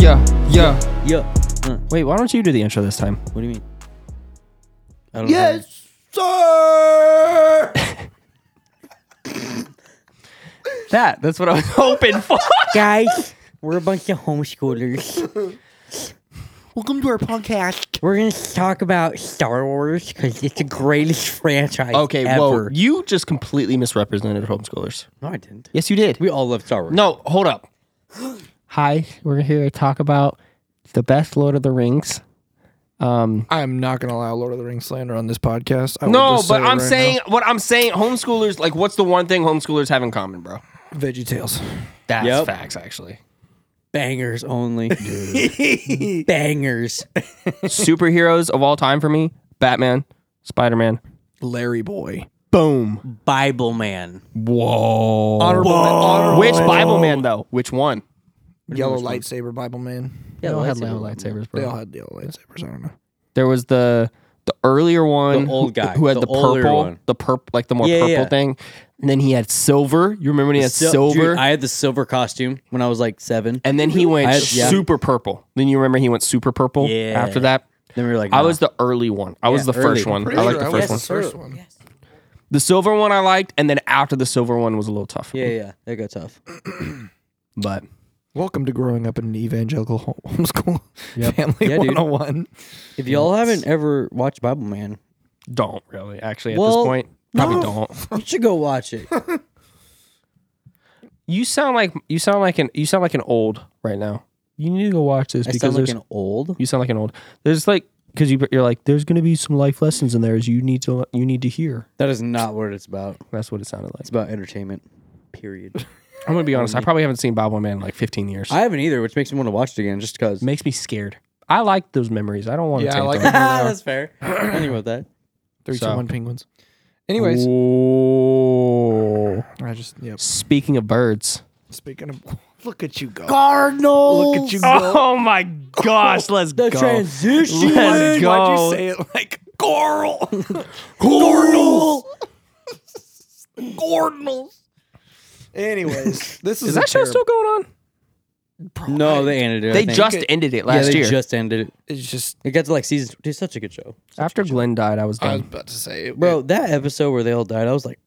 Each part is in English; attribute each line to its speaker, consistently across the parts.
Speaker 1: Yeah.
Speaker 2: Yeah. Uh,
Speaker 3: Wait, why don't you do the intro this time?
Speaker 2: what do you mean? I don't
Speaker 1: Yes, sir.
Speaker 3: That. That's what I was hoping for.
Speaker 2: Guys, we're a bunch of homeschoolers.
Speaker 1: Welcome to our podcast.
Speaker 2: We're going to talk about Star Wars because it's the greatest franchise
Speaker 3: okay,
Speaker 2: ever.
Speaker 3: whoa. You just completely misrepresented homeschoolers.
Speaker 2: No, I didn't.
Speaker 3: Yes, you did.
Speaker 2: We all love Star Wars.
Speaker 3: No, hold up. Hi, we're here to talk about the best Lord of the Rings. Um,
Speaker 1: I am not going to allow Lord of the Rings slander on this podcast. I will
Speaker 3: no,
Speaker 1: just say
Speaker 3: but
Speaker 1: it
Speaker 3: I'm
Speaker 1: right
Speaker 3: saying what I'm saying. Homeschoolers, like, what's the one thing homeschoolers have in common, bro?
Speaker 1: now. Veggie Tales.
Speaker 3: That's
Speaker 2: Yep.
Speaker 3: facts, actually.
Speaker 2: Bangers only. Bangers.
Speaker 3: Superheroes of all time for me: Batman, Spider Man.
Speaker 1: Larry Boy.
Speaker 3: Boom.
Speaker 2: Bible Man.
Speaker 3: Whoa.
Speaker 1: Honorable, men- honorable
Speaker 3: Which Bible man though? Which one?
Speaker 1: yellow lightsaber Bible man.
Speaker 2: Yeah,
Speaker 3: lightsabers,
Speaker 1: They all had yellow lightsabers. I don't know.
Speaker 3: There was the the earlier one,
Speaker 2: The old
Speaker 3: who-
Speaker 2: guy,
Speaker 3: who had the,
Speaker 2: the older
Speaker 3: purple,
Speaker 2: one.
Speaker 3: the purp, like the more
Speaker 2: Yeah,
Speaker 3: purple
Speaker 2: yeah.
Speaker 3: thing, and then he had silver. You remember when he had
Speaker 2: Sil-
Speaker 3: silver,
Speaker 2: Dude, I had the silver costume when I was like seven.
Speaker 3: and then he went
Speaker 2: I had- yeah.
Speaker 3: super purple. Then you remember he went super purple
Speaker 2: Yeah.
Speaker 3: after that.
Speaker 2: Then we were like,
Speaker 3: I
Speaker 2: nah.
Speaker 3: was the early one. I was
Speaker 2: Yeah,
Speaker 3: the first
Speaker 2: early.
Speaker 3: one.
Speaker 1: Pretty
Speaker 3: I like
Speaker 1: sure
Speaker 3: the
Speaker 1: I
Speaker 3: first
Speaker 1: was
Speaker 3: one.
Speaker 1: the first one.
Speaker 3: The silver one I liked, and then after the silver one was a little tough. for
Speaker 2: Yeah,
Speaker 3: me.
Speaker 2: yeah. That got tough.
Speaker 3: But
Speaker 1: Welcome to growing up in an evangelical home- homeschool family
Speaker 2: Yeah, dude.
Speaker 1: 101.
Speaker 2: If y'all haven't ever watched Bible Man,
Speaker 3: don't really actually at
Speaker 2: Well,
Speaker 3: this point. Probably
Speaker 2: no.
Speaker 3: don't.
Speaker 2: you should go watch it.
Speaker 3: You sound like you sound like an you sound like an old right now. You need to go watch this
Speaker 2: I
Speaker 3: because
Speaker 2: sound like
Speaker 3: there's
Speaker 2: an old.
Speaker 3: You sound like an old. There's like because you you're like there's gonna be some life lessons in there as you need to you need to hear.
Speaker 2: That is not what it's about.
Speaker 3: That's what it sounded like.
Speaker 2: It's about entertainment. Period.
Speaker 3: I'm gonna be honest. I probably haven't seen Bible Man in like 15 years.
Speaker 2: I haven't either, which makes me want to watch it again just because.
Speaker 3: makes me scared. I like those memories. I don't want to
Speaker 1: Yeah, I
Speaker 3: take
Speaker 1: like
Speaker 3: them.
Speaker 2: That's fair. I knew about that.
Speaker 1: 321 penguins. Anyways,
Speaker 3: Whoa.
Speaker 1: I just, yep.
Speaker 3: Oh. Speaking of birds.
Speaker 1: Speaking of, look at you go.
Speaker 2: Cardinals.
Speaker 1: Look at you go.
Speaker 3: Oh my gosh! Let's
Speaker 2: The transition.
Speaker 3: Let's go.
Speaker 1: Why'd you say it like coral?
Speaker 2: Cardinals.
Speaker 1: Cardinals. Anyways, this is,
Speaker 3: Is that show still going on?
Speaker 2: No, they ended it. I
Speaker 3: They
Speaker 2: think.
Speaker 3: just ended it
Speaker 2: yeah,
Speaker 3: last
Speaker 2: they
Speaker 3: year.
Speaker 2: just ended it.
Speaker 1: It's just
Speaker 2: It got to like season. Dude, such a good show,
Speaker 3: After Glenn died, I was
Speaker 1: I was
Speaker 3: done.
Speaker 1: about to say, it,
Speaker 2: bro. That episode where they all died, I was like,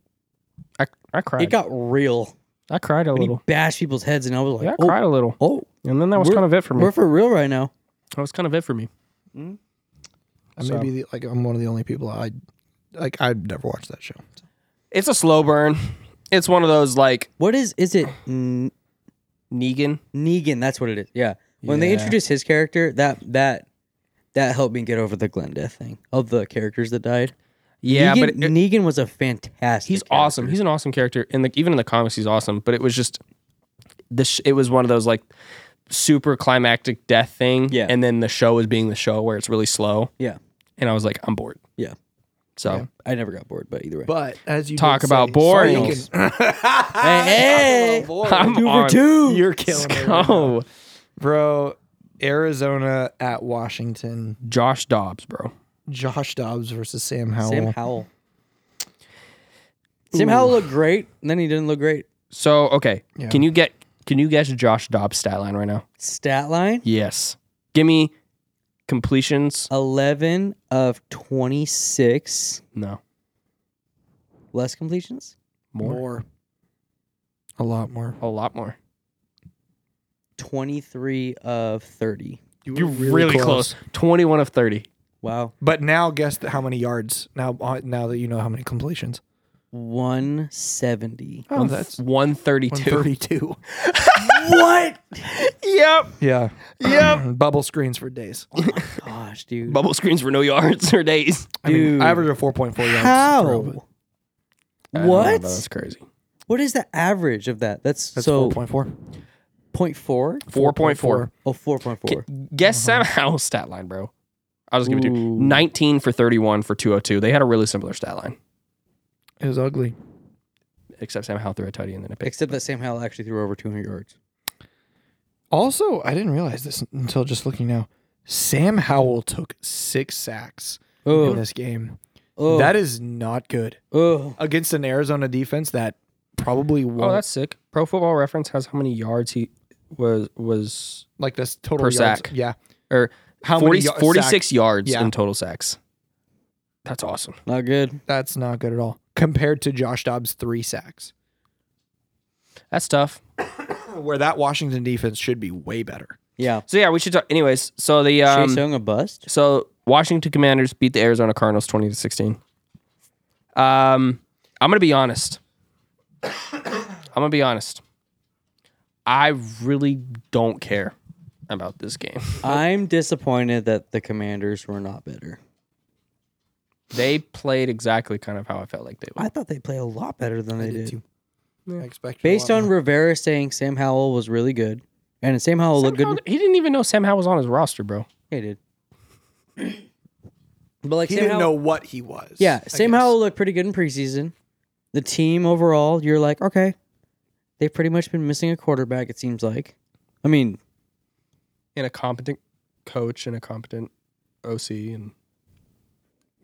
Speaker 3: I, I
Speaker 2: Uh, it
Speaker 3: cried.
Speaker 2: got real.
Speaker 3: I cried a
Speaker 2: When he
Speaker 3: little.
Speaker 2: bashed people's heads, and I was like,
Speaker 3: Yeah, I
Speaker 2: oh,
Speaker 3: cried a little.
Speaker 2: oh,
Speaker 3: And then that was
Speaker 2: We're-
Speaker 3: kind of it for me.
Speaker 2: we're for real right now.
Speaker 3: That was kind of it for me.
Speaker 1: I may be the, like I'm one of the only people I like. I've never watched that show.
Speaker 3: It's a slow burn. It's one of those like
Speaker 2: What is? Is it N-
Speaker 3: Negan.
Speaker 2: Negan? That's what it is. Yeah. When they
Speaker 3: Yeah.
Speaker 2: introduced his character, that that that helped me get over the Glenn death thing of the characters that died.
Speaker 3: Yeah,
Speaker 2: Negan,
Speaker 3: but it-
Speaker 2: Negan was a fantastic.
Speaker 3: he's
Speaker 2: character.
Speaker 3: awesome. He's an awesome character, and like even in the comics, he's awesome. But it was just the sh- it was one of those like super climactic death thing.
Speaker 2: Yeah.
Speaker 3: and then the show is being the show where it's really slow,
Speaker 2: Yeah,
Speaker 3: and I was like, I'm bored.
Speaker 2: yeah.
Speaker 3: So
Speaker 2: I never got bored, but either way.
Speaker 1: But as you
Speaker 3: Talk
Speaker 1: did
Speaker 3: about
Speaker 1: say,
Speaker 3: boring.
Speaker 1: sorry, you can-
Speaker 2: hey, hey,
Speaker 3: I'm
Speaker 2: two
Speaker 3: on.
Speaker 2: for two.
Speaker 1: You're killing me, right now.
Speaker 3: Oh,
Speaker 1: bro. Arizona at Washington.
Speaker 3: Josh Dobbs, bro.
Speaker 1: Josh Dobbs versus Sam Howell.
Speaker 2: Sam Howell. Sam Howell looked great, and then he didn't look great.
Speaker 3: So okay,
Speaker 1: Yeah.
Speaker 3: can you get can you guess Josh Dobbs stat line right now?
Speaker 2: Stat line
Speaker 3: Yes, give me completions.
Speaker 2: 11 of 26.
Speaker 3: No,
Speaker 2: Less completions?
Speaker 3: more,
Speaker 1: a lot more.
Speaker 3: a lot more.
Speaker 2: 23 of 30.
Speaker 3: You're really, close. Twenty-one of thirty.
Speaker 2: Wow.
Speaker 1: But now guess th- how many yards. Now uh, now that you know how many completions.
Speaker 2: 170.
Speaker 1: Oh, that's
Speaker 3: one thirty-two.
Speaker 1: 132.
Speaker 2: What?
Speaker 3: Yep.
Speaker 1: yeah.
Speaker 3: Yep.
Speaker 1: Bubble screens for days.
Speaker 2: Gosh, dude.
Speaker 3: Bubble screens for no yards or days.
Speaker 1: I mean,
Speaker 2: Dude.
Speaker 1: I averaged a 4.4 yards. per throw,
Speaker 2: How?
Speaker 3: That's
Speaker 2: What?
Speaker 3: crazy.
Speaker 2: What is the average of that? That's,
Speaker 1: That's
Speaker 2: so
Speaker 1: 4.4.
Speaker 2: 0.4?
Speaker 3: 4.4.
Speaker 2: Oh, 4.4.
Speaker 3: Guess Sam Howell's stat line, bro. I'll just give it to you.
Speaker 2: Ooh.
Speaker 3: 19 for 31 for 202. They had a really similar stat line,
Speaker 1: It was ugly.
Speaker 3: except Sam Howell threw a tutty and then a pick.
Speaker 2: Except that Sam Howell actually threw over 200 yards.
Speaker 1: Also, I didn't realize this until just looking now. Sam Howell took six sacks in
Speaker 2: Oh,
Speaker 1: this game.
Speaker 2: oh,
Speaker 1: That is not good
Speaker 2: oh.
Speaker 1: against an Arizona defense that probably won't.
Speaker 3: Oh, that's sick. Pro Football Reference has how many yards he was was er,
Speaker 1: Like this total
Speaker 3: Per
Speaker 1: yards-
Speaker 3: sack.
Speaker 1: Yeah.
Speaker 3: or
Speaker 1: How
Speaker 3: 40,
Speaker 1: many yards-
Speaker 3: 46
Speaker 1: sacks?
Speaker 3: yards
Speaker 1: Yeah.
Speaker 3: in total sacks. That's awesome.
Speaker 2: Not good.
Speaker 1: That's not good at all compared to Josh Dobbs' three sacks,
Speaker 3: That's tough.
Speaker 1: where that Washington defense should be way better.
Speaker 2: Yeah.
Speaker 3: So yeah, we should talk. Anyways, so the
Speaker 2: Chase
Speaker 3: um,
Speaker 2: Young a bust?
Speaker 3: so Washington Commanders beat the Arizona Cardinals twenty to sixteen. Um, I'm gonna be honest. I'm gonna be honest. I really don't care about this game.
Speaker 2: I'm disappointed that the Commanders were not better.
Speaker 3: They played exactly kind of how I felt like they would.
Speaker 2: I thought they played a lot better than they did.
Speaker 1: I expect
Speaker 2: Based on Rivera saying Sam Howell was really good, and Sam Howell looked
Speaker 3: Sam
Speaker 2: good.
Speaker 3: Howell- he didn't even know Sam Howell was on his roster, bro.
Speaker 2: Yeah, he did. But like
Speaker 1: he
Speaker 2: Sam
Speaker 1: didn't
Speaker 2: Howell,
Speaker 1: know what he was.
Speaker 2: yeah,
Speaker 1: I
Speaker 2: Sam
Speaker 1: guess.
Speaker 2: Howell looked pretty good in preseason. The team overall, you're like, okay, they've pretty much been missing a quarterback. It seems like. I mean,
Speaker 3: And a competent coach and a competent OC and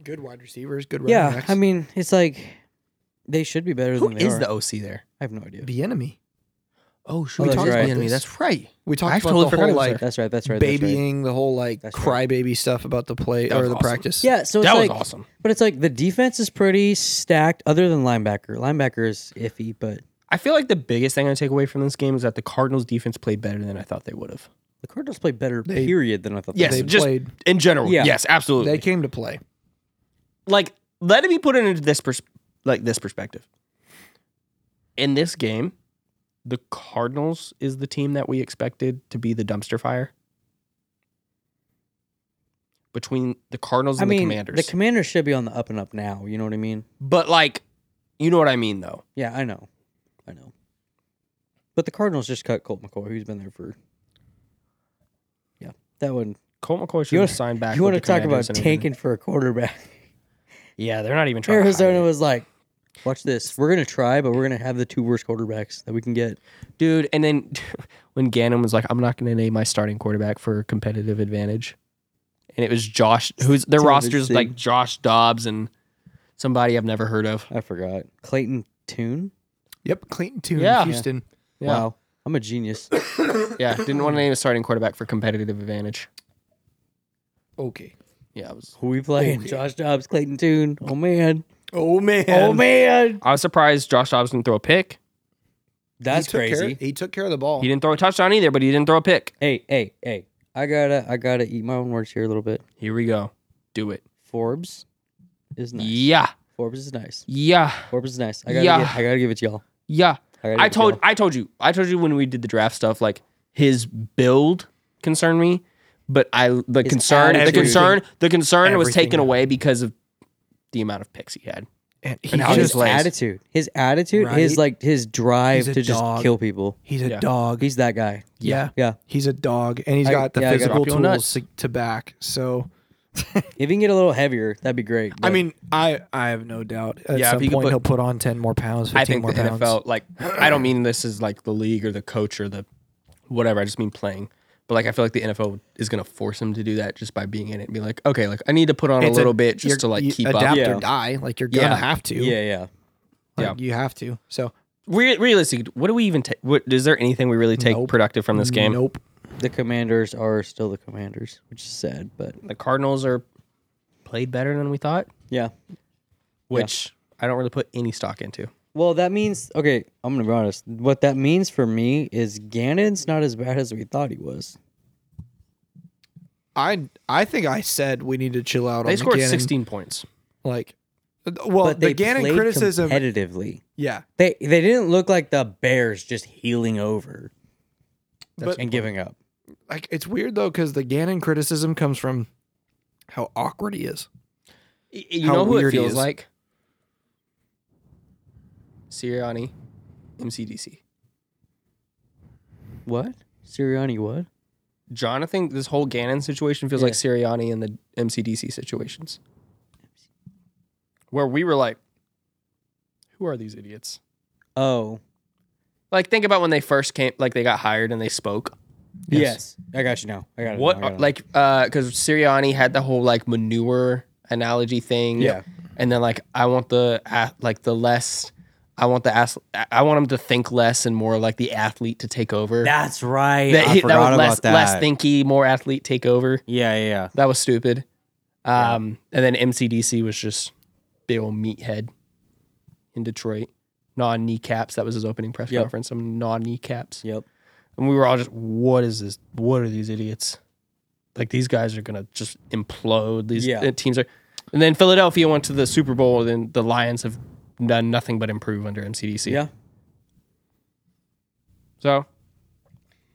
Speaker 1: Good wide receivers. Good.
Speaker 2: yeah,
Speaker 1: running backs.
Speaker 2: I mean, it's like they should be better
Speaker 3: who
Speaker 2: than they
Speaker 3: is
Speaker 2: are.
Speaker 3: the OC there?
Speaker 2: I have no idea.
Speaker 1: the enemy.
Speaker 3: Oh,
Speaker 2: Oh,
Speaker 3: sure,
Speaker 2: that's right.
Speaker 3: That's right.
Speaker 1: We talked
Speaker 3: I
Speaker 1: about
Speaker 3: totally
Speaker 1: the
Speaker 3: forgot
Speaker 1: whole
Speaker 3: he was
Speaker 1: like
Speaker 3: there.
Speaker 2: That's right. That's right. that's right.
Speaker 1: babying, the whole like
Speaker 2: That's right.
Speaker 1: crybaby stuff about the play
Speaker 3: That
Speaker 1: or
Speaker 3: was
Speaker 1: the
Speaker 3: awesome.
Speaker 1: practice.
Speaker 2: Yeah, so it's
Speaker 3: that
Speaker 2: like,
Speaker 3: was awesome.
Speaker 2: but it's like the defense is pretty stacked, other than linebacker. Linebacker is iffy, but
Speaker 3: I feel like the biggest thing I take away from this game is that the Cardinals defense played better than I thought they would have.
Speaker 2: the Cardinals played better.
Speaker 1: They-
Speaker 2: period. Than I thought.
Speaker 3: Yes,
Speaker 1: they
Speaker 2: They
Speaker 3: just
Speaker 1: played.
Speaker 3: In general,
Speaker 2: Yeah.
Speaker 3: yes, absolutely.
Speaker 1: They came to play.
Speaker 3: like let me put it into this pers- like this perspective. In this game, the Cardinals is the team that we expected to be the dumpster fire. Between the Cardinals
Speaker 2: I
Speaker 3: and
Speaker 2: mean,
Speaker 3: the Commanders.
Speaker 2: the Commanders should be on the up and up now. You know what I mean?
Speaker 3: but like you know what I mean though.
Speaker 2: Yeah, I know. I know. But the Cardinals just cut Colt McCoy, who's been there for. Yeah, that one.
Speaker 3: Colt McCoy
Speaker 2: You
Speaker 3: should have
Speaker 2: wanna-
Speaker 3: signed back.
Speaker 2: You
Speaker 3: with
Speaker 2: want
Speaker 3: the
Speaker 2: to talk about
Speaker 3: Commanders and everything.
Speaker 2: tanking for a quarterback?
Speaker 3: Yeah, they're not even trying.
Speaker 2: Arizona
Speaker 3: Arizona,
Speaker 2: was like, watch this. We're going to try, but we're going to have the two worst quarterbacks that we can get.
Speaker 3: dude. And then when Gannon was like, "I'm not going to name my starting quarterback for competitive advantage," and it was Josh, who's their
Speaker 2: Tim
Speaker 3: rosters
Speaker 2: Richardson.
Speaker 3: like Josh Dobbs and somebody I've never heard of.
Speaker 2: I forgot. Clayton Toon?
Speaker 1: Yep, Clayton Tune,
Speaker 3: Yeah.
Speaker 1: Houston.
Speaker 3: Yeah.
Speaker 2: Wow. I'm a genius.
Speaker 3: Yeah, didn't want to name a starting quarterback for competitive advantage.
Speaker 1: Okay.
Speaker 3: Yeah, I was.
Speaker 2: Who we playing? Josh Dobbs, Clayton Toon. Oh, man.
Speaker 1: Oh man.
Speaker 2: Oh, man.
Speaker 3: I was surprised Josh Dobbs didn't throw a pick.
Speaker 2: That's
Speaker 1: he took
Speaker 2: crazy.
Speaker 1: Care, he took care of the ball.
Speaker 3: He didn't throw a touchdown either, but he didn't throw a pick.
Speaker 2: Hey, hey, hey. I gotta, I gotta eat my own words here a little bit.
Speaker 3: Here we go. Do it.
Speaker 2: Forbes is nice.
Speaker 3: Yeah,
Speaker 2: Forbes is nice.
Speaker 3: yeah,
Speaker 2: Forbes is nice. I gotta,
Speaker 3: Yeah.
Speaker 2: give, I gotta give it to y'all.
Speaker 3: yeah. I
Speaker 2: gotta give it to
Speaker 3: told
Speaker 2: y'all.
Speaker 3: I told you I told you when we did the draft stuff like his build concerned me, but I the
Speaker 2: His
Speaker 3: concern the
Speaker 1: attitude.
Speaker 3: concern the concern was
Speaker 1: Everything.
Speaker 3: taken away because of the amount of picks he had.
Speaker 1: and he
Speaker 3: and how
Speaker 1: just,
Speaker 3: he
Speaker 2: his
Speaker 3: plays.
Speaker 2: attitude, his attitude, his
Speaker 1: Right?
Speaker 2: like his drive
Speaker 1: He's a
Speaker 2: to just
Speaker 1: dog.
Speaker 2: kill people.
Speaker 1: he's a
Speaker 3: Yeah.
Speaker 1: dog.
Speaker 2: He's that guy.
Speaker 1: yeah.
Speaker 2: Yeah.
Speaker 1: He's a dog, and he's
Speaker 2: I-
Speaker 1: got the
Speaker 2: yeah, I got
Speaker 1: physical
Speaker 3: it. Drop you
Speaker 1: tools
Speaker 3: nuts.
Speaker 1: to, to back. So
Speaker 2: If he can get a little heavier, that'd be great.
Speaker 1: I
Speaker 2: but
Speaker 1: mean, I I have no doubt. At
Speaker 3: Yeah, if
Speaker 1: some
Speaker 3: he could
Speaker 1: point,
Speaker 3: put-
Speaker 1: he'll put on ten more pounds, fifteen
Speaker 3: I think
Speaker 1: more
Speaker 3: the
Speaker 1: pounds.
Speaker 3: NFL like I don't mean this is like the league or the coach or the whatever. I just mean playing. But like I feel like the NFL is gonna force him to do that just by being in it and be like, okay, like I need to put on
Speaker 1: It's
Speaker 3: a little bit
Speaker 1: you're-
Speaker 3: just to like
Speaker 1: you
Speaker 3: keep
Speaker 1: adapt
Speaker 3: up.
Speaker 2: Yeah.
Speaker 1: or die. Like you're gonna
Speaker 3: Yeah.
Speaker 1: have to.
Speaker 2: yeah, yeah.
Speaker 1: Like, you have to. So
Speaker 3: Re- realistically, what do we even take? What is there anything we really take
Speaker 1: Nope.
Speaker 3: productive from this game?
Speaker 1: Nope.
Speaker 2: The Commanders are still the Commanders, which is sad, but
Speaker 3: The Cardinals are played better than we thought.
Speaker 2: yeah.
Speaker 3: which I don't really put any stock into.
Speaker 2: Well, that means okay. I'm gonna be honest. What that means for me is Gannon's not as bad as we thought he was.
Speaker 1: I I think I said we need to chill out.
Speaker 3: They
Speaker 1: on
Speaker 3: scored
Speaker 1: the Gannon,
Speaker 3: 16 points.
Speaker 1: Like, well,
Speaker 2: but they
Speaker 1: the Gannon
Speaker 2: played
Speaker 1: criticism.
Speaker 2: competitively.
Speaker 1: Yeah,
Speaker 2: They they didn't look like the Bears just healing over
Speaker 1: That's
Speaker 2: and giving up.
Speaker 1: like it's weird though because the Gannon criticism comes from how awkward he is.
Speaker 3: You
Speaker 1: How
Speaker 3: know who it
Speaker 1: weird he
Speaker 3: feels
Speaker 1: is.
Speaker 3: like? Sirianni, MCDC.
Speaker 2: What Sirianni? What?
Speaker 3: Jonathan, this whole Gannon situation feels like Sirianni and the MCDC situations. Where we were like, who are these idiots?
Speaker 2: Oh,
Speaker 3: Like, think about when they first came, like, they got hired and they spoke.
Speaker 2: Yes. I got you now. I got it.
Speaker 3: What,
Speaker 2: now, I got it now.
Speaker 3: like, uh, because Sirianni had the whole, like, manure analogy thing.
Speaker 2: Yeah.
Speaker 3: and then like I want the ath- like the less I want the ass, I want him to think less and more like the athlete to take over.
Speaker 2: That's right.
Speaker 3: That
Speaker 2: I
Speaker 3: he- that
Speaker 2: forgot
Speaker 3: was
Speaker 2: about
Speaker 3: less
Speaker 2: that.
Speaker 3: less thinky, more athlete take over.
Speaker 2: Yeah, yeah, yeah.
Speaker 3: That was stupid. Um, and then MCDC was just big old meathead in Detroit. Non kneecaps. That was his opening press
Speaker 2: Yep.
Speaker 3: conference. Some non kneecaps.
Speaker 2: Yep.
Speaker 3: And we were all just, what is this? What are these idiots? Like these guys are gonna just implode. These
Speaker 2: Yeah.
Speaker 3: uh, teams are. And then Philadelphia went to the Super Bowl. And then the Lions have done nothing but improve under MCDC.
Speaker 2: Yeah.
Speaker 3: So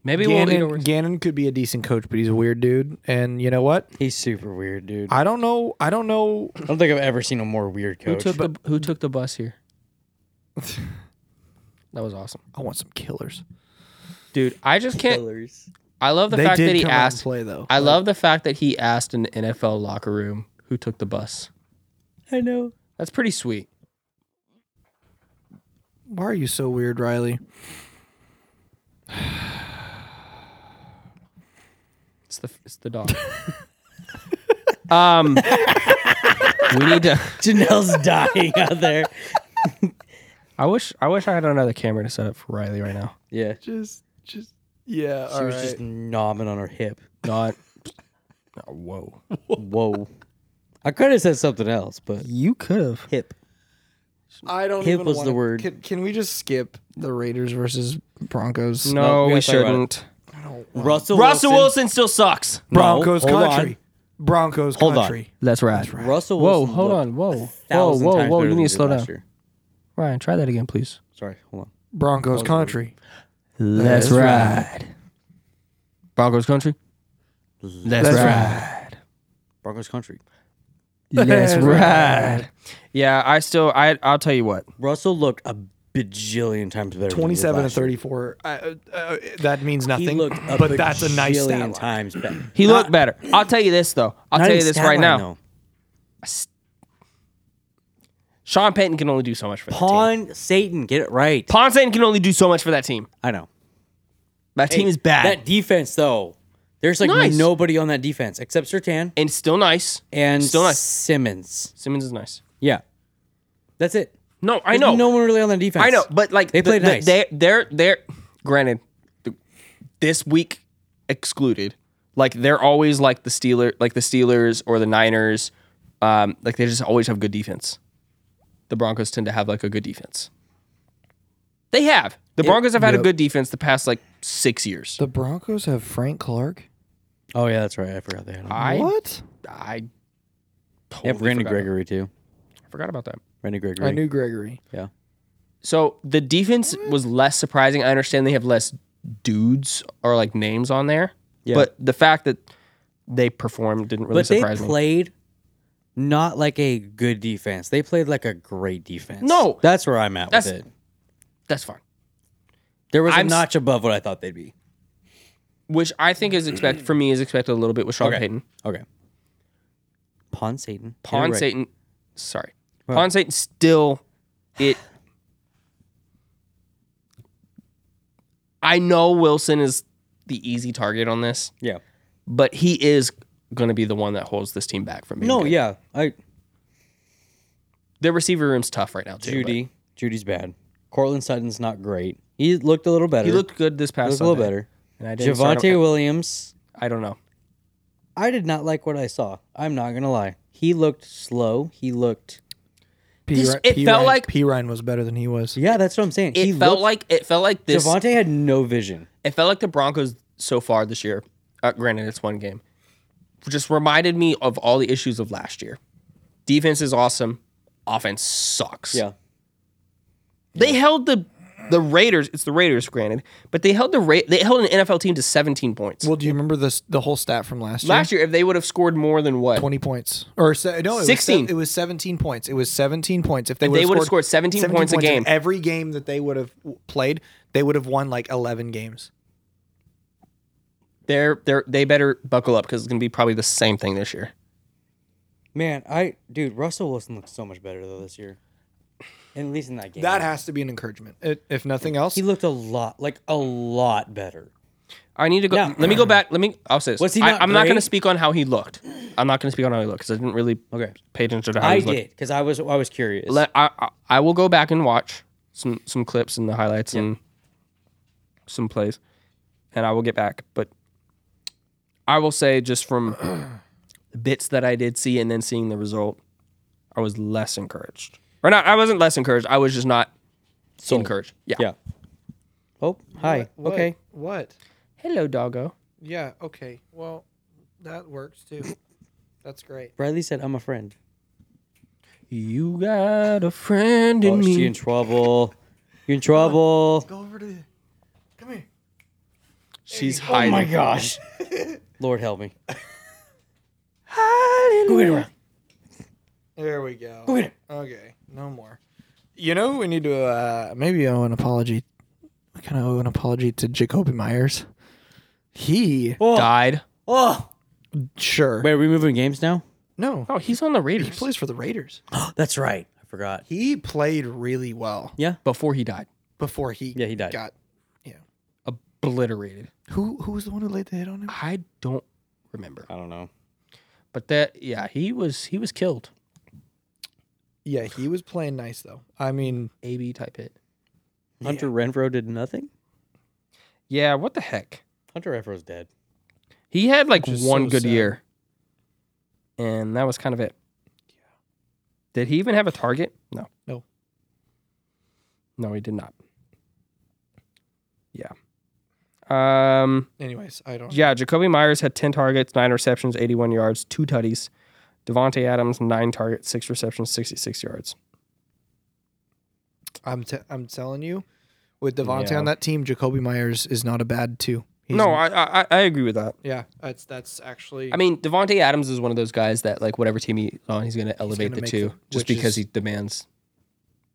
Speaker 3: maybe we'll. You know,
Speaker 1: Gannon,
Speaker 3: we're-
Speaker 1: Gannon could be a decent coach, but he's a weird dude. And you know what?
Speaker 2: He's super weird, dude. I
Speaker 1: I don't know. I don't know.
Speaker 2: don't think I've ever seen a more weird
Speaker 3: who
Speaker 2: coach.
Speaker 3: took the Who took the bus here? that was awesome,
Speaker 1: I want some killers.
Speaker 3: dude. I just can't.
Speaker 2: Killers.
Speaker 3: I love the
Speaker 1: they
Speaker 3: fact
Speaker 1: did
Speaker 3: that he
Speaker 1: come out and
Speaker 3: asked.
Speaker 1: play though.
Speaker 3: I love the fact that he asked an NFL locker room who took the bus.
Speaker 2: I know.
Speaker 3: That's pretty sweet.
Speaker 1: Why are you so weird, Riley?
Speaker 3: It's the it's the dog. um, we need to.
Speaker 2: Janelle's dying out there.
Speaker 3: I wish I wish I had another camera to set up for Riley right now.
Speaker 2: Yeah.
Speaker 1: Just, just, yeah.
Speaker 2: She was just knobbing on her hip.
Speaker 3: Not. Oh, whoa.
Speaker 2: Whoa. I could have said something else, but
Speaker 3: You could have.
Speaker 2: hip.
Speaker 1: I don't.
Speaker 2: Hip
Speaker 1: even
Speaker 2: was the
Speaker 1: wanna-
Speaker 2: word.
Speaker 1: Can, can we just skip the Raiders versus Broncos?
Speaker 3: No,
Speaker 2: No, we
Speaker 3: we
Speaker 2: gotta talk about
Speaker 3: shouldn't.
Speaker 2: Russell
Speaker 3: Russell Wilson still sucks.
Speaker 1: Broncos
Speaker 2: No, hold
Speaker 1: country. Broncos
Speaker 2: Hold on.
Speaker 1: country.
Speaker 3: That's right.
Speaker 2: Russell
Speaker 3: Whoa,
Speaker 2: Wilson.
Speaker 3: hold
Speaker 2: looked
Speaker 3: on. Whoa,
Speaker 2: a
Speaker 3: whoa,
Speaker 2: thousand
Speaker 3: whoa,
Speaker 2: times
Speaker 3: whoa.
Speaker 2: better
Speaker 3: You
Speaker 2: than he
Speaker 3: need to
Speaker 2: did
Speaker 3: slow
Speaker 2: last
Speaker 3: down.
Speaker 2: year.
Speaker 3: Ryan, try that again, please.
Speaker 2: Sorry, hold on.
Speaker 1: Broncos country.
Speaker 3: Let's
Speaker 1: That's
Speaker 3: ride. Broncos country. Let's,
Speaker 1: That's
Speaker 3: ride.
Speaker 2: Broncos country.
Speaker 3: Let's ride. Yeah, I still I I'll tell you what.
Speaker 2: Russell looked a bajillion times better.
Speaker 1: Twenty-seven
Speaker 2: than he did last
Speaker 1: and
Speaker 2: year.
Speaker 1: thirty-four. I- Uh, uh, that means nothing.
Speaker 2: He looked a
Speaker 1: but that's a nice stat.
Speaker 2: bajillion
Speaker 1: line.
Speaker 2: times better.
Speaker 3: He looked better. I'll tell you this though. I'll
Speaker 2: Not
Speaker 3: tell
Speaker 2: even
Speaker 3: you this
Speaker 2: stat
Speaker 3: right
Speaker 2: line,
Speaker 3: now.
Speaker 2: though.
Speaker 3: Sean Payton can only do so much for that team.
Speaker 2: Pawn Satan, get it right.
Speaker 3: Pawn Satan can only do so much for that team.
Speaker 2: I know.
Speaker 3: That team is bad
Speaker 2: That defense, though, there's like
Speaker 3: Nice.
Speaker 2: nobody on that defense except Sertan
Speaker 3: and still nice.
Speaker 2: and
Speaker 3: Still nice.
Speaker 2: Simmons.
Speaker 3: Simmons is nice.
Speaker 2: Yeah, that's it.
Speaker 3: No, I
Speaker 2: There's
Speaker 3: know.
Speaker 2: No one really on that defense.
Speaker 3: I know, but like
Speaker 2: They played
Speaker 3: the,
Speaker 2: nice.
Speaker 3: They, they're they're granted th- this week excluded. Like they're always like the Steeler, like the Steelers or the Niners. Um, like they just always have good defense. The Broncos tend to have like a good defense. They have. The Broncos have had a
Speaker 1: Yep.
Speaker 3: good defense the past like six years.
Speaker 1: The Broncos have Frank Clark.
Speaker 2: Oh yeah, that's right. I forgot they had him.
Speaker 3: I
Speaker 1: what?
Speaker 3: I totally
Speaker 2: yeah, Randy
Speaker 3: forgot.
Speaker 2: Gregory too.
Speaker 3: Forgot about that.
Speaker 2: Randy Gregory.
Speaker 1: I knew Gregory.
Speaker 3: So the defense was less surprising. I understand they have less dudes or like names on there.
Speaker 2: Yeah.
Speaker 3: But the fact that they performed didn't really
Speaker 2: but they
Speaker 3: surprise me.
Speaker 2: played not like a good defense. They played like a great defense.
Speaker 3: No.
Speaker 2: that's where I'm at
Speaker 3: That's-
Speaker 2: with it.
Speaker 3: That's fine.
Speaker 2: There was
Speaker 3: I'm s-
Speaker 2: a notch above what I thought they'd be.
Speaker 3: Which I think is expected for me is expected a little bit with Sean
Speaker 2: Okay.
Speaker 3: Payton.
Speaker 2: Okay. Pawn Satan. Get it
Speaker 3: Pawn
Speaker 2: right.
Speaker 3: Satan sorry.
Speaker 2: What?
Speaker 3: Pawn Satan still it I know Wilson is the easy target on this,
Speaker 2: Yeah.
Speaker 3: but he is gonna be the one that holds this team back from being
Speaker 2: No.
Speaker 3: good.
Speaker 2: Yeah. I
Speaker 3: Their receiver room's tough right now too. but-
Speaker 2: Judy. Judy's bad. Cortland Sutton's not great. He looked a little better.
Speaker 3: He looked good this past
Speaker 2: looked a little
Speaker 3: Sunday,
Speaker 2: better.
Speaker 3: And I didn't, so I,
Speaker 2: Javante
Speaker 3: don't,
Speaker 2: Williams.
Speaker 3: I don't know.
Speaker 2: I did not like what I saw. I'm not gonna lie. He looked slow. He looked.
Speaker 1: P.
Speaker 3: This-
Speaker 1: Ry-
Speaker 3: it
Speaker 1: P.
Speaker 3: felt
Speaker 1: Ryan-
Speaker 3: like-
Speaker 1: P. Ryan was better than he was.
Speaker 2: Yeah, that's what I'm saying.
Speaker 3: It
Speaker 2: he
Speaker 3: felt
Speaker 2: looked,
Speaker 3: like it felt like this.
Speaker 2: Javante had no vision.
Speaker 3: It felt like the Broncos so far this year. Uh, granted, it's one game. Just reminded me of all the issues of last year. Defense is awesome. Offense sucks.
Speaker 2: Yeah.
Speaker 3: They held the the Raiders. It's the Raiders, granted, but they held the Ra- they held an NFL team to 17 points
Speaker 1: Well, do you remember this the whole stat from last year?
Speaker 3: last year. If they would have scored more than what
Speaker 1: 20 points or se- no, it
Speaker 3: 16.
Speaker 1: Was se- it was 17 points. It was 17 points. If they,
Speaker 3: they
Speaker 1: would have
Speaker 3: scored 17, points, a game.
Speaker 1: every game that they would have w- played, they would have won like 11 games.
Speaker 3: They're they're they better buckle up because it's gonna be probably the same thing this year.
Speaker 2: Man, I dude, Russell Wilson looks so much better though this year. And at least in that game,
Speaker 1: That has to be an encouragement. It, if nothing else,
Speaker 2: he looked a lot like a lot better.
Speaker 3: I need to go.
Speaker 2: Now-
Speaker 3: let me go back. Let me. I'll say this.
Speaker 2: Was he
Speaker 3: I,
Speaker 2: not
Speaker 3: I'm not going to
Speaker 2: great?
Speaker 3: speak on how he looked. I'm not going to speak on how he looked because I didn't really
Speaker 2: Okay,
Speaker 3: pay attention to how
Speaker 2: I
Speaker 3: he looked.
Speaker 2: did because I was I was curious.
Speaker 3: Let, I, I I will go back and watch some some clips and the highlights and some plays, and I will get back. But I will say just from bits that I did see and then seeing the result, I was less encouraged. Or not, I wasn't less encouraged. I was just not encouraged. Yeah.
Speaker 2: Yeah. Oh, hi.
Speaker 1: What-
Speaker 2: Okay.
Speaker 1: What?
Speaker 3: Hello, doggo.
Speaker 1: Yeah. Okay. Well, that works too. That's great.
Speaker 2: Bradley said, "I'm a friend."
Speaker 3: You got a friend in
Speaker 2: Oh,
Speaker 3: me.
Speaker 2: she in trouble. You're in trouble.
Speaker 1: Go over to. The, come here.
Speaker 3: She's hiding.
Speaker 2: Oh gosh. Lord help me.
Speaker 3: Hiding.
Speaker 1: There we go. Okay. No more. You know we need to uh, maybe owe an apology. We kind of owe an apology to Jacoby Myers. He
Speaker 2: Oh,
Speaker 3: Died.
Speaker 2: oh.
Speaker 1: sure.
Speaker 2: Wait, are we moving games now?
Speaker 1: No,
Speaker 3: Oh, he's on the
Speaker 1: he
Speaker 3: Raiders
Speaker 1: plays for the Raiders.
Speaker 2: That's right. I forgot.
Speaker 1: He played really well
Speaker 3: before he died.
Speaker 1: before he
Speaker 2: Yeah, he died.
Speaker 1: got
Speaker 3: Obliterated.
Speaker 1: who who was the one who laid the hit on him?
Speaker 3: I don't remember.
Speaker 2: I don't know.
Speaker 3: But that yeah, he was he was killed.
Speaker 1: Yeah, he was playing nice though. I mean,
Speaker 3: A B type hit.
Speaker 2: Hunter Renfro did nothing.
Speaker 3: Yeah, what the heck?
Speaker 2: Hunter Renfro's dead.
Speaker 3: He had like
Speaker 1: Which is
Speaker 3: one
Speaker 1: so
Speaker 3: good
Speaker 1: sad.
Speaker 3: year. And that was kind of it. Did he even have a target? No.
Speaker 1: No.
Speaker 3: No, he did not. Yeah. Um
Speaker 1: anyways, I don't.
Speaker 3: Yeah, Jacoby Myers had 10 targets, 9 receptions, 81 yards, 2 tutties. Devontae Adams, 9 targets, 6 receptions, 66 yards.
Speaker 1: I'm t- I'm telling you, with Devontae
Speaker 3: Yeah.
Speaker 1: on that team, Jacoby Myers is not a bad two. He's-
Speaker 3: no, I, I I agree with that.
Speaker 1: yeah, that's that's actually.
Speaker 3: I mean, Devontae Adams is one of those guys that, like, whatever team he's on, he's going to elevate
Speaker 1: gonna
Speaker 3: the
Speaker 1: make
Speaker 3: two
Speaker 1: the-
Speaker 3: just
Speaker 1: which
Speaker 3: because
Speaker 1: is-
Speaker 3: he demands.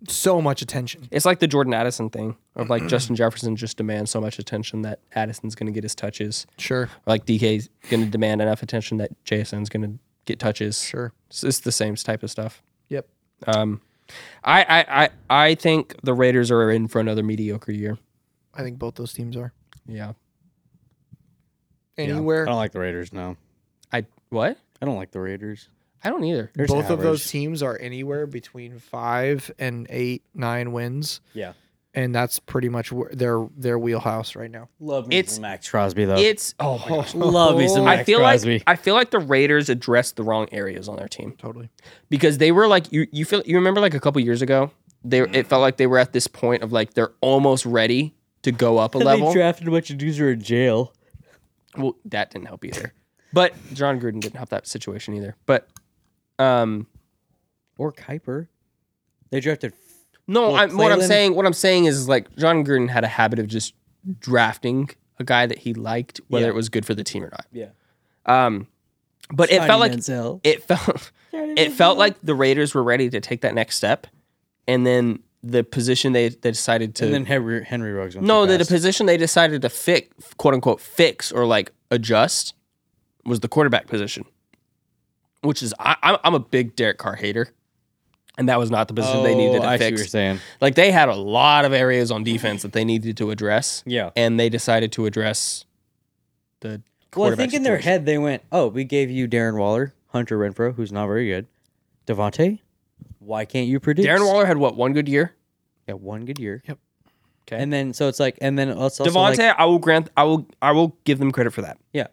Speaker 1: so much attention.
Speaker 3: It's like the Jordan Addison thing of, like, Justin Jefferson just demands so much attention that Addison's going to get his touches.
Speaker 1: Sure,
Speaker 3: Like, DK's going to demand enough attention that JSN's going to get touches.
Speaker 1: sure.
Speaker 3: It's, it's the same type of stuff.
Speaker 1: Yep.
Speaker 3: Um, I, I, I, I think the Raiders are in for another mediocre year.
Speaker 1: I think both those teams are
Speaker 3: Yeah.
Speaker 1: anywhere.
Speaker 2: like the Raiders. No,
Speaker 3: I what?
Speaker 2: I don't like the Raiders.
Speaker 3: I don't either.
Speaker 2: There's
Speaker 1: both of those teams are anywhere between five and eight, nine wins,
Speaker 2: Yeah.
Speaker 1: and that's pretty much where their their wheelhouse right now.
Speaker 2: Love
Speaker 3: me It's- some
Speaker 2: Max Crosby though.
Speaker 3: It's oh, my gosh.
Speaker 2: Love me some
Speaker 3: I
Speaker 2: Max
Speaker 3: feel
Speaker 2: Crosby.
Speaker 3: like I feel like the Raiders addressed the wrong areas on their team
Speaker 1: Totally.
Speaker 3: because they were like you you feel you remember like a couple years ago they it felt like they were at this point of like they're almost ready to go up a
Speaker 2: They
Speaker 3: level.
Speaker 2: drafted a bunch of dudes who are in jail.
Speaker 3: well, that didn't help either. But John Gruden didn't help that situation either. But um
Speaker 2: Or Kuiper. They drafted.
Speaker 3: no,
Speaker 2: Well,
Speaker 3: I, what I'm
Speaker 2: Clayland-
Speaker 3: saying what I'm saying is like John Gruden had a habit of just drafting a guy that he liked whether
Speaker 2: Yeah.
Speaker 3: it was good for the team or not.
Speaker 2: Yeah.
Speaker 3: Um but it felt like
Speaker 2: Manziel.
Speaker 3: it felt it felt like the Raiders were ready to take that next step, and then the position they, they decided to
Speaker 2: and then Henry Henry Ruggs. Went
Speaker 3: no
Speaker 2: too
Speaker 3: the, the
Speaker 2: fast.
Speaker 3: position they decided to fix quote unquote fix or like adjust was the quarterback position, which is I, I'm I'm a big Derek Carr hater, and that was not the position they needed to
Speaker 2: Oh, I see what you're
Speaker 3: fix.
Speaker 2: saying.
Speaker 3: Like they had a lot of areas on defense that they needed to address,
Speaker 2: Yeah.
Speaker 3: and they decided to address the
Speaker 2: Well, I
Speaker 3: quarterback
Speaker 2: think in their
Speaker 3: situation.
Speaker 2: head they went, "Oh, we gave you Darren Waller, Hunter Renfro, who's not very good, Devontae. Why can't you produce?"
Speaker 3: Darren Waller had what one good year.
Speaker 2: yeah, one good year.
Speaker 1: Yep.
Speaker 3: Okay.
Speaker 2: And then so it's like, and then it's also
Speaker 3: Devontae,
Speaker 2: like,
Speaker 3: I will grant, I will, I will give them credit for that.
Speaker 2: Yeah.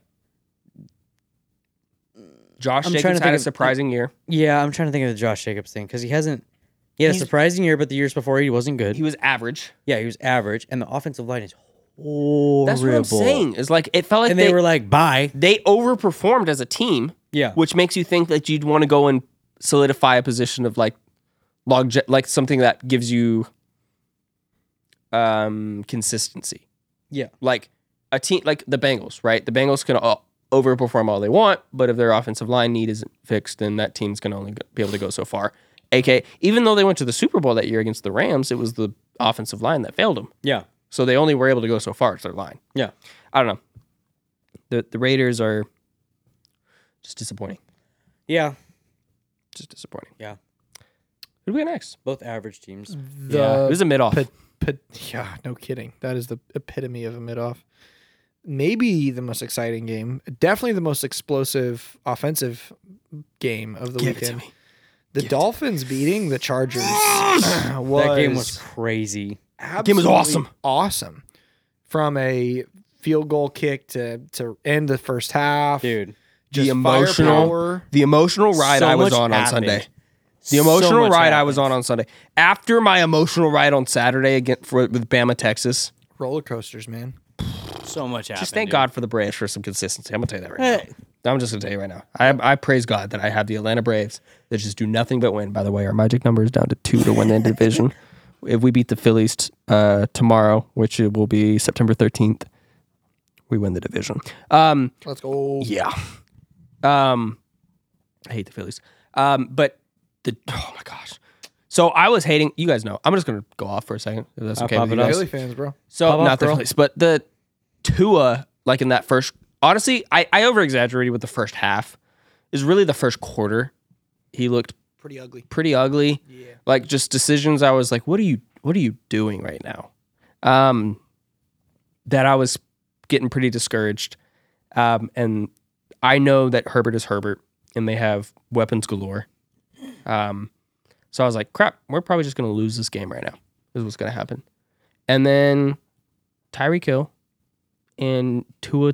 Speaker 3: Josh
Speaker 2: I'm trying to
Speaker 3: Jacobs had
Speaker 2: think
Speaker 3: a
Speaker 2: of-
Speaker 3: surprising year.
Speaker 2: yeah, I'm trying to think of the Josh Jacobs thing because he hasn't. He had a
Speaker 3: He's-
Speaker 2: surprising year, but the years before he wasn't good.
Speaker 3: He was average.
Speaker 2: yeah, he was average, and the offensive line is horrible.
Speaker 3: That's what I'm saying. Is like it felt like
Speaker 2: And
Speaker 3: they,
Speaker 2: they, were like, "Bye."
Speaker 3: they overperformed as a team,
Speaker 2: Yeah.
Speaker 3: which makes you think that you'd want to go and solidify a position of like log like something that gives you um consistency.
Speaker 2: Yeah.
Speaker 3: Like a team like the Bengals, right? The Bengals can all overperform all they want, but if their offensive line need isn't fixed, then that team's going to only go- be able to go so far. AK, even though they went to the Super Bowl that year against the Rams, it was the offensive line that failed them.
Speaker 2: Yeah.
Speaker 3: So they only were able to go so far. It's their line.
Speaker 2: Yeah.
Speaker 3: I don't know. The the Raiders are just disappointing.
Speaker 2: Yeah.
Speaker 3: Just disappointing.
Speaker 2: Yeah.
Speaker 3: Who do we get next?
Speaker 2: Both average teams.
Speaker 1: The
Speaker 3: yeah. It was a mid off.
Speaker 1: pit, pit, yeah, no kidding. That is the epitome of a mid off. Maybe the most exciting game, definitely the most explosive offensive game of the
Speaker 3: Give it to
Speaker 1: weekend.
Speaker 3: me.
Speaker 1: The Dolphins beating the Chargers was
Speaker 2: that game was crazy.
Speaker 1: absolutely
Speaker 3: was awesome.
Speaker 1: Awesome. From a field goal kick to to end the first half.
Speaker 2: Dude.
Speaker 1: just
Speaker 3: The emotional-
Speaker 1: firepower.
Speaker 3: The emotional ride
Speaker 2: so
Speaker 3: I was
Speaker 2: much
Speaker 3: on on
Speaker 2: happened.
Speaker 3: Sunday. The
Speaker 2: So
Speaker 3: emotional
Speaker 2: much
Speaker 3: ride I was
Speaker 2: happened.
Speaker 3: on on Sunday. After my emotional ride on Saturday again for, with Bama, Texas.
Speaker 1: roller coasters, man.
Speaker 2: So much happened.
Speaker 3: Just thank
Speaker 2: dude.
Speaker 3: God for the Braves for some consistency. I'm gonna tell you that right
Speaker 2: Hey.
Speaker 3: now. I'm just gonna tell you right now. I, I praise God that I have the Atlanta Braves that just do nothing but win. By the way, our magic number is down to two to win the division. If we beat the Phillies t- uh, tomorrow, which it will be September 13th, we win the division. Um,
Speaker 1: Let's go.
Speaker 3: yeah. Um, I hate the Phillies. Um, but the oh my gosh. So I was hating. You guys know. I'm just gonna go off for a second. If that's
Speaker 2: I'll
Speaker 3: okay.
Speaker 2: pop
Speaker 3: with you
Speaker 2: it up.
Speaker 3: guys.
Speaker 1: Philly fans, bro.
Speaker 3: So
Speaker 2: Pop off,
Speaker 3: not the
Speaker 2: girl.
Speaker 3: Phillies, but the Tua, like in that first. Honestly, I I over exaggerated with the first half. Is really the first quarter. He looked
Speaker 1: Pretty ugly.
Speaker 3: pretty ugly.
Speaker 1: Yeah.
Speaker 3: Like just decisions. I was like, what are you what are you doing right now? Um, that I was getting pretty discouraged. Um, and I know that Herbert is Herbert, and they have weapons galore. Um, so I was like, crap, we're probably just going to lose this game right now. Is what's going to happen. And then Tyreek Hill and Tua.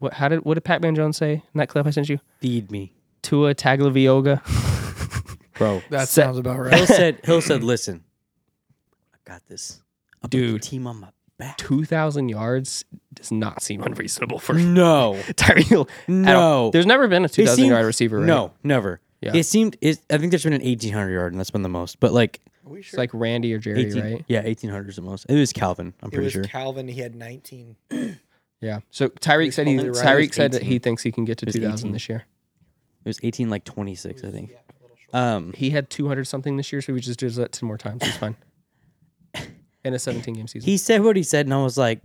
Speaker 3: What? How did what did Pac Man Jones say in that clip I sent you?
Speaker 2: Feed me.
Speaker 3: Tua Tagovailoa.
Speaker 2: Bro.
Speaker 1: That
Speaker 3: Set-
Speaker 1: sounds about right.
Speaker 2: Hill said Hill said, listen, I got this. I'll put the
Speaker 3: Dude.
Speaker 2: team on my back.
Speaker 3: two thousand yards does not seem unreasonable for
Speaker 2: No.
Speaker 3: Tyreek Hill. at all.
Speaker 2: No.
Speaker 3: there's never been a two
Speaker 2: It
Speaker 3: thousand
Speaker 2: seemed-
Speaker 3: yard receiver. Right?
Speaker 2: No, never.
Speaker 3: Yeah.
Speaker 2: It seemed it, I think there's been an eighteen hundred yard and that's been the most. But like
Speaker 1: we
Speaker 3: it's like Randy or Jerry,
Speaker 2: 18,
Speaker 3: right?
Speaker 2: yeah, eighteen hundred is the most. It was Calvin, I'm
Speaker 1: it
Speaker 2: pretty
Speaker 1: was
Speaker 2: sure.
Speaker 1: Calvin. He had 19.
Speaker 3: Yeah. So Tyreek said he
Speaker 1: You're right.
Speaker 3: Tyreek
Speaker 2: It's
Speaker 3: said that he
Speaker 2: 18.
Speaker 3: thinks he can get to
Speaker 2: It's
Speaker 3: two thousand
Speaker 2: 18.
Speaker 3: this year.
Speaker 2: It was eighteen like twenty six, I think. Um
Speaker 3: He had two hundred something this year, so we just do that ten more times. It's fine. In a seventeen game season,
Speaker 2: he said what he said and I was like,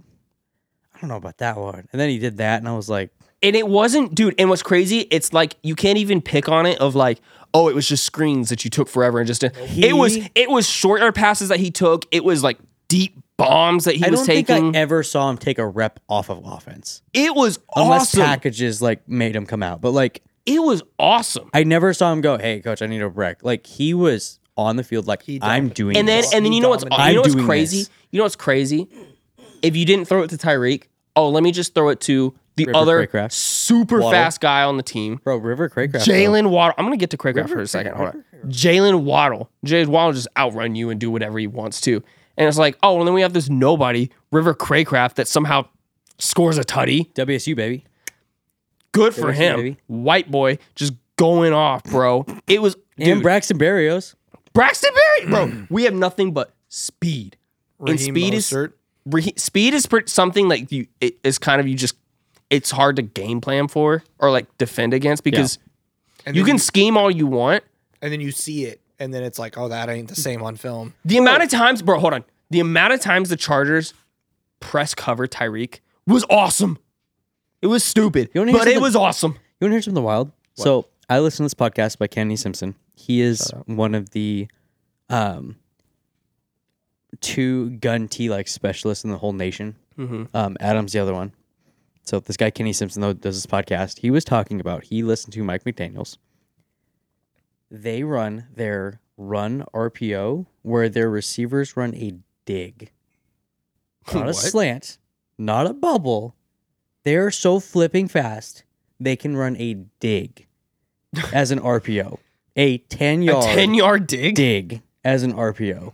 Speaker 2: I don't know about that one. And then he did that and I was like,
Speaker 3: and it wasn't, dude. And what's crazy? It's like you can't even pick on it. Of like, oh, it was just screens that you took forever and just. it was
Speaker 2: He-
Speaker 3: it was shorter passes that he took. It was like deep bombs that he
Speaker 2: I
Speaker 3: was
Speaker 2: don't think
Speaker 3: taking.
Speaker 2: I e ever saw him take a rep off of offense.
Speaker 3: it was
Speaker 2: Unless
Speaker 3: awesome.
Speaker 2: packages like made him come out. But like
Speaker 3: It was awesome.
Speaker 2: I never saw him go, Hey coach, I need a break. Like he was on the field like I'm doing
Speaker 3: And then
Speaker 2: this.
Speaker 3: and then
Speaker 1: He
Speaker 3: you know what's
Speaker 1: dominated.
Speaker 3: you know what's
Speaker 2: I'm doing
Speaker 3: crazy?
Speaker 2: this.
Speaker 3: You know what's crazy? If you didn't throw it to Tyreek, oh let me just throw it to the
Speaker 2: River
Speaker 3: other
Speaker 2: Craycraft.
Speaker 3: super
Speaker 2: Waddle.
Speaker 3: fast guy on the team.
Speaker 2: Bro, River Craycraft. though.
Speaker 3: Jalen Waddle. I'm gonna get to Craycraft for a second. Hold on. Jalen Waddle. Jalen Waddle just outrun you and do whatever he wants to. And it's like, oh, and then we have this nobody, River Craycraft, that somehow scores a tutty.
Speaker 2: WSU baby.
Speaker 3: Good for
Speaker 2: There's
Speaker 3: him.
Speaker 2: maybe.
Speaker 3: White boy just going off, bro. It was
Speaker 2: And
Speaker 3: dude,
Speaker 2: Braxton Berrios.
Speaker 3: Braxton Berry, bro. we have nothing but speed.
Speaker 1: Raheem
Speaker 3: speed is-
Speaker 1: Mostert.
Speaker 3: re- speed is pretty, something like you it is kind of you just it's hard to game plan for or like defend against because
Speaker 1: And
Speaker 3: you
Speaker 1: then
Speaker 3: can scheme all you want.
Speaker 1: and then you see it, and then it's like, oh, that ain't the same on film.
Speaker 3: The amount of times, bro, hold on. The amount of times the Chargers press cover Tyreek was awesome. It was stupid,
Speaker 2: You wanna hear
Speaker 3: but it
Speaker 2: something-
Speaker 3: was awesome.
Speaker 2: You want to hear something wild? So I listen to this podcast by Kenny Simpson. He is one of the um, two gun T like specialists in the whole nation. Um, Adam's the other one. So this guy Kenny Simpson though does this podcast. He was talking about he listened to Mike McDaniel's. They run their run RPO where their receivers run a dig, not a
Speaker 3: What?
Speaker 2: slant, not a bubble. They are so flipping fast they can run a dig as an RPO, a ten
Speaker 3: A
Speaker 2: yard
Speaker 3: ten yard dig.
Speaker 2: dig as an RPO.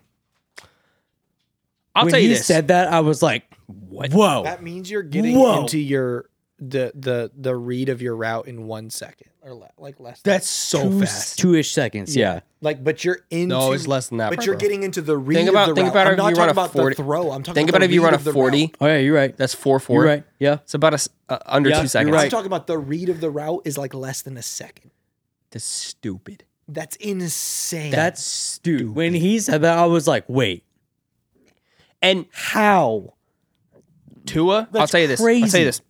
Speaker 3: I'll
Speaker 2: when
Speaker 3: tell you
Speaker 2: he
Speaker 3: this.
Speaker 2: said that, I was like,
Speaker 3: What?
Speaker 2: "Whoa!"
Speaker 1: That means you're getting
Speaker 2: Whoa.
Speaker 1: into your the the the read of your route in one second or le- like less. than-
Speaker 3: That's so
Speaker 2: two,
Speaker 3: fast.
Speaker 2: two ish seconds. Yeah.
Speaker 1: like, but you're into
Speaker 3: no, it's less than that.
Speaker 1: But
Speaker 3: bro.
Speaker 1: you're getting into the read.
Speaker 3: Think
Speaker 1: of
Speaker 3: about-
Speaker 1: the
Speaker 3: think
Speaker 1: route.
Speaker 3: about
Speaker 1: I'm
Speaker 3: if
Speaker 1: not
Speaker 3: you run
Speaker 1: talking
Speaker 3: a
Speaker 1: about
Speaker 3: 40
Speaker 1: the throw. I'm talking.
Speaker 3: Think
Speaker 1: about,
Speaker 3: about
Speaker 1: the
Speaker 3: if you
Speaker 1: read
Speaker 3: run a
Speaker 1: of the
Speaker 3: forty.
Speaker 1: route.
Speaker 2: Oh yeah, you're right.
Speaker 3: That's four four.
Speaker 2: You're right. Yeah.
Speaker 3: It's about a s- uh, under
Speaker 2: Yeah,
Speaker 3: two
Speaker 2: you're
Speaker 3: seconds.
Speaker 1: I'm
Speaker 2: right.
Speaker 1: talking about the read of the route is like less than a second.
Speaker 3: That's stupid.
Speaker 1: That's insane.
Speaker 2: That's dude. When he said that, I was like, "Wait,
Speaker 3: And
Speaker 2: how?"
Speaker 3: Tua, I'll
Speaker 2: That's
Speaker 3: tell you this. I'll tell
Speaker 2: crazy.
Speaker 3: you this.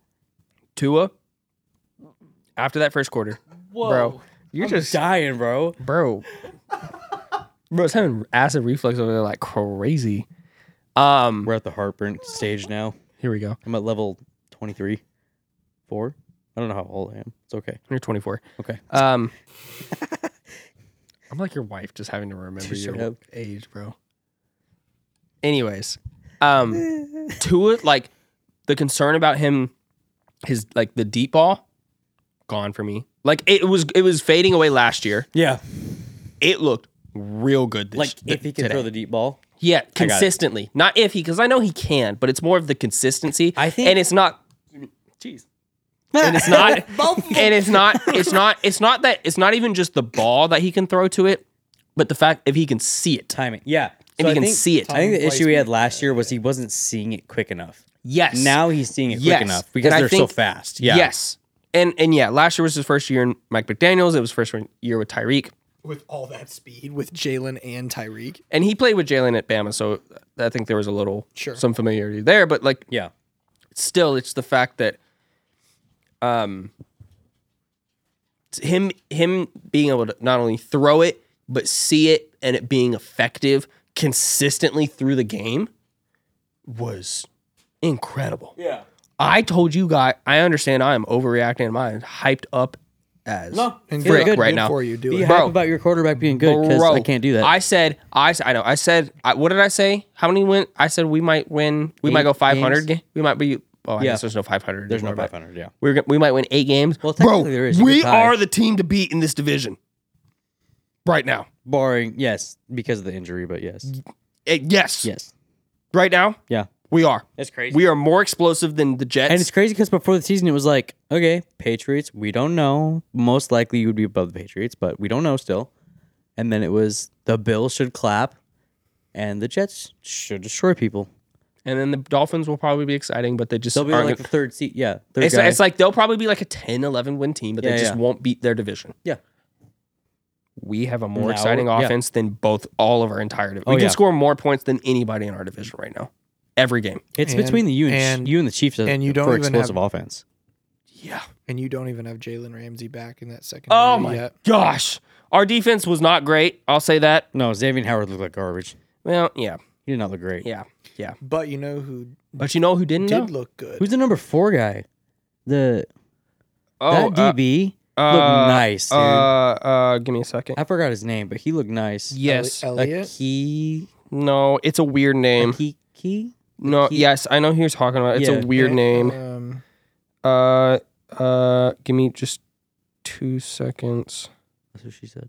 Speaker 3: Tua, after that first quarter, bro, you're
Speaker 2: I'm
Speaker 3: just
Speaker 2: dying, bro.
Speaker 3: bro, bro, it's having acid reflux over there like crazy. Um,
Speaker 2: We're at the heartburn stage now.
Speaker 3: here we go.
Speaker 2: I'm at level 23, four. I don't know how old I am. It's okay.
Speaker 3: Um, You're 24.
Speaker 2: Okay.
Speaker 3: Um, I'm like your wife, just having to remember
Speaker 2: Shut
Speaker 3: your
Speaker 2: up.
Speaker 3: age, bro. Anyways, um, Tua, like the concern about him, his like the deep ball, gone for me. Like it was, it was fading away last year.
Speaker 2: Yeah.
Speaker 3: It looked real good this
Speaker 2: Like if he can
Speaker 3: today.
Speaker 2: throw the deep ball.
Speaker 3: Yeah,
Speaker 2: got it.
Speaker 3: consistently. Not iffy, because I know he can, but it's more of the consistency.
Speaker 2: I think-
Speaker 3: and it's not
Speaker 2: Jeez.
Speaker 3: and it's not
Speaker 1: Both of
Speaker 3: and it's not it's not it's not that it's not even just the ball that he can throw to it, but the fact if he can see it.
Speaker 2: Timing. Yeah.
Speaker 3: If
Speaker 2: So
Speaker 3: you
Speaker 2: I
Speaker 3: can
Speaker 2: think-
Speaker 3: see it.
Speaker 2: I think the issue he had last year was he wasn't seeing it quick enough.
Speaker 3: Yes.
Speaker 2: Now he's seeing it
Speaker 3: Yes.
Speaker 2: quick enough because
Speaker 3: And I
Speaker 2: they're
Speaker 3: think-
Speaker 2: so fast. Yeah.
Speaker 3: Yes. And and yeah, last year was his first year in Mike McDaniels. It was first year with Tyreek.
Speaker 1: with all that speed with Jalen and Tyreek.
Speaker 3: And he played with Jalen at Bama, so I think there was a little
Speaker 1: Sure.
Speaker 3: some familiarity there. But like
Speaker 2: Yeah.
Speaker 3: still it's the fact that um it's him him being able to not only throw it but see it and it being effective consistently through the game was incredible.
Speaker 2: Yeah.
Speaker 3: I told you guys I understand I am overreacting and I am hyped up as
Speaker 1: And
Speaker 3: Frick
Speaker 1: good,
Speaker 3: right
Speaker 1: good
Speaker 3: now.
Speaker 1: for you, do
Speaker 2: Be
Speaker 1: it.
Speaker 2: hype
Speaker 3: Bro.
Speaker 2: about your quarterback being good because
Speaker 3: Bro,
Speaker 2: I can't do that.
Speaker 3: I said I s- I know I said I, what did I say? How many win? I said we might win. We might
Speaker 2: Eight
Speaker 3: go 500
Speaker 2: games?
Speaker 3: ga- we might be Oh, I
Speaker 2: Yeah.
Speaker 3: guess there's no 500.
Speaker 2: There's no
Speaker 3: anymore, but-
Speaker 2: 500. Yeah.
Speaker 3: We're gonna, we might win eight games.
Speaker 2: Well,
Speaker 3: Bro,
Speaker 2: technically there is. You
Speaker 3: we
Speaker 2: could tie.
Speaker 3: are the team to beat in this division right now.
Speaker 2: Boring. Yes. Because of the injury, but yes.
Speaker 3: Eh, yes,
Speaker 2: Yes.
Speaker 3: right now
Speaker 2: Yeah.
Speaker 3: we are.
Speaker 2: That's crazy.
Speaker 3: We are more explosive than the Jets.
Speaker 2: And it's crazy because before the season, it was like, okay, Patriots, we don't know. Most likely you would be above the Patriots, but we don't know still. And then it was the Bills should clap and the Jets should destroy people.
Speaker 3: and then the Dolphins will probably be exciting, but they just
Speaker 2: They'll
Speaker 3: aren't.
Speaker 2: be like the
Speaker 3: gonna-
Speaker 2: third seat. Yeah. Third
Speaker 3: it's,
Speaker 2: guy.
Speaker 3: it's like they'll probably be like a 10, 11 win team, but
Speaker 2: Yeah,
Speaker 3: they just
Speaker 2: yeah.
Speaker 3: won't beat their division.
Speaker 2: Yeah.
Speaker 3: We have a more
Speaker 2: Now,
Speaker 3: exciting
Speaker 2: yeah.
Speaker 3: offense than both all of our entire division.
Speaker 2: Oh,
Speaker 3: we can
Speaker 2: yeah.
Speaker 3: score more points than anybody in our division right now. Every game.
Speaker 2: it's
Speaker 1: And-
Speaker 2: between the you and,
Speaker 1: and-
Speaker 2: you and the Chiefs
Speaker 1: and you
Speaker 2: for
Speaker 1: don't even
Speaker 2: explosive
Speaker 1: have-
Speaker 2: offense.
Speaker 3: Yeah.
Speaker 1: And you don't even have Jalen Ramsey back in that second.
Speaker 3: Oh my gosh. Our defense was not great. I'll say that.
Speaker 2: No, Xavier Howard looked like garbage.
Speaker 3: Well, yeah.
Speaker 2: He did not look great.
Speaker 3: Yeah. Yeah.
Speaker 1: But you know who
Speaker 3: But you know who didn't?
Speaker 1: did
Speaker 3: though?
Speaker 1: look good?
Speaker 2: Who's the number four guy? The
Speaker 3: Oh,
Speaker 2: that DB
Speaker 3: uh,
Speaker 2: looked
Speaker 3: uh,
Speaker 2: nice.
Speaker 3: Uh,
Speaker 2: Dude.
Speaker 3: uh, give me a second.
Speaker 2: I forgot his name, but he looked nice.
Speaker 3: Yes.
Speaker 1: Eli-
Speaker 2: Like
Speaker 1: Elliott?
Speaker 2: he
Speaker 3: No, it's a weird name.
Speaker 2: He he.
Speaker 3: No,
Speaker 2: he-
Speaker 3: yes, I know who you're talking about. It's
Speaker 2: Yeah.
Speaker 3: a weird
Speaker 1: Eh,
Speaker 3: name.
Speaker 1: Um,
Speaker 3: Uh, uh, give me just two seconds.
Speaker 2: That's what she said.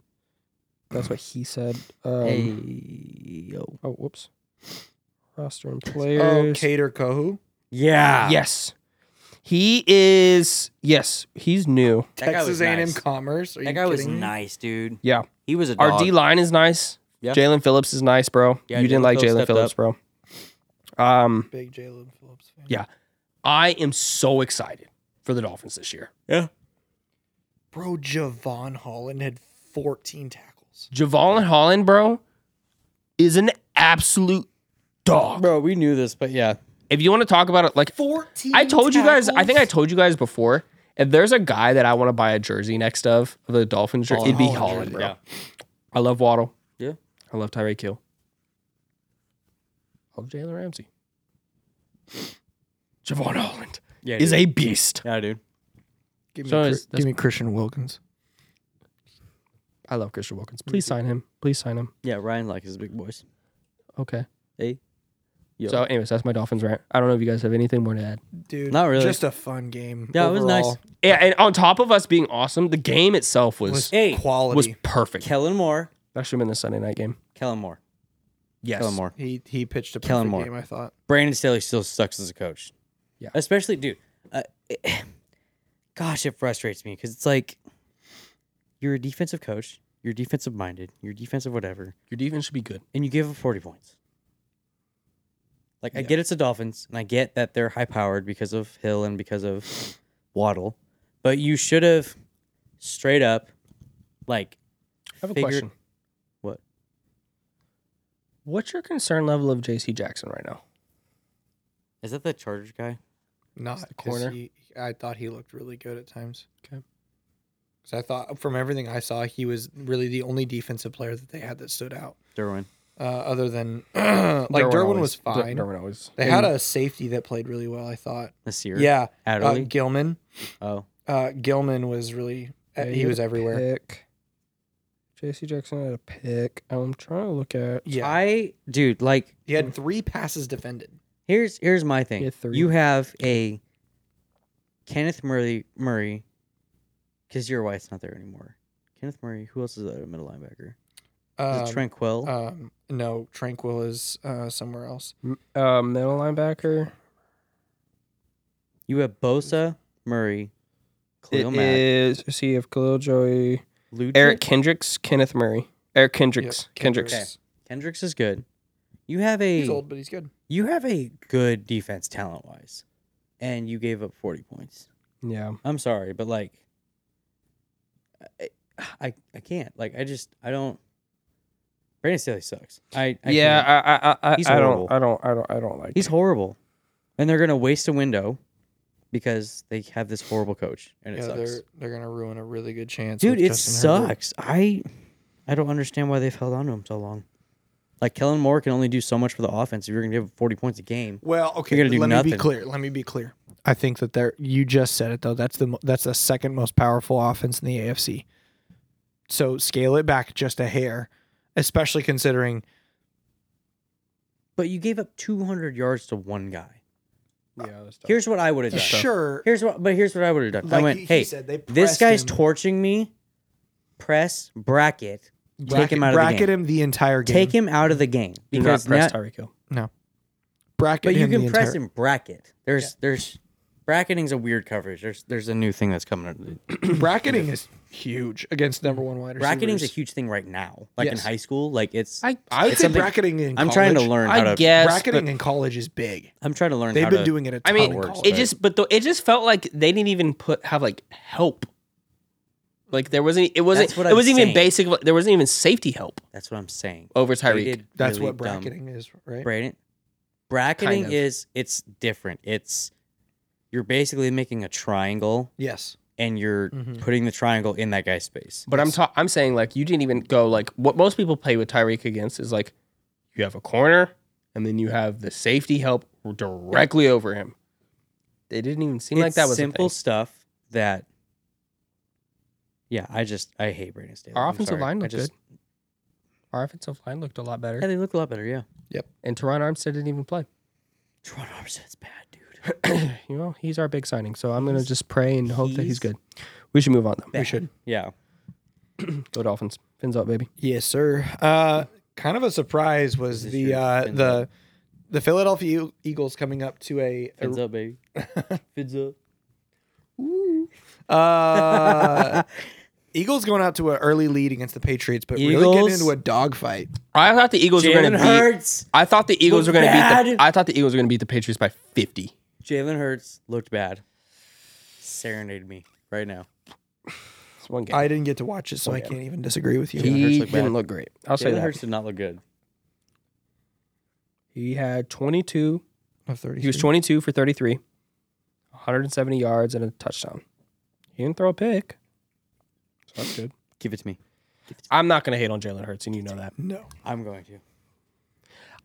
Speaker 3: That's what he said. Um,
Speaker 2: Ayo.
Speaker 3: Oh, whoops. Roster and players.
Speaker 1: oh, Cater Kohu.
Speaker 2: Yeah.
Speaker 3: Yes. He is. Yes, he's new.
Speaker 1: Texas A&M Commerce. Are you
Speaker 2: That guy was
Speaker 1: kidding me?
Speaker 2: nice, dude.
Speaker 3: Yeah.
Speaker 2: He was a
Speaker 3: Our
Speaker 2: dog.
Speaker 3: D line is nice.
Speaker 2: Yeah.
Speaker 3: Jalen Phillips is nice, bro.
Speaker 2: Yeah,
Speaker 3: you didn't
Speaker 2: Jalen
Speaker 3: like
Speaker 2: Phillips
Speaker 3: Jalen
Speaker 2: stepped
Speaker 3: Phillips, bro. Um,
Speaker 1: Big Jalen Phillips fan.
Speaker 3: Yeah. I am so excited for the Dolphins this year.
Speaker 2: yeah.
Speaker 1: Bro, Javon Holland had 14 tackles.
Speaker 3: Javon Holland, bro, is an absolute dog.
Speaker 2: Bro, we knew this, but yeah.
Speaker 3: If you want to talk about it, like
Speaker 1: 14.
Speaker 3: I told you guys, I think I
Speaker 1: tackles?
Speaker 3: told you guys before. If there's a guy that I want to buy a jersey next of of the Dolphins, jer- it'd be
Speaker 1: Holland.
Speaker 3: Holland, bro.
Speaker 2: Yeah.
Speaker 3: I love Waddle.
Speaker 2: Yeah.
Speaker 3: I love Tyreek Hill. I love Jalen Ramsey. Javon Holland
Speaker 2: Yeah.
Speaker 3: is
Speaker 2: dude.
Speaker 3: a beast.
Speaker 2: Yeah, dude.
Speaker 1: Give me,
Speaker 3: So
Speaker 1: Chri-
Speaker 3: is- that's-
Speaker 1: give me Christian Wilkins.
Speaker 3: I love Christian Wilkins. Please sign him. Please sign him.
Speaker 2: Yeah, Ryan like his big boys.
Speaker 3: Okay.
Speaker 2: Hey. Yo.
Speaker 3: So, anyways, that's my Dolphins rant. I don't know if you guys have anything more to add.
Speaker 1: Dude,
Speaker 2: Not really.
Speaker 1: Just a fun game.
Speaker 2: Yeah, it was nice.
Speaker 1: overall.
Speaker 3: Yeah, and on top of us being awesome, the game itself was
Speaker 1: Was
Speaker 2: Hey.
Speaker 1: quality.
Speaker 3: was perfect.
Speaker 2: Kellen Moore.
Speaker 3: that should have been the Sunday night game.
Speaker 2: Kellen Moore.
Speaker 3: Yes.
Speaker 2: Kellen Moore.
Speaker 1: he he pitched a
Speaker 2: Kellen
Speaker 1: perfect
Speaker 2: Moore.
Speaker 1: game. I thought.
Speaker 2: Brandon Staley still sucks as a coach.
Speaker 3: Yeah.
Speaker 2: Especially, dude. Uh, it- gosh, it frustrates me because it's like you're a defensive coach, you're defensive minded, you're defensive whatever,
Speaker 3: Your defense should be good.
Speaker 2: and you give up 40 points. Like, I
Speaker 3: Yeah.
Speaker 2: get it's the Dolphins, and I get that they're high powered because of Hill and because of Waddle, but you should have straight up, like,
Speaker 3: I have a
Speaker 2: Figure-
Speaker 3: question.
Speaker 2: What?
Speaker 3: What's your concern level of JC Jackson right now?
Speaker 2: is that the Chargers guy?
Speaker 1: Not
Speaker 3: the
Speaker 1: 'cause
Speaker 3: corner.
Speaker 1: He, I thought he looked really good at times.
Speaker 3: 'Kay.
Speaker 1: Because I thought from everything I saw, he was really the only defensive player that they had that stood out.
Speaker 2: Derwin.
Speaker 1: Uh, other than like Derwin,
Speaker 3: always-
Speaker 1: was
Speaker 3: Der-
Speaker 1: fine.
Speaker 3: Derwin always.
Speaker 1: they had a safety that played really well. I thought.
Speaker 2: Nasir.
Speaker 1: Yeah, uh,
Speaker 3: Um,
Speaker 2: Adderley.
Speaker 1: Gilman.
Speaker 2: oh.
Speaker 1: Uh, Gilman was really. he was everywhere.
Speaker 3: Pick. J.C. Jackson had a pick. I'm trying to look at.
Speaker 1: Yeah.
Speaker 2: I dude, like
Speaker 1: he had three passes defended.
Speaker 2: here's here's my thing.
Speaker 3: Yeah, three.
Speaker 2: You have a Kenneth Murray Murray because your wife's not there anymore. Kenneth Murray. Who else is that middle linebacker? Is
Speaker 1: Um,
Speaker 2: it Tranquil?
Speaker 1: um, no, Tranquil is uh, somewhere else.
Speaker 3: M- Uh, middle linebacker.
Speaker 2: you have Bosa Murray,
Speaker 3: It
Speaker 2: Khalil Mack,
Speaker 3: is. See if Khalil Joey,
Speaker 2: Lucic.
Speaker 3: Eric Kendricks, Kenneth Murray, Eric Kendricks,
Speaker 1: Yep,
Speaker 3: Kendricks.
Speaker 2: Kendricks is good. You have a
Speaker 1: He's old, but he's good.
Speaker 2: you have a good defense talent wise, and you gave up forty points.
Speaker 3: Yeah,
Speaker 2: I'm sorry, but like, I, I, I can't. Like, I just, I don't. Brandon Staley sucks. I, I can't.
Speaker 3: yeah. I, I, I, I,
Speaker 2: He's
Speaker 3: I
Speaker 2: horrible.
Speaker 3: don't, I don't, I don't, I don't like.
Speaker 2: he's
Speaker 3: it.
Speaker 2: horrible, and they're gonna waste a window because they have this horrible coach, and it
Speaker 1: yeah,
Speaker 2: sucks.
Speaker 1: they're they're gonna ruin a really good chance.
Speaker 2: Dude,
Speaker 1: with
Speaker 2: it
Speaker 1: Justin Herbert.
Speaker 2: sucks. I, I don't understand why they've held on to him so long. Like Kellen Moore can only do so much for the offense. If you're gonna give him 40 points a game,
Speaker 1: Well, okay.
Speaker 2: You're gonna do
Speaker 1: let me
Speaker 2: nothing.
Speaker 1: be clear. Let me be clear. I think that there. You just said it though. That's the mo- that's the second most powerful offense in the AFC. So scale it back just a hair, especially considering.
Speaker 2: but you gave up 200 yards to one guy.
Speaker 3: Yeah, that's tough.
Speaker 2: Here's what I would have done.
Speaker 1: Sure.
Speaker 2: Here's what, but here's what I would have done. I went, hey,
Speaker 1: they
Speaker 2: This
Speaker 1: pressed
Speaker 2: guy's
Speaker 1: him,
Speaker 2: torching me. Press bracket.
Speaker 1: bracket-
Speaker 2: take him out of the
Speaker 1: bracket
Speaker 2: game.
Speaker 1: him the entire game.
Speaker 2: Take him out of the game
Speaker 3: do not
Speaker 2: because now,
Speaker 3: press Tyreek Hill.
Speaker 1: bracket
Speaker 2: but you
Speaker 1: him
Speaker 2: can
Speaker 1: the
Speaker 2: press
Speaker 1: entire-
Speaker 2: him bracket. There's there's bracketing's a weird coverage. There's there's a new thing that's coming. up.
Speaker 1: Bracketing is huge against number one wide receivers.
Speaker 2: Bracketing's a huge thing right now. Like in
Speaker 1: Yes.
Speaker 2: high school, like it's. I,
Speaker 3: I,
Speaker 1: I would
Speaker 2: it's
Speaker 1: say
Speaker 2: something-
Speaker 1: bracketing in.
Speaker 2: am trying to
Speaker 1: college-
Speaker 2: learn how
Speaker 3: I
Speaker 2: to.
Speaker 3: guess.
Speaker 1: bracketing in college is big.
Speaker 2: I'm trying to learn.
Speaker 1: They've
Speaker 2: how
Speaker 1: been
Speaker 2: to,
Speaker 1: doing it. A
Speaker 3: I
Speaker 1: ton
Speaker 3: mean,
Speaker 1: in
Speaker 2: works,
Speaker 1: college.
Speaker 2: but-
Speaker 3: It just, but the, it just felt like they didn't even put have like help. Like there wasn't, it wasn't,
Speaker 2: That's what
Speaker 3: it
Speaker 2: I'm
Speaker 3: wasn't even
Speaker 2: saying.
Speaker 3: basic. There wasn't even safety help
Speaker 2: That's what I'm saying.
Speaker 3: over
Speaker 2: They
Speaker 3: Tyreek.
Speaker 2: did
Speaker 1: that's
Speaker 2: really
Speaker 1: what
Speaker 2: dumb-
Speaker 1: bracketing is, right?
Speaker 2: Brandon, bracketing
Speaker 3: of.
Speaker 2: is it's different. It's you're basically making a triangle
Speaker 1: Yes.
Speaker 2: and you're
Speaker 1: Mhm.
Speaker 2: putting the triangle in that guy's space.
Speaker 3: Mm-hmm. But I'm ta- I'm saying like you didn't even go like what most people play with Tyreek against is like you have a corner and then you have the safety help directly over him. They didn't even seem like
Speaker 2: It's
Speaker 3: that was
Speaker 2: simple
Speaker 3: simple. A thing.
Speaker 2: stuff that. Yeah, I just I hate Brandon Staley.
Speaker 3: Our
Speaker 2: I'm
Speaker 3: offensive
Speaker 2: sorry.
Speaker 3: line
Speaker 2: I
Speaker 3: looked
Speaker 2: just,
Speaker 3: Our offensive line looked a lot
Speaker 2: Yeah,
Speaker 3: better,
Speaker 2: they look a lot better. Yeah,
Speaker 3: and Teron Armstead didn't even play.
Speaker 2: Tron Armstead's bad, dude.
Speaker 3: you know, he's our big signing, so I'm gonna just pray and hope that
Speaker 2: he's
Speaker 3: he's good. We should move on though.
Speaker 2: Bad. Yeah,
Speaker 3: Go Dolphins. Fins up, baby.
Speaker 1: Yes, sir. Uh, kind of a surprise was
Speaker 2: This
Speaker 1: the
Speaker 2: year,
Speaker 1: uh,
Speaker 2: fins
Speaker 1: the the Philadelphia Eag- Eagles coming up to a,
Speaker 2: fins up, baby. fins up.
Speaker 1: uh, Eagles going out to an early lead against the Patriots, but really getting
Speaker 2: Eagles?
Speaker 1: into a dogfight.
Speaker 3: I thought the Eagles were
Speaker 2: Jalen
Speaker 3: gonna beat.
Speaker 2: Hurts.
Speaker 3: I thought the Eagles were
Speaker 2: Look
Speaker 3: gonna beat.
Speaker 2: bad.
Speaker 3: The, I thought the Eagles were gonna beat the Patriots by 50.
Speaker 2: Jalen Hurts looked bad. Serenade me right now.
Speaker 3: It's one game.
Speaker 1: I didn't get to watch it, so I can't even disagree with you.
Speaker 2: Hurts
Speaker 3: Oh, he
Speaker 2: looked bad.
Speaker 3: didn't look great. I'll say
Speaker 2: Jalen
Speaker 3: that.
Speaker 2: Hurts did not look good.
Speaker 3: He had 22.
Speaker 1: Of 30
Speaker 3: He was 22 for 33, 170 yards and a touchdown. He didn't throw a pick. So that's good.
Speaker 2: Give it to me.
Speaker 3: I'm not going to hate on Jalen Hurts, and you know that.
Speaker 1: no.
Speaker 2: I'm going to.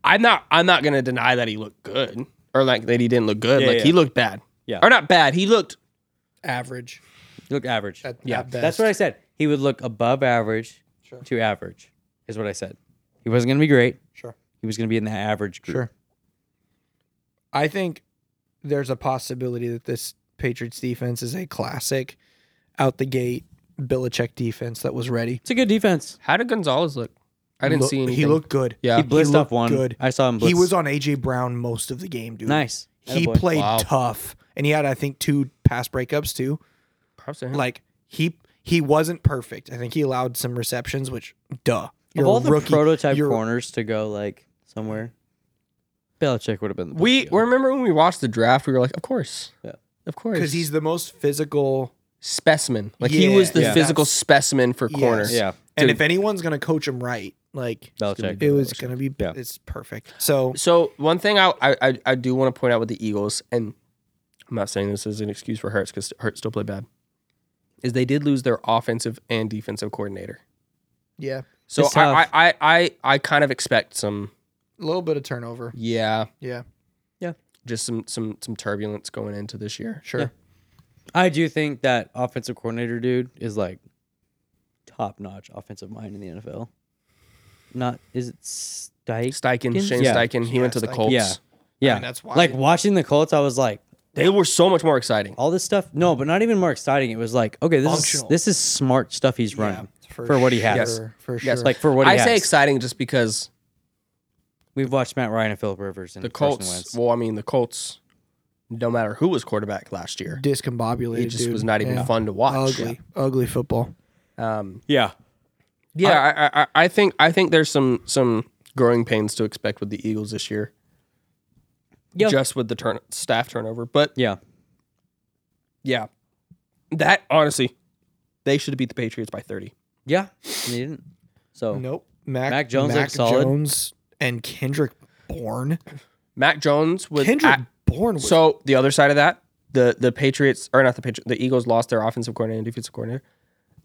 Speaker 3: I'm not. I'm not going to deny that he looked good, or like that he didn't look good.
Speaker 2: Yeah,
Speaker 3: like
Speaker 2: yeah.
Speaker 3: he looked bad.
Speaker 2: Yeah.
Speaker 3: Or not bad. He looked.
Speaker 1: Average.
Speaker 2: You look average.
Speaker 1: At,
Speaker 3: Yeah,
Speaker 1: at best.
Speaker 2: That's what I said. He would look above average
Speaker 1: Sure.
Speaker 2: to average, is what I said. He wasn't going to be great.
Speaker 1: Sure.
Speaker 2: He was going to be in that average group.
Speaker 1: Sure. I think there's a possibility that this Patriots defense is a classic out the gate Belichick defense that was ready.
Speaker 2: It's a good defense.
Speaker 3: How did Gonzalez look? I didn't
Speaker 1: Look-
Speaker 3: see anything.
Speaker 1: He looked good.
Speaker 3: Yeah.
Speaker 2: He blitzed
Speaker 1: looked
Speaker 2: off one.
Speaker 1: good.
Speaker 2: I saw him blitz.
Speaker 1: He was on AJ Brown most of the game, dude.
Speaker 2: nice.
Speaker 1: He
Speaker 2: Attaboy.
Speaker 1: played
Speaker 3: Wow.
Speaker 1: tough, and he had I think two pass breakups too.
Speaker 3: Props to him.
Speaker 1: Like he he wasn't perfect. I think he allowed some receptions, which duh.
Speaker 2: Of
Speaker 1: You're a
Speaker 2: all the
Speaker 1: rookie.
Speaker 2: prototype
Speaker 1: You're-
Speaker 2: corners to go like somewhere, Belichick would have been. The best
Speaker 3: we
Speaker 2: deal.
Speaker 3: remember when we watched the draft. We were like, of course,
Speaker 2: Yeah.
Speaker 3: of course,
Speaker 1: because he's the most physical.
Speaker 3: specimen. Like he was
Speaker 1: Yeah.
Speaker 3: the
Speaker 2: Yeah.
Speaker 3: physical
Speaker 1: That's-
Speaker 3: specimen for
Speaker 1: Yes.
Speaker 3: corner.
Speaker 2: yeah
Speaker 1: And
Speaker 3: Dude.
Speaker 1: if anyone's gonna coach him right, like
Speaker 2: Belichick.
Speaker 1: it was gonna be
Speaker 2: Yeah.
Speaker 1: it's perfect. So
Speaker 3: So one thing I I, I, I do want to point out with the Eagles, and I'm not saying this is an excuse for Hurts because Hurts still played bad, is they did lose their offensive and defensive coordinator.
Speaker 1: yeah,
Speaker 3: So
Speaker 2: It's
Speaker 3: I,
Speaker 2: tough.
Speaker 3: I, I I I kind of expect some
Speaker 1: a little bit of turnover.
Speaker 3: yeah
Speaker 1: Yeah,
Speaker 3: just some some some turbulence going into this year.
Speaker 1: sure.
Speaker 2: I do think that offensive coordinator dude is like top notch offensive mind in the NFL. Not is it Stike?
Speaker 3: Steichen, Shane
Speaker 2: Yeah.
Speaker 3: Steichen, he
Speaker 1: Yeah,
Speaker 3: went to the
Speaker 1: Steichen.
Speaker 3: Colts.
Speaker 2: Yeah, yeah.
Speaker 1: that's why-
Speaker 2: Like watching the Colts, I was like,
Speaker 3: They were so much more exciting.
Speaker 2: all this stuff. No, but not even more exciting. It was like, okay, this is
Speaker 1: Functional.
Speaker 2: this is smart stuff he's running for, what he has.
Speaker 1: Yes. For sure.
Speaker 3: Yes.
Speaker 2: Like for what he
Speaker 3: I
Speaker 2: has.
Speaker 3: say exciting just because
Speaker 2: We've watched Matt Ryan and Philip Rivers and
Speaker 3: the
Speaker 2: Carson
Speaker 3: Colts.
Speaker 2: Wentz.
Speaker 3: Well, I mean, the Colts, no matter who was quarterback last year,
Speaker 1: discombobulated.
Speaker 3: it just
Speaker 1: dude.
Speaker 3: was not even
Speaker 1: Yeah.
Speaker 3: fun to watch.
Speaker 1: Ugly, ugly football.
Speaker 3: Um,
Speaker 2: Yeah,
Speaker 3: yeah, I, I, I think I think there's some some growing pains to expect with the Eagles this year.
Speaker 2: Yeah.
Speaker 3: Just with the turn staff turnover, but
Speaker 2: yeah.
Speaker 3: yeah, that honestly, they should have beat the Patriots by thirty.
Speaker 2: Yeah, and they didn't. So
Speaker 1: Nope. Mac,
Speaker 2: Mac Jones
Speaker 1: Mac
Speaker 2: looked solid.
Speaker 1: Jones and Kendrick Bourne.
Speaker 3: Mac Jones was
Speaker 1: Kendrick
Speaker 3: at-
Speaker 1: Bourne was
Speaker 3: So the other side of that, the the Patriots or not the Patriots, the Eagles lost their offensive coordinator and defensive coordinator.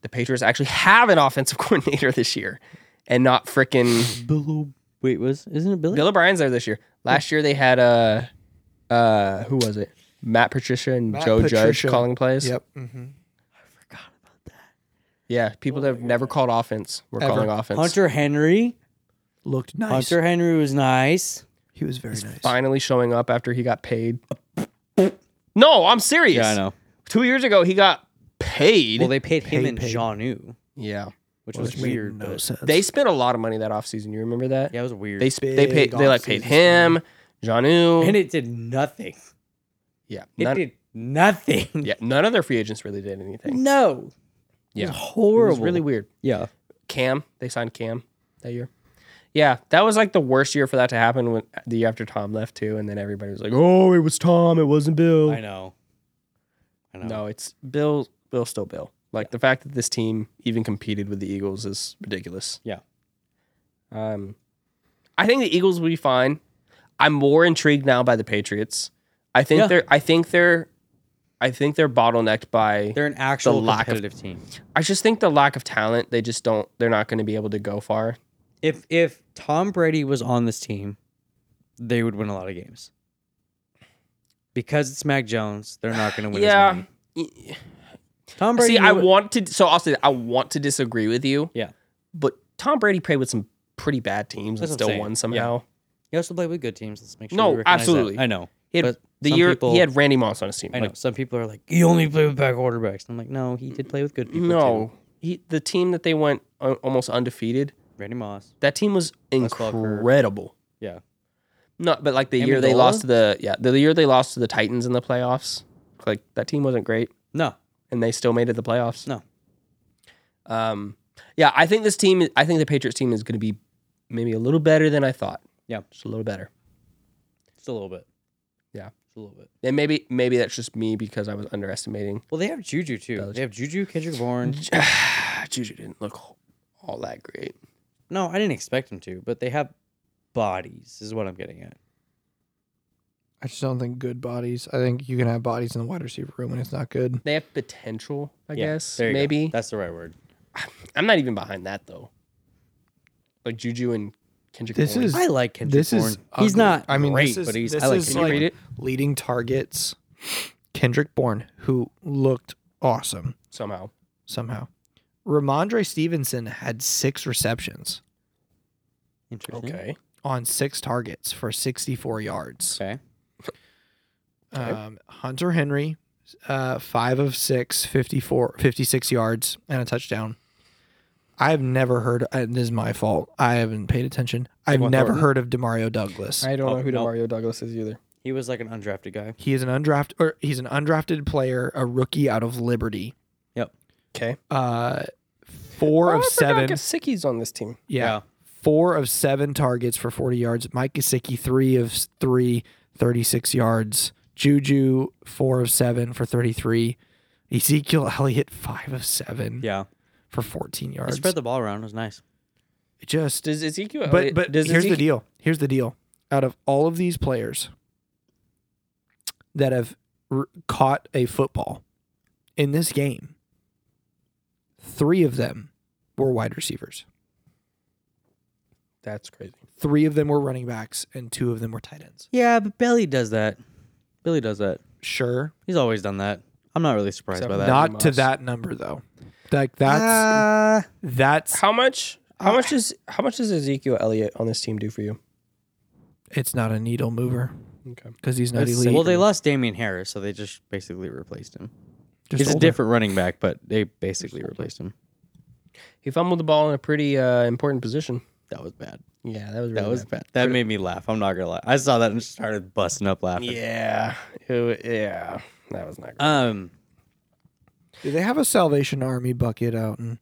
Speaker 3: The Patriots actually have an offensive coordinator this year, and not freaking
Speaker 2: wait, was isn't it Billy?
Speaker 3: Bill O'Brien's there this year.
Speaker 1: Hmm.
Speaker 3: Last year they had uh, uh, who was it? Matt Patricia and
Speaker 1: Matt
Speaker 3: Joe Judge
Speaker 1: Patricia.
Speaker 3: calling plays.
Speaker 1: Yep. hmm
Speaker 3: Yeah, people that have never called offense were
Speaker 1: Ever.
Speaker 3: calling offense.
Speaker 2: Hunter Henry.
Speaker 1: Looked nice.
Speaker 2: Hunter Henry was nice.
Speaker 1: He was very nice.
Speaker 3: finally showing up after he got paid. No, I'm serious.
Speaker 2: Yeah, I know.
Speaker 3: Two years ago he got paid.
Speaker 2: Well, they paid him
Speaker 1: Paid,
Speaker 2: and
Speaker 1: paid.
Speaker 2: Janu,
Speaker 3: yeah,
Speaker 2: which
Speaker 1: Which
Speaker 2: was
Speaker 1: made
Speaker 2: weird.
Speaker 1: No
Speaker 2: but-
Speaker 1: sense.
Speaker 3: they spent a lot of money that offseason. You remember that?
Speaker 2: yeah, it was weird.
Speaker 3: They sp- they paid
Speaker 1: Big
Speaker 3: they like paid him,
Speaker 1: offseason
Speaker 3: Janu.
Speaker 2: and it did nothing.
Speaker 3: yeah,
Speaker 2: It
Speaker 3: none,
Speaker 2: did nothing.
Speaker 3: yeah, none of their free agents really did anything.
Speaker 2: No.
Speaker 3: Yeah,
Speaker 2: It was
Speaker 3: It
Speaker 2: horrible.
Speaker 3: was really weird.
Speaker 2: Yeah.
Speaker 3: Cam, they signed Cam that year. Yeah, that was like the worst year for that to happen when the year after Tom left too, and then everybody was like, "Oh, it was Tom, it wasn't Bill."
Speaker 2: I know. I know.
Speaker 3: No, it's Bill. Bill still Bill. Like the fact that this team even competed with the Eagles is ridiculous.
Speaker 2: Yeah.
Speaker 3: Um, I think the Eagles will be fine. I'm more intrigued now by the Patriots. I think
Speaker 2: Yeah.
Speaker 3: they're. I think they're. I think they're bottlenecked by.
Speaker 2: They're an actual
Speaker 3: lack of-
Speaker 2: competitive team.
Speaker 3: I just think the lack of talent. They just don't. They're not going to be able to go far.
Speaker 2: If if Tom Brady was on this team, they would win a lot of games. Because it's Mac Jones, they're not going to win. as
Speaker 3: Yeah.
Speaker 2: many.
Speaker 3: E,
Speaker 2: Tom Brady.
Speaker 3: See, I
Speaker 2: knew it.
Speaker 3: want to. So I'll say that I want to disagree with you.
Speaker 2: Yeah.
Speaker 3: But Tom Brady played with some pretty bad teams and
Speaker 2: That's what I'm
Speaker 3: still
Speaker 2: saying.
Speaker 3: won
Speaker 2: Yeah.
Speaker 3: somehow.
Speaker 2: He also played with good teams. Let's make sure.
Speaker 3: No,
Speaker 2: we recognize that.
Speaker 3: absolutely.
Speaker 2: I know.
Speaker 3: He had
Speaker 2: But
Speaker 3: the
Speaker 2: some
Speaker 3: year
Speaker 2: people-
Speaker 3: he had Randy Moss on his team.
Speaker 2: I know.
Speaker 3: Like,
Speaker 2: Some people are like, he only played with bad quarterbacks. And I'm like, no, he did play with good people.
Speaker 3: no,
Speaker 2: too.
Speaker 3: he, the team that they went a- almost undefeated.
Speaker 2: Randy Moss.
Speaker 3: That team was
Speaker 2: Westphal Kirk.
Speaker 3: incredible.
Speaker 2: Yeah.
Speaker 3: No, but like the
Speaker 2: Amendola?
Speaker 3: year they lost to the yeah the year they lost to the Titans in the playoffs. Like that team wasn't great,
Speaker 2: No.
Speaker 3: and they still made it to the playoffs.
Speaker 2: No.
Speaker 3: Um. Yeah, I think this team. I think the Patriots team is going to be maybe a little better than I thought.
Speaker 2: Yeah.
Speaker 3: just a little better.
Speaker 2: Just a little bit.
Speaker 3: Yeah.
Speaker 2: Just a little bit.
Speaker 3: And maybe maybe that's just me because I was underestimating.
Speaker 2: Well, they have Juju too.
Speaker 3: Belichick.
Speaker 2: They have Juju, Kendrick Bourne.
Speaker 3: Juju didn't look all that great.
Speaker 2: No, I didn't expect them to, but they have bodies, is what I'm getting at.
Speaker 1: I just don't think good bodies. I think you can have bodies in the wide receiver room and it's not good.
Speaker 3: They have potential, I
Speaker 2: Yeah,
Speaker 3: guess.
Speaker 2: there you go.
Speaker 3: Maybe
Speaker 2: That's the right word.
Speaker 3: I'm not even behind that though. Like Juju and Kendrick.
Speaker 1: This
Speaker 3: Bourne.
Speaker 1: is-
Speaker 2: I like Kendrick
Speaker 1: this
Speaker 2: Bourne.
Speaker 1: is
Speaker 2: he's
Speaker 1: ugly.
Speaker 2: not
Speaker 1: I mean,
Speaker 2: great,
Speaker 1: this is-
Speaker 2: but he's
Speaker 1: this
Speaker 2: I like
Speaker 1: is
Speaker 2: Kendrick
Speaker 3: Can you
Speaker 1: like-
Speaker 2: Bourne.
Speaker 3: read it?
Speaker 1: Leading targets, Kendrick Bourne, who looked awesome
Speaker 3: somehow.
Speaker 1: somehow. Ramondre Stevenson had six receptions
Speaker 2: Interesting.
Speaker 3: Okay.
Speaker 1: on six targets for 64 yards.
Speaker 2: Okay.
Speaker 1: Um, Hunter Henry, uh, five of six, 54, 56 yards, and a touchdown. I've never heard, and this is my fault. I haven't paid attention. I've
Speaker 3: what,
Speaker 1: never
Speaker 3: Thornton?
Speaker 1: heard of Demario Douglas.
Speaker 3: I don't
Speaker 2: Oh,
Speaker 3: know who
Speaker 2: no.
Speaker 3: Demario Douglas is either.
Speaker 2: He was like an undrafted guy.
Speaker 1: He is an undrafted, or he's an undrafted player, a rookie out of Liberty.
Speaker 3: Okay. Oh,
Speaker 1: Uh, four of seven.
Speaker 3: Gasicki's on this team.
Speaker 1: Yeah,
Speaker 2: Yeah.
Speaker 1: four of seven targets for 40 yards. Mike Gesicki, three of s- three, 36 yards. Juju, four of seven for 33. Ezekiel Elliott, five of seven
Speaker 2: Yeah.
Speaker 1: for 14
Speaker 2: He
Speaker 1: yards.
Speaker 2: spread the ball around. It was nice.
Speaker 1: Just,
Speaker 3: Does Ezekiel?
Speaker 1: but but
Speaker 3: does
Speaker 1: here's the deal. Here's the deal. Out of all of these players that have r- caught a football in this game, three of them were wide receivers.
Speaker 3: That's crazy.
Speaker 1: Three of them were running backs, and two of them were tight ends.
Speaker 2: Yeah, but Billy does that. Billy does that.
Speaker 1: Sure,
Speaker 2: He's always done that. I'm not really surprised
Speaker 3: Except
Speaker 2: by
Speaker 3: for
Speaker 2: that.
Speaker 3: Doc-
Speaker 1: not to
Speaker 3: Moss.
Speaker 1: that number though. Like that's
Speaker 2: Uh,
Speaker 1: that's
Speaker 3: How much? How much is how much does Ezekiel Elliott on this team do for you?
Speaker 1: it's not a needle mover
Speaker 3: Okay.
Speaker 1: because he's not
Speaker 3: That's
Speaker 1: elite.
Speaker 2: well, they lost Damian Harris, so they just basically replaced him.
Speaker 1: Just
Speaker 2: He's a
Speaker 1: older.
Speaker 2: different running back, but they basically replaced him.
Speaker 3: He fumbled the ball in a pretty uh, important position.
Speaker 2: That was bad.
Speaker 3: Yeah, that was really
Speaker 2: That was
Speaker 3: bad.
Speaker 2: bad. That made me laugh. I'm not gonna lie. I saw that and just started busting up laughing.
Speaker 3: Yeah, It wa- yeah, that was not. Good.
Speaker 2: Um.
Speaker 1: Do they have a Salvation Army bucket out? And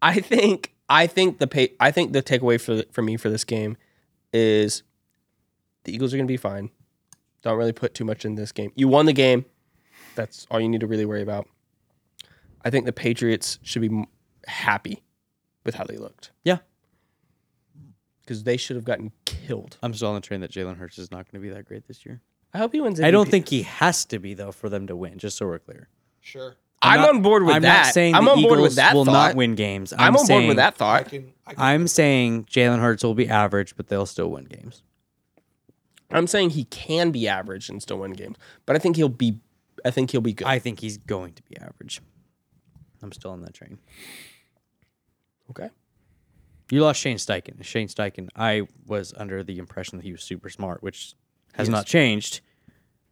Speaker 3: I think I think the pay, I think the takeaway for for me for this game is the Eagles are going to be fine. Don't really put too much in this game. You won the game. That's all you need to really worry about. I think the Patriots should be m- happy with how they looked.
Speaker 2: Yeah.
Speaker 3: Because they should have gotten killed.
Speaker 2: I'm still on the train that Jalen Hurts is not going to be that great this year.
Speaker 3: I hope he wins.
Speaker 2: I don't
Speaker 3: MVP.
Speaker 2: think he has to be though for them to win. Just so we're clear,
Speaker 1: sure,
Speaker 3: I'm,
Speaker 2: not-
Speaker 3: on board with
Speaker 2: I'm
Speaker 3: that.
Speaker 2: not saying
Speaker 3: I'm
Speaker 2: the
Speaker 3: on board
Speaker 2: Eagles
Speaker 3: with that
Speaker 2: will
Speaker 3: thought.
Speaker 2: not win games.
Speaker 3: I'm, on board
Speaker 2: saying-
Speaker 3: with that thought.
Speaker 1: can. I can
Speaker 2: I'm saying Jalen Hurts will be average, but they'll still win games.
Speaker 3: I'm saying he can be average and still win games, but I think he'll be. I think he'll be good.
Speaker 2: I think he's going to be average. I'm still on that train.
Speaker 3: okay.
Speaker 2: You lost Shane Steichen. Shane Steichen, I was under the impression that he was super smart, which has
Speaker 3: Yes.
Speaker 2: not changed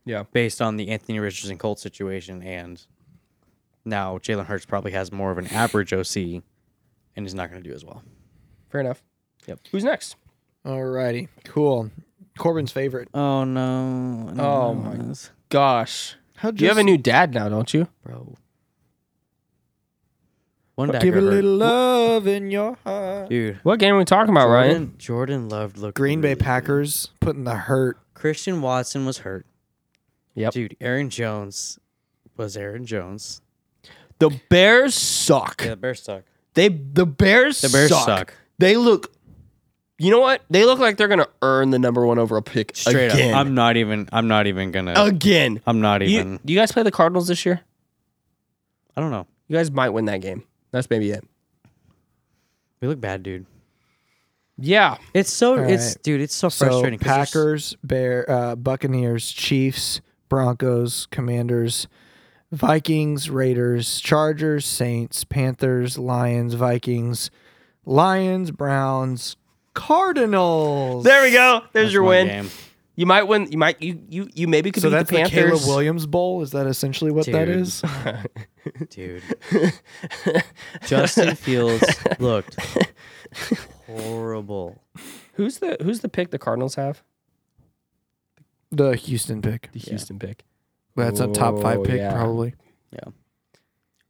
Speaker 3: Yeah.
Speaker 2: based on the Anthony Richardson Colts situation. And now Jalen Hurts probably has more of an average OC and is not going to do as well.
Speaker 3: Fair enough.
Speaker 2: Yep.
Speaker 3: Who's next?
Speaker 1: Alrighty, cool. Corbin's favorite.
Speaker 2: Oh, no.
Speaker 3: Oh, my Gosh.
Speaker 1: How
Speaker 3: You have a new dad now, don't you?
Speaker 2: Bro. One back.
Speaker 1: Give a little love in your heart.
Speaker 2: Dude.
Speaker 3: What game are we talking about, Ryan?
Speaker 2: Jordan, Jordan loved looking.
Speaker 1: Green Bay
Speaker 2: really good.
Speaker 1: Packers putting the hurt.
Speaker 2: Christian Watson was hurt.
Speaker 3: Yep.
Speaker 2: Dude, Aaron Jones was Aaron Jones.
Speaker 3: The Bears suck.
Speaker 2: Yeah, the Bears suck.
Speaker 3: They the Bears.
Speaker 2: The Bears suck.
Speaker 3: They look. You know what? They look like they're gonna earn the number one overall pick
Speaker 2: Straight
Speaker 3: again.
Speaker 2: up. I'm not even I'm not even gonna
Speaker 3: again.
Speaker 2: I'm not even
Speaker 3: You, do you guys play the Cardinals this year?
Speaker 2: I don't know.
Speaker 3: You guys might win that game. That's maybe it.
Speaker 2: We look bad, dude.
Speaker 3: Yeah.
Speaker 2: It's so
Speaker 1: All
Speaker 2: it's
Speaker 1: right.
Speaker 2: dude, it's so
Speaker 1: So
Speaker 2: frustrating. 'cause there's-
Speaker 1: Packers, Bear, uh, Buccaneers, Chiefs, Broncos, Commanders, Vikings, Raiders, Chargers, Saints, Panthers, Lions, Vikings, Lions, Browns, Cardinals.
Speaker 3: There we go. There's
Speaker 2: there's
Speaker 3: your
Speaker 2: one
Speaker 3: win.
Speaker 2: game.
Speaker 3: You might win. You might. You you you maybe could
Speaker 1: So
Speaker 3: beat
Speaker 1: that's
Speaker 3: the
Speaker 1: the, Caleb
Speaker 3: Panthers.
Speaker 1: Williams Bowl. Is that essentially what that
Speaker 2: Dude.
Speaker 1: is?
Speaker 2: Dude. Justin Fields looked horrible.
Speaker 3: who's the Who's the pick the Cardinals have?
Speaker 1: The Houston pick.
Speaker 3: The Houston pick.
Speaker 1: That's a top five
Speaker 3: Oh,
Speaker 1: pick,
Speaker 3: yeah.
Speaker 1: probably.
Speaker 2: Uh,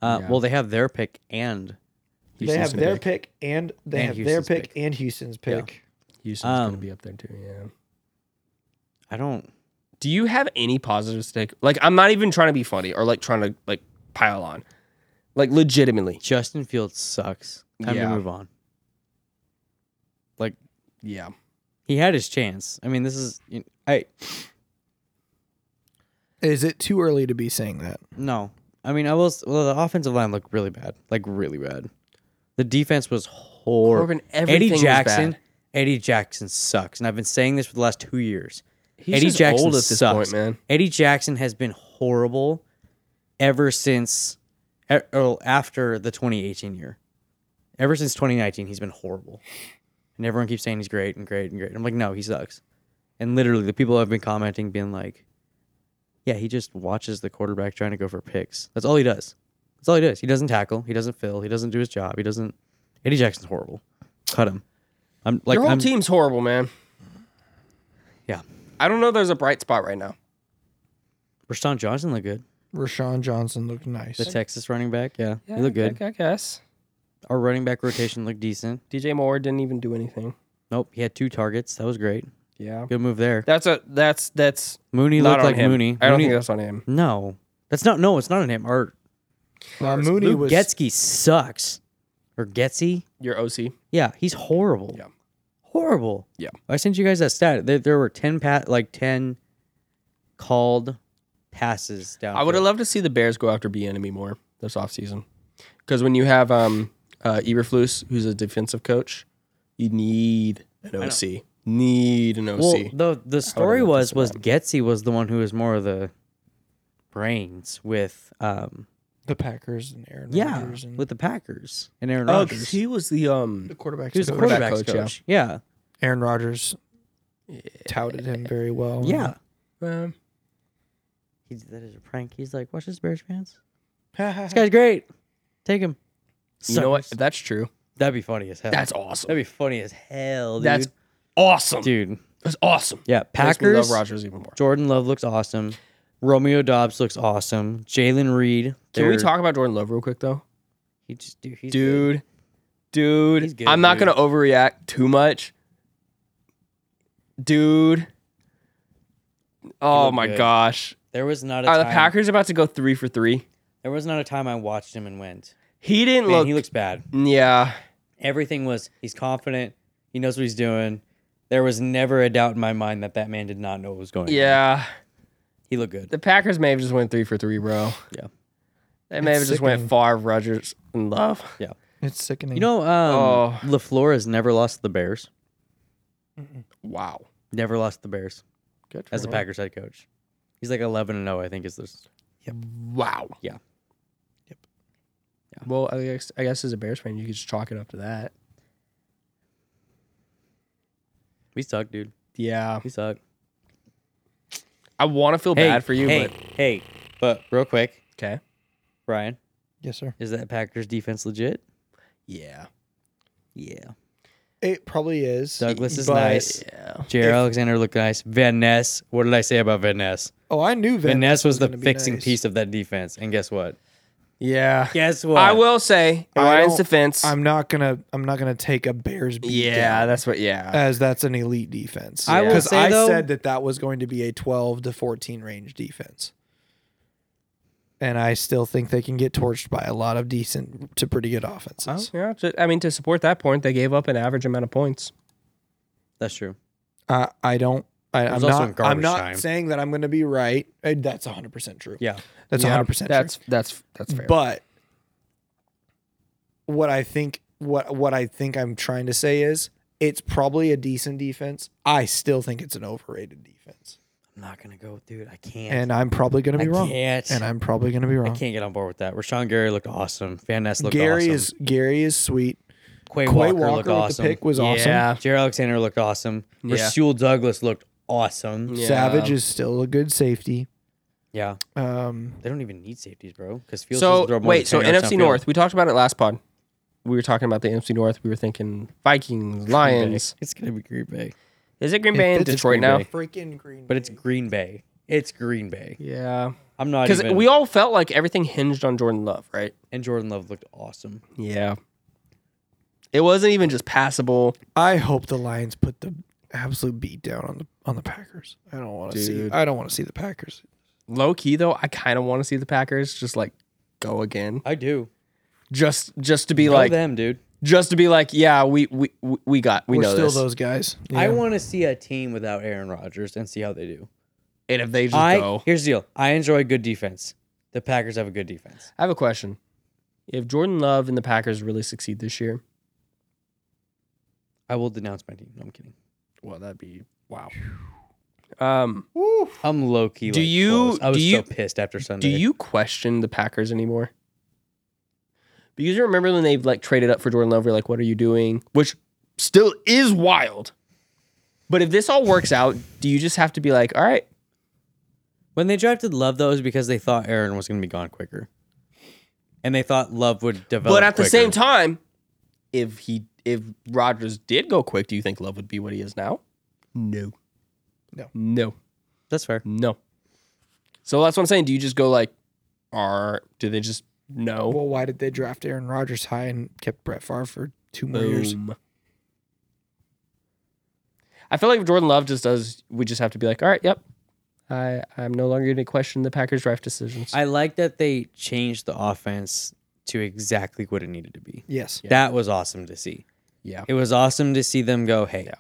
Speaker 3: Yeah.
Speaker 2: Well, they have their pick and
Speaker 1: They have
Speaker 3: gonna
Speaker 1: their
Speaker 3: pick.
Speaker 1: pick and they
Speaker 2: And
Speaker 1: have
Speaker 2: Houston's
Speaker 1: their pick,
Speaker 2: pick.
Speaker 1: and Houston's
Speaker 2: Yeah.
Speaker 1: pick.
Speaker 3: Houston's gonna
Speaker 2: Um,
Speaker 3: be up there too. Yeah.
Speaker 2: I don't.
Speaker 3: Do you have any positives to take? Like, I'm not even trying to be funny or like trying to like pile on. Like, legitimately.
Speaker 2: Justin Fields sucks. Time
Speaker 3: Yeah.
Speaker 2: to move on. Like
Speaker 3: Yeah.
Speaker 2: he had his chance. I mean, this is you- I
Speaker 1: Is it too early to be saying that?
Speaker 2: no. I mean, I will. s- Well, the offensive line looked really bad. Like really bad. The defense was horrible.
Speaker 3: Corbin, everything
Speaker 2: Eddie
Speaker 3: was
Speaker 2: Jackson.
Speaker 3: bad.
Speaker 2: Eddie Jackson sucks, and I've been saying this for the last two years.
Speaker 3: He's
Speaker 2: Eddie
Speaker 3: just
Speaker 2: Jackson
Speaker 3: old at this
Speaker 2: sucks.
Speaker 3: point, man.
Speaker 2: Eddie Jackson has been horrible ever since er, oh, after the 2018 year. Ever since 2019, he's been horrible. And everyone keeps saying he's great and great and great. I'm like, no, he sucks. And literally, the people have been commenting, being like, yeah, he just watches the quarterback trying to go for picks. That's all he does. That's all he does. He doesn't tackle. He doesn't fill. He doesn't do his job. He doesn't. Eddie Jackson's horrible. Cut him. I'm like,
Speaker 3: Your whole
Speaker 2: I'm,
Speaker 3: team's horrible, man.
Speaker 2: Yeah.
Speaker 3: I don't know. There's a bright spot right now.
Speaker 2: Rashawn Johnson looked good.
Speaker 1: Rashawn Johnson looked nice.
Speaker 2: The Texas running back. Yeah, he looked good.
Speaker 3: I, I guess
Speaker 2: Our running back rotation looked decent.
Speaker 3: DJ Moore didn't even do anything.
Speaker 2: Nope, he had two targets. That was great.
Speaker 3: Yeah.
Speaker 2: Good move there.
Speaker 3: That's a that's that's
Speaker 2: Mooney
Speaker 3: not
Speaker 2: looked
Speaker 3: on
Speaker 2: like
Speaker 3: him.
Speaker 2: Mooney.
Speaker 3: I don't
Speaker 2: Mooney-
Speaker 3: think that's on him.
Speaker 2: no, that's not. No, it's not on him. Or
Speaker 1: Now, Mooney
Speaker 2: Luke
Speaker 1: was
Speaker 2: Getsky sucks. Or Getsy.
Speaker 3: Your OC.
Speaker 2: Yeah, he's horrible.
Speaker 3: Yeah.
Speaker 2: Horrible.
Speaker 3: Yeah.
Speaker 2: I sent you guys that stat. There, there were ten pat like ten called passes down.
Speaker 3: I would have loved to see the Bears go after B enemy more this offseason. Because when you have um uh Eberflus, who's a defensive coach, you need an OC. Need an OC.
Speaker 2: Well, the the story
Speaker 3: loved to
Speaker 2: was
Speaker 3: see
Speaker 2: was Getsy was the one who was more of the brains with um
Speaker 1: The Packers and Aaron
Speaker 2: Yeah,
Speaker 1: Rodgers and
Speaker 2: with the Packers and Aaron
Speaker 3: Oh,
Speaker 2: Rodgers.
Speaker 3: 'cause he was the um.
Speaker 1: the quarterbacks.
Speaker 2: He was the
Speaker 1: coach.
Speaker 2: quarterback
Speaker 3: quarterback
Speaker 2: coach.
Speaker 3: coach,
Speaker 2: Yeah,
Speaker 1: Aaron Rodgers touted him very well.
Speaker 2: yeah. Uh,
Speaker 3: um,
Speaker 2: He, that is a prank. He's like, watch this, Bears fans. This
Speaker 1: yeah.
Speaker 2: guy's great. Take him.
Speaker 3: you know what? If that's true.
Speaker 2: That'd be funny as hell.
Speaker 3: That's awesome.
Speaker 2: That'd be funny as hell, dude.
Speaker 3: That's awesome.
Speaker 2: dude.
Speaker 3: That's awesome.
Speaker 2: Yeah,
Speaker 3: Makes me
Speaker 2: Packers.
Speaker 3: love Rogers even more.
Speaker 2: Jordan Love looks awesome. Romeo Dobbs looks awesome. Jalen Reed.
Speaker 3: Can we
Speaker 2: they're-
Speaker 3: talk about Jordan Love real quick though?
Speaker 2: He just, dude, he's good.
Speaker 3: dude, dude.
Speaker 2: He's good,
Speaker 3: I'm not
Speaker 2: dude.
Speaker 3: gonna overreact too much, dude. Oh
Speaker 2: looked
Speaker 3: my
Speaker 2: good.
Speaker 3: gosh,
Speaker 2: There was not a
Speaker 3: are the
Speaker 2: time.
Speaker 3: Packers about to go three for three?
Speaker 2: There was not a time I watched him and went.
Speaker 3: He didn't
Speaker 2: Man,
Speaker 3: look.
Speaker 2: he looks bad.
Speaker 3: yeah,
Speaker 2: Everything was. He's confident. He knows what he's doing. There was never a doubt in my mind that that man did not know what was going. on.
Speaker 3: yeah.
Speaker 2: he looked good.
Speaker 3: The Packers may have just went three for three, bro.
Speaker 2: Yeah.
Speaker 3: they may
Speaker 1: It's
Speaker 3: have just went
Speaker 1: sickening.
Speaker 3: Favre, Rogers, and Love.
Speaker 1: It's sickening.
Speaker 2: You know, um,
Speaker 3: Oh.
Speaker 2: Lafleur has never lost to the Bears.
Speaker 3: Wow,
Speaker 2: Never lost to the Bears
Speaker 3: good for
Speaker 2: as the
Speaker 3: him.
Speaker 2: Packers head coach. He's like 11 and 0, I think, is this.
Speaker 3: Wow.
Speaker 2: Yeah.
Speaker 1: Yep.
Speaker 3: Yeah. Well, I guess I guess as a Bears fan, you could just chalk it up to that.
Speaker 2: We suck, dude.
Speaker 3: Yeah,
Speaker 2: We suck.
Speaker 3: I want to feel bad for you,
Speaker 2: hey,
Speaker 3: but
Speaker 2: hey, but real quick,
Speaker 3: okay.
Speaker 2: Brian,
Speaker 1: yes, sir.
Speaker 2: is that Packers defense legit?
Speaker 3: Yeah.
Speaker 2: Yeah.
Speaker 1: It probably is.
Speaker 2: Douglas is
Speaker 1: but-
Speaker 2: nice.
Speaker 3: Yeah.
Speaker 2: Jair
Speaker 1: If-
Speaker 2: Alexander looked nice. Van Ness, what did I say about Van Ness?
Speaker 1: Oh, I knew
Speaker 2: Van,
Speaker 1: Van
Speaker 2: Ness was the
Speaker 1: gonna be
Speaker 2: fixing
Speaker 1: nice.
Speaker 2: piece of that defense, and guess what?
Speaker 3: Yeah.
Speaker 2: Guess what?
Speaker 3: I will say in
Speaker 1: I
Speaker 3: Ryan's
Speaker 1: don't-
Speaker 3: defense.
Speaker 1: I'm not gonna. I'm not gonna take a Bears beat.
Speaker 3: yeah, that's what. Yeah.
Speaker 1: as that's an elite defense.
Speaker 2: I will
Speaker 1: Because
Speaker 2: say,
Speaker 1: I
Speaker 2: though-
Speaker 1: said that that was going to be a 12 to 14 range defense. And I still think they can get torched by a lot of decent to pretty good
Speaker 2: Oh.
Speaker 1: offenses.
Speaker 3: yeah. ju- I mean, to support that point, they gave up an average amount of points.
Speaker 2: That's true.
Speaker 1: I, I don't. I, I'm
Speaker 2: was also in
Speaker 1: not.
Speaker 2: garbage
Speaker 1: I'm not
Speaker 2: time.
Speaker 1: saying that I'm going to be right. Uh, That's 100 percent true.
Speaker 2: Yeah.
Speaker 1: that's
Speaker 3: Yeah,
Speaker 1: 100 percent true.
Speaker 3: That's that's that's fair.
Speaker 1: But what I think what what I think I'm trying to say is it's probably a decent defense. I still think it's an overrated defense,
Speaker 2: I'm not going to go, dude. I can't.
Speaker 1: and I'm probably going to
Speaker 2: I
Speaker 1: be wrong.
Speaker 2: can't.
Speaker 1: And I'm probably going to be
Speaker 2: I
Speaker 1: wrong.
Speaker 2: can't get on board with that. Rashawn Gary looked awesome. Van Ness looked
Speaker 1: Gary
Speaker 2: awesome.
Speaker 1: is Gary is sweet.
Speaker 2: Quay,
Speaker 1: Quay
Speaker 2: Walker,
Speaker 1: Walker,
Speaker 2: looked
Speaker 1: with
Speaker 2: awesome.
Speaker 1: the pick was awesome.
Speaker 3: Yeah.
Speaker 2: Jair Alexander looked awesome.
Speaker 3: Yeah.
Speaker 2: Rasul Douglas looked
Speaker 1: Mm.
Speaker 2: awesome.
Speaker 3: Yeah.
Speaker 1: Savage is still a good safety.
Speaker 2: Yeah.
Speaker 1: Um,
Speaker 2: They don't even need safeties, bro. Because Fields doesn't
Speaker 3: so
Speaker 2: throw more than
Speaker 3: wait, so
Speaker 2: 10 yards
Speaker 3: NFC
Speaker 2: downfield.
Speaker 3: North. We talked about it last pod. We were talking about the NFC North. We were thinking Vikings, Lions.
Speaker 2: It's gonna be Green Bay,
Speaker 3: Is it Green Bay and
Speaker 1: it's
Speaker 3: Detroit
Speaker 2: Green
Speaker 3: now?
Speaker 2: Bay.
Speaker 1: freaking Green,
Speaker 2: but it's Green Bay. It's Green Bay.
Speaker 3: Yeah.
Speaker 2: I'm not
Speaker 3: Because
Speaker 2: even.
Speaker 3: we all felt like everything hinged on Jordan Love, right?
Speaker 2: and Jordan Love looked awesome.
Speaker 3: Yeah. It wasn't even just passable.
Speaker 1: I hope the Lions put the absolute beat down on the on the Packers. I don't want to see.
Speaker 3: Dude.
Speaker 1: I don't want to see the Packers.
Speaker 3: Low key though, I kind of want to see the Packers just like go again,
Speaker 2: I do.
Speaker 3: just just to be
Speaker 2: Go
Speaker 3: like,
Speaker 2: them, dude.
Speaker 3: just to be like, yeah, we we we- we got we
Speaker 1: We're
Speaker 3: know
Speaker 1: still
Speaker 3: this.
Speaker 1: those guys.
Speaker 2: I
Speaker 1: Yeah.
Speaker 2: want to see a team without Aaron Rodgers and see how they do.
Speaker 3: and if they just
Speaker 2: I
Speaker 3: go,
Speaker 2: here's the deal. I enjoy good defense. The Packers have a good defense.
Speaker 3: I have a question: If Jordan Love and the Packers really succeed this year,
Speaker 2: I will denounce my team. No, I'm kidding.
Speaker 3: well, that'd be wow. Um,
Speaker 2: I'm low key.
Speaker 3: Do
Speaker 2: like,
Speaker 3: you-
Speaker 2: close. I was
Speaker 3: do
Speaker 2: so
Speaker 3: you-
Speaker 2: pissed after Sunday.
Speaker 3: do you question the Packers anymore? Because you remember when they like traded up for Jordan Love, you're like, "What are you doing?" Which still is wild. But if this all works out, do you just have to be like, "All right,
Speaker 2: When they drafted Love, though, it was because they thought Aaron was going to be gone quicker, and they thought Love would develop.
Speaker 3: But at the
Speaker 2: quicker.
Speaker 3: same time, if he if Rodgers did go quick, do you think Love would be what he is now? No.
Speaker 1: No.
Speaker 3: No.
Speaker 2: that's fair.
Speaker 3: No. So that's what I'm saying. Do you just go like are do they just no?
Speaker 1: Well, why did they draft Aaron Rodgers high and kept Brett Favre for two more years?
Speaker 3: Boom. I feel like if Jordan Love just does we just have to be like, all right, yep. I, I'm no longer gonna question the Packers draft decisions.
Speaker 2: I like that they changed the offense to exactly what it needed to be.
Speaker 1: Yes.
Speaker 2: That was awesome to see.
Speaker 3: yeah.
Speaker 2: It was awesome to see them go, hey,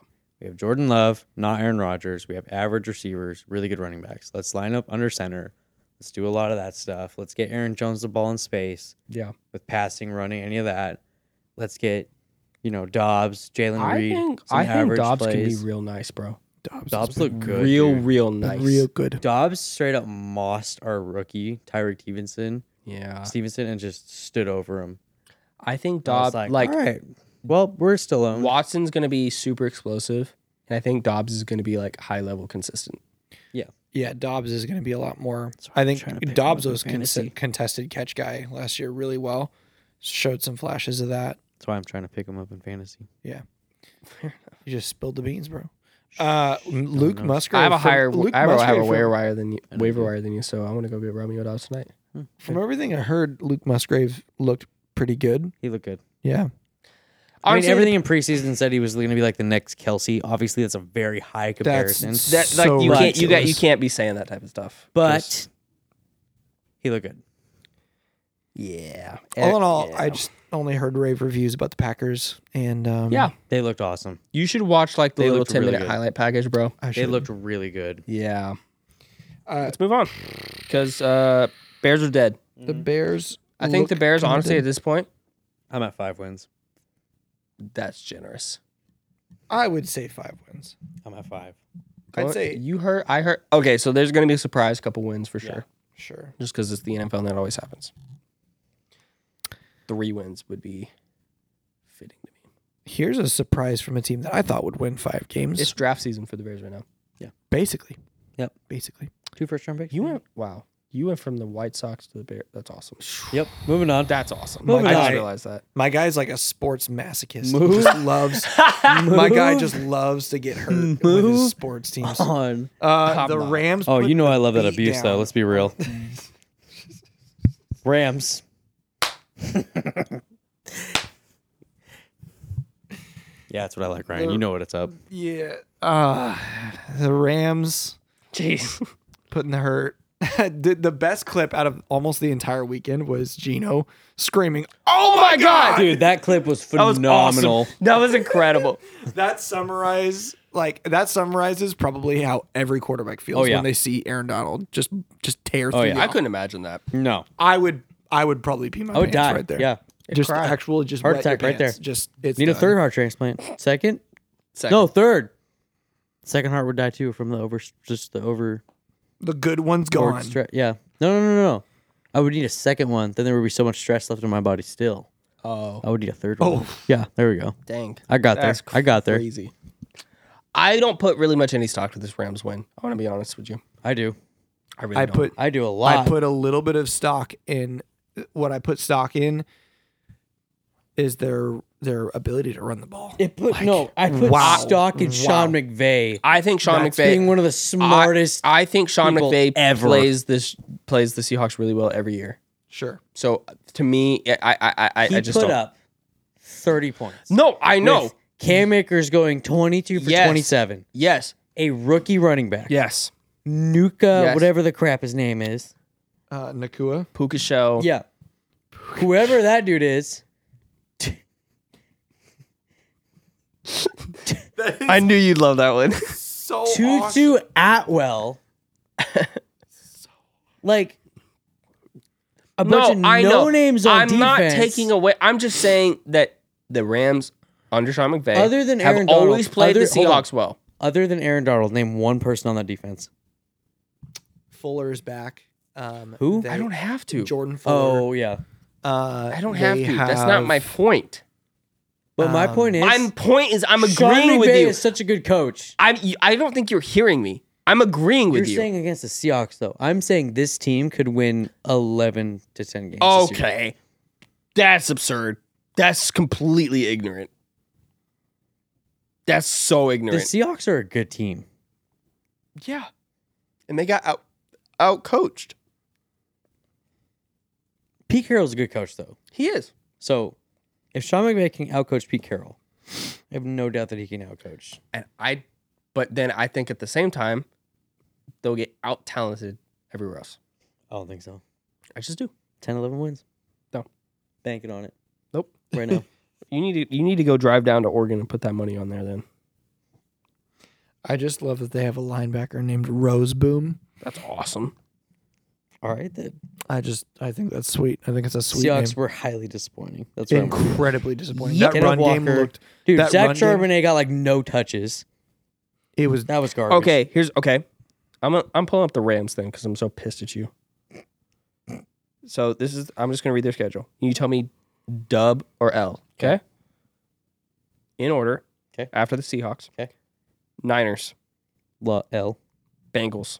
Speaker 2: we have Jordan Love, not Aaron Rodgers. We have average receivers, really good running backs. Let's line up under center. Let's do a lot of that stuff. Let's get Aaron Jones the ball in space
Speaker 3: Yeah.
Speaker 2: with passing, running, any of that. Let's get, you know, Dobbs, Jalen
Speaker 3: I
Speaker 2: Reed.
Speaker 3: think
Speaker 2: some
Speaker 3: I think
Speaker 2: average
Speaker 3: Dobbs
Speaker 2: plays.
Speaker 3: can be real nice, bro.
Speaker 1: Dobbs,
Speaker 2: Dobbs
Speaker 1: has been
Speaker 2: looked good.
Speaker 3: real,
Speaker 2: dude.
Speaker 3: real nice.
Speaker 1: Real good.
Speaker 2: Dobbs straight up mossed our rookie, Tyreek Stevenson,
Speaker 3: Yeah.
Speaker 2: Stevenson and just stood over him.
Speaker 3: I think
Speaker 2: I was
Speaker 3: Dobbs, like,
Speaker 2: all right, well, we're still on.
Speaker 3: Watson's going to be super explosive. And I think Dobbs is going to be like high level consistent.
Speaker 1: Yeah, Dobbs is going to be a lot more.
Speaker 2: That's why
Speaker 1: I
Speaker 2: I'm
Speaker 1: think
Speaker 2: trying to pick him
Speaker 1: Dobbs
Speaker 2: up in
Speaker 1: was con-
Speaker 2: fantasy.
Speaker 1: contested catch guy last year really well. Showed some flashes of that.
Speaker 2: That's why I'm trying to pick him up in fantasy.
Speaker 1: You just spilled the beans, bro. Uh, Luke
Speaker 2: knows?
Speaker 1: Musgrave.
Speaker 3: I have a
Speaker 1: from-
Speaker 3: higher,
Speaker 1: Luke
Speaker 3: I have, a- I have a
Speaker 1: Musgrave
Speaker 3: waiver
Speaker 1: from,
Speaker 3: wire than you,
Speaker 2: I know
Speaker 3: waiver
Speaker 2: you-
Speaker 3: wire than you. So I'm going to go get Romeo Dobbs tonight.
Speaker 1: from everything I heard. Luke Musgrave looked pretty good.
Speaker 2: He looked good.
Speaker 1: Yeah,
Speaker 2: I mean,
Speaker 3: Honestly,
Speaker 2: everything in preseason said he was going to be like the next Kelsey. Obviously, that's a very high comparison,
Speaker 1: that's
Speaker 3: that like
Speaker 1: so
Speaker 3: you can't you got you
Speaker 1: ridiculous.
Speaker 3: can't be saying that type of stuff.
Speaker 2: but
Speaker 3: 'Cause-
Speaker 2: he looked good.
Speaker 3: yeah.
Speaker 1: All in all,
Speaker 3: Eh, Yeah.
Speaker 1: I just only heard rave reviews about the Packers, and um,
Speaker 3: Yeah.
Speaker 2: They looked awesome.
Speaker 3: you should watch like the
Speaker 2: They
Speaker 3: little
Speaker 2: looked
Speaker 3: ten
Speaker 2: really
Speaker 3: minute
Speaker 2: good.
Speaker 3: highlight package, bro.
Speaker 1: I
Speaker 2: They
Speaker 1: should.
Speaker 2: looked really good.
Speaker 3: Yeah.
Speaker 1: Uh,
Speaker 3: Let's move on because uh, Bears are dead.
Speaker 1: the Bears.
Speaker 3: Mm-hmm. I think the
Speaker 1: looked
Speaker 3: Bears,
Speaker 1: kinda
Speaker 3: honestly,
Speaker 1: dead.
Speaker 3: at this point,
Speaker 2: I'm at five wins.
Speaker 3: that's generous.
Speaker 1: I would say five wins.
Speaker 2: I'm at five.
Speaker 1: I'd
Speaker 3: Don't-
Speaker 1: say
Speaker 3: you heard. I heard. Okay, so there's going to be a surprise couple wins for
Speaker 2: Yeah.
Speaker 3: sure,
Speaker 1: sure.
Speaker 3: just because it's the NFL and that always happens. Three wins would be fitting to me.
Speaker 1: Here's a surprise from a team that I thought would win five games.
Speaker 3: It's draft season for the Bears right now.
Speaker 1: basically.
Speaker 2: Yep.
Speaker 1: Basically.
Speaker 2: Two first round picks.
Speaker 3: You went wow. You went from the White Sox to the Bears. That's awesome.
Speaker 2: Yep. Moving on.
Speaker 3: That's awesome.
Speaker 2: Moving
Speaker 3: I just
Speaker 1: on.
Speaker 3: realized that.
Speaker 1: My guy's like a sports masochist.
Speaker 2: Move-
Speaker 1: He just loves. my guy
Speaker 2: Move
Speaker 1: just loves to get hurt with
Speaker 2: Move
Speaker 1: his sports teams.
Speaker 2: on.
Speaker 1: Uh, the
Speaker 3: on.
Speaker 1: Rams.
Speaker 2: Oh,
Speaker 1: put
Speaker 2: you know
Speaker 1: the
Speaker 2: I love that
Speaker 1: beat
Speaker 2: abuse though.
Speaker 1: down.
Speaker 2: Let's be real. Rams. yeah, that's what I like, Ryan. You know what it's up.
Speaker 1: Yeah. Uh, the Rams
Speaker 3: Jeez.
Speaker 1: putting the hurt. the, the best clip out of almost the entire weekend was Gino screaming, "Oh my god,
Speaker 2: Dude, that clip was
Speaker 3: That was
Speaker 2: phenomenal.
Speaker 3: awesome. That was incredible.
Speaker 1: That summarize like that summarizes probably how every quarterback feels
Speaker 2: Oh, yeah. Oh,
Speaker 1: when they see Aaron Donald just just tear through.
Speaker 2: yeah.
Speaker 1: the
Speaker 3: I
Speaker 1: ball.
Speaker 3: couldn't imagine that.
Speaker 2: No.
Speaker 1: I would I would probably pee my
Speaker 2: I would
Speaker 1: pants
Speaker 2: Oh, die.
Speaker 1: right there.
Speaker 2: Yeah.
Speaker 1: just
Speaker 3: cry.
Speaker 1: actual just
Speaker 2: Heart
Speaker 1: wet your
Speaker 2: attack right
Speaker 1: pants.
Speaker 2: there.
Speaker 1: Just it's
Speaker 2: Need a
Speaker 1: done.
Speaker 2: third heart transplant. Second?
Speaker 3: Second.
Speaker 2: No, third. Second heart would die too from the over just the over
Speaker 1: The good one's gone.
Speaker 2: stre- yeah. No, no, no, no, no. I would need a second one. Then there would be so much stress left in my body still.
Speaker 3: Oh,
Speaker 2: I would need a third
Speaker 1: Oh.
Speaker 2: one. Yeah, there we go.
Speaker 3: dang.
Speaker 2: I got there.
Speaker 3: That's
Speaker 2: I got there.
Speaker 3: Crazy. I don't put really much any stock to this Rams win. I want to be honest with you.
Speaker 2: I do.
Speaker 3: I really
Speaker 1: I
Speaker 3: don't.
Speaker 1: put
Speaker 2: I do a lot.
Speaker 1: I put a little bit of stock in what I put stock in is their their ability to run the ball.
Speaker 2: It put no. I put
Speaker 1: wow.
Speaker 2: stock in Sean McVay
Speaker 3: I think Sean
Speaker 1: That's
Speaker 3: McVay.
Speaker 2: being one of the smartest.
Speaker 3: I, I think Sean
Speaker 2: people
Speaker 3: McVay
Speaker 2: ever.
Speaker 3: plays this plays the Seahawks really well every year.
Speaker 1: Sure.
Speaker 3: So to me, I I I, I-
Speaker 2: he
Speaker 3: I just
Speaker 2: put
Speaker 3: don't.
Speaker 2: up thirty points.
Speaker 3: No, I know.
Speaker 2: With Cam Akers going twenty-two for
Speaker 3: Yes.
Speaker 2: twenty-seven.
Speaker 3: Yes.
Speaker 2: A rookie running back,
Speaker 3: Yes.
Speaker 2: Nuka,
Speaker 3: Yes.
Speaker 2: whatever the crap his name is.
Speaker 1: Uh, Nakua.
Speaker 3: Puka Show.
Speaker 2: Yeah, whoever that dude is.
Speaker 3: I knew you'd love that one.
Speaker 1: So
Speaker 2: Tutu Atwell. like a bunch
Speaker 3: no,
Speaker 2: of
Speaker 3: I know.
Speaker 2: no names on
Speaker 3: I'm
Speaker 2: defense.
Speaker 3: not taking away. I'm just saying that the Rams under Sean McVay
Speaker 2: Other than
Speaker 3: have
Speaker 2: Aaron Donald,
Speaker 3: always played
Speaker 2: other,
Speaker 3: the
Speaker 2: hold on.
Speaker 3: Seahawks well.
Speaker 2: Other than Aaron Darnold, name one person on that defense.
Speaker 1: Fuller's back. Um,
Speaker 2: Who?
Speaker 1: they-
Speaker 3: I don't have to.
Speaker 1: Jordan Fuller.
Speaker 2: Oh yeah.
Speaker 1: uh,
Speaker 3: I don't
Speaker 1: they
Speaker 3: have to. That's not my point.
Speaker 2: But my
Speaker 1: Um,
Speaker 2: point is,
Speaker 3: My point is I'm
Speaker 2: Sean
Speaker 3: agreeing with
Speaker 2: McVay
Speaker 3: you.
Speaker 2: Is such a good coach.
Speaker 3: I'm. you- I don't think you're hearing me. I'm agreeing
Speaker 2: You're
Speaker 3: with you.
Speaker 2: saying against the Seahawks though. I'm saying this team could win 11 to 10 games. this year.
Speaker 3: okay, that's absurd. That's completely ignorant. That's so
Speaker 2: The
Speaker 3: ignorant.
Speaker 2: Seahawks are a good team.
Speaker 3: yeah, and they got out out coached.
Speaker 2: Pete Carroll's a good coach though.
Speaker 3: He is.
Speaker 2: So if Sean McVay can outcoach Pete Carroll, I have no doubt that he can outcoach.
Speaker 3: and I, but then I think at the same time, they'll get out talented everywhere else.
Speaker 2: I don't think so.
Speaker 3: I just do.
Speaker 2: 10 11 wins.
Speaker 3: No.
Speaker 2: Banking on it.
Speaker 3: Nope.
Speaker 2: Right now.
Speaker 3: You need to you need to go drive down to Oregon and put that money on there. Then
Speaker 1: I just love that they have a linebacker named Rose Boom.
Speaker 3: that's awesome.
Speaker 2: All right. The
Speaker 1: I just I think that's sweet. I think it's a sweet
Speaker 2: Seahawks
Speaker 1: name.
Speaker 2: were highly disappointing. That's right.
Speaker 1: Incredibly disappointing.
Speaker 3: Yeah.
Speaker 1: That
Speaker 2: Kenneth
Speaker 1: run game
Speaker 2: Walker.
Speaker 1: looked.
Speaker 2: Dude,
Speaker 1: that
Speaker 2: Zach
Speaker 1: run game-
Speaker 2: Charbonnet got like no touches.
Speaker 1: It was
Speaker 2: That was garbage.
Speaker 3: Okay, here's okay. I'm i I'm pulling up the Rams thing because I'm so pissed at you. So this is I'm just gonna read their schedule. You tell me dub or L. Okay. In order.
Speaker 2: 'Kay.
Speaker 3: After the Seahawks.
Speaker 2: 'Kay.
Speaker 3: Niners.
Speaker 2: La- L.
Speaker 3: Bengals.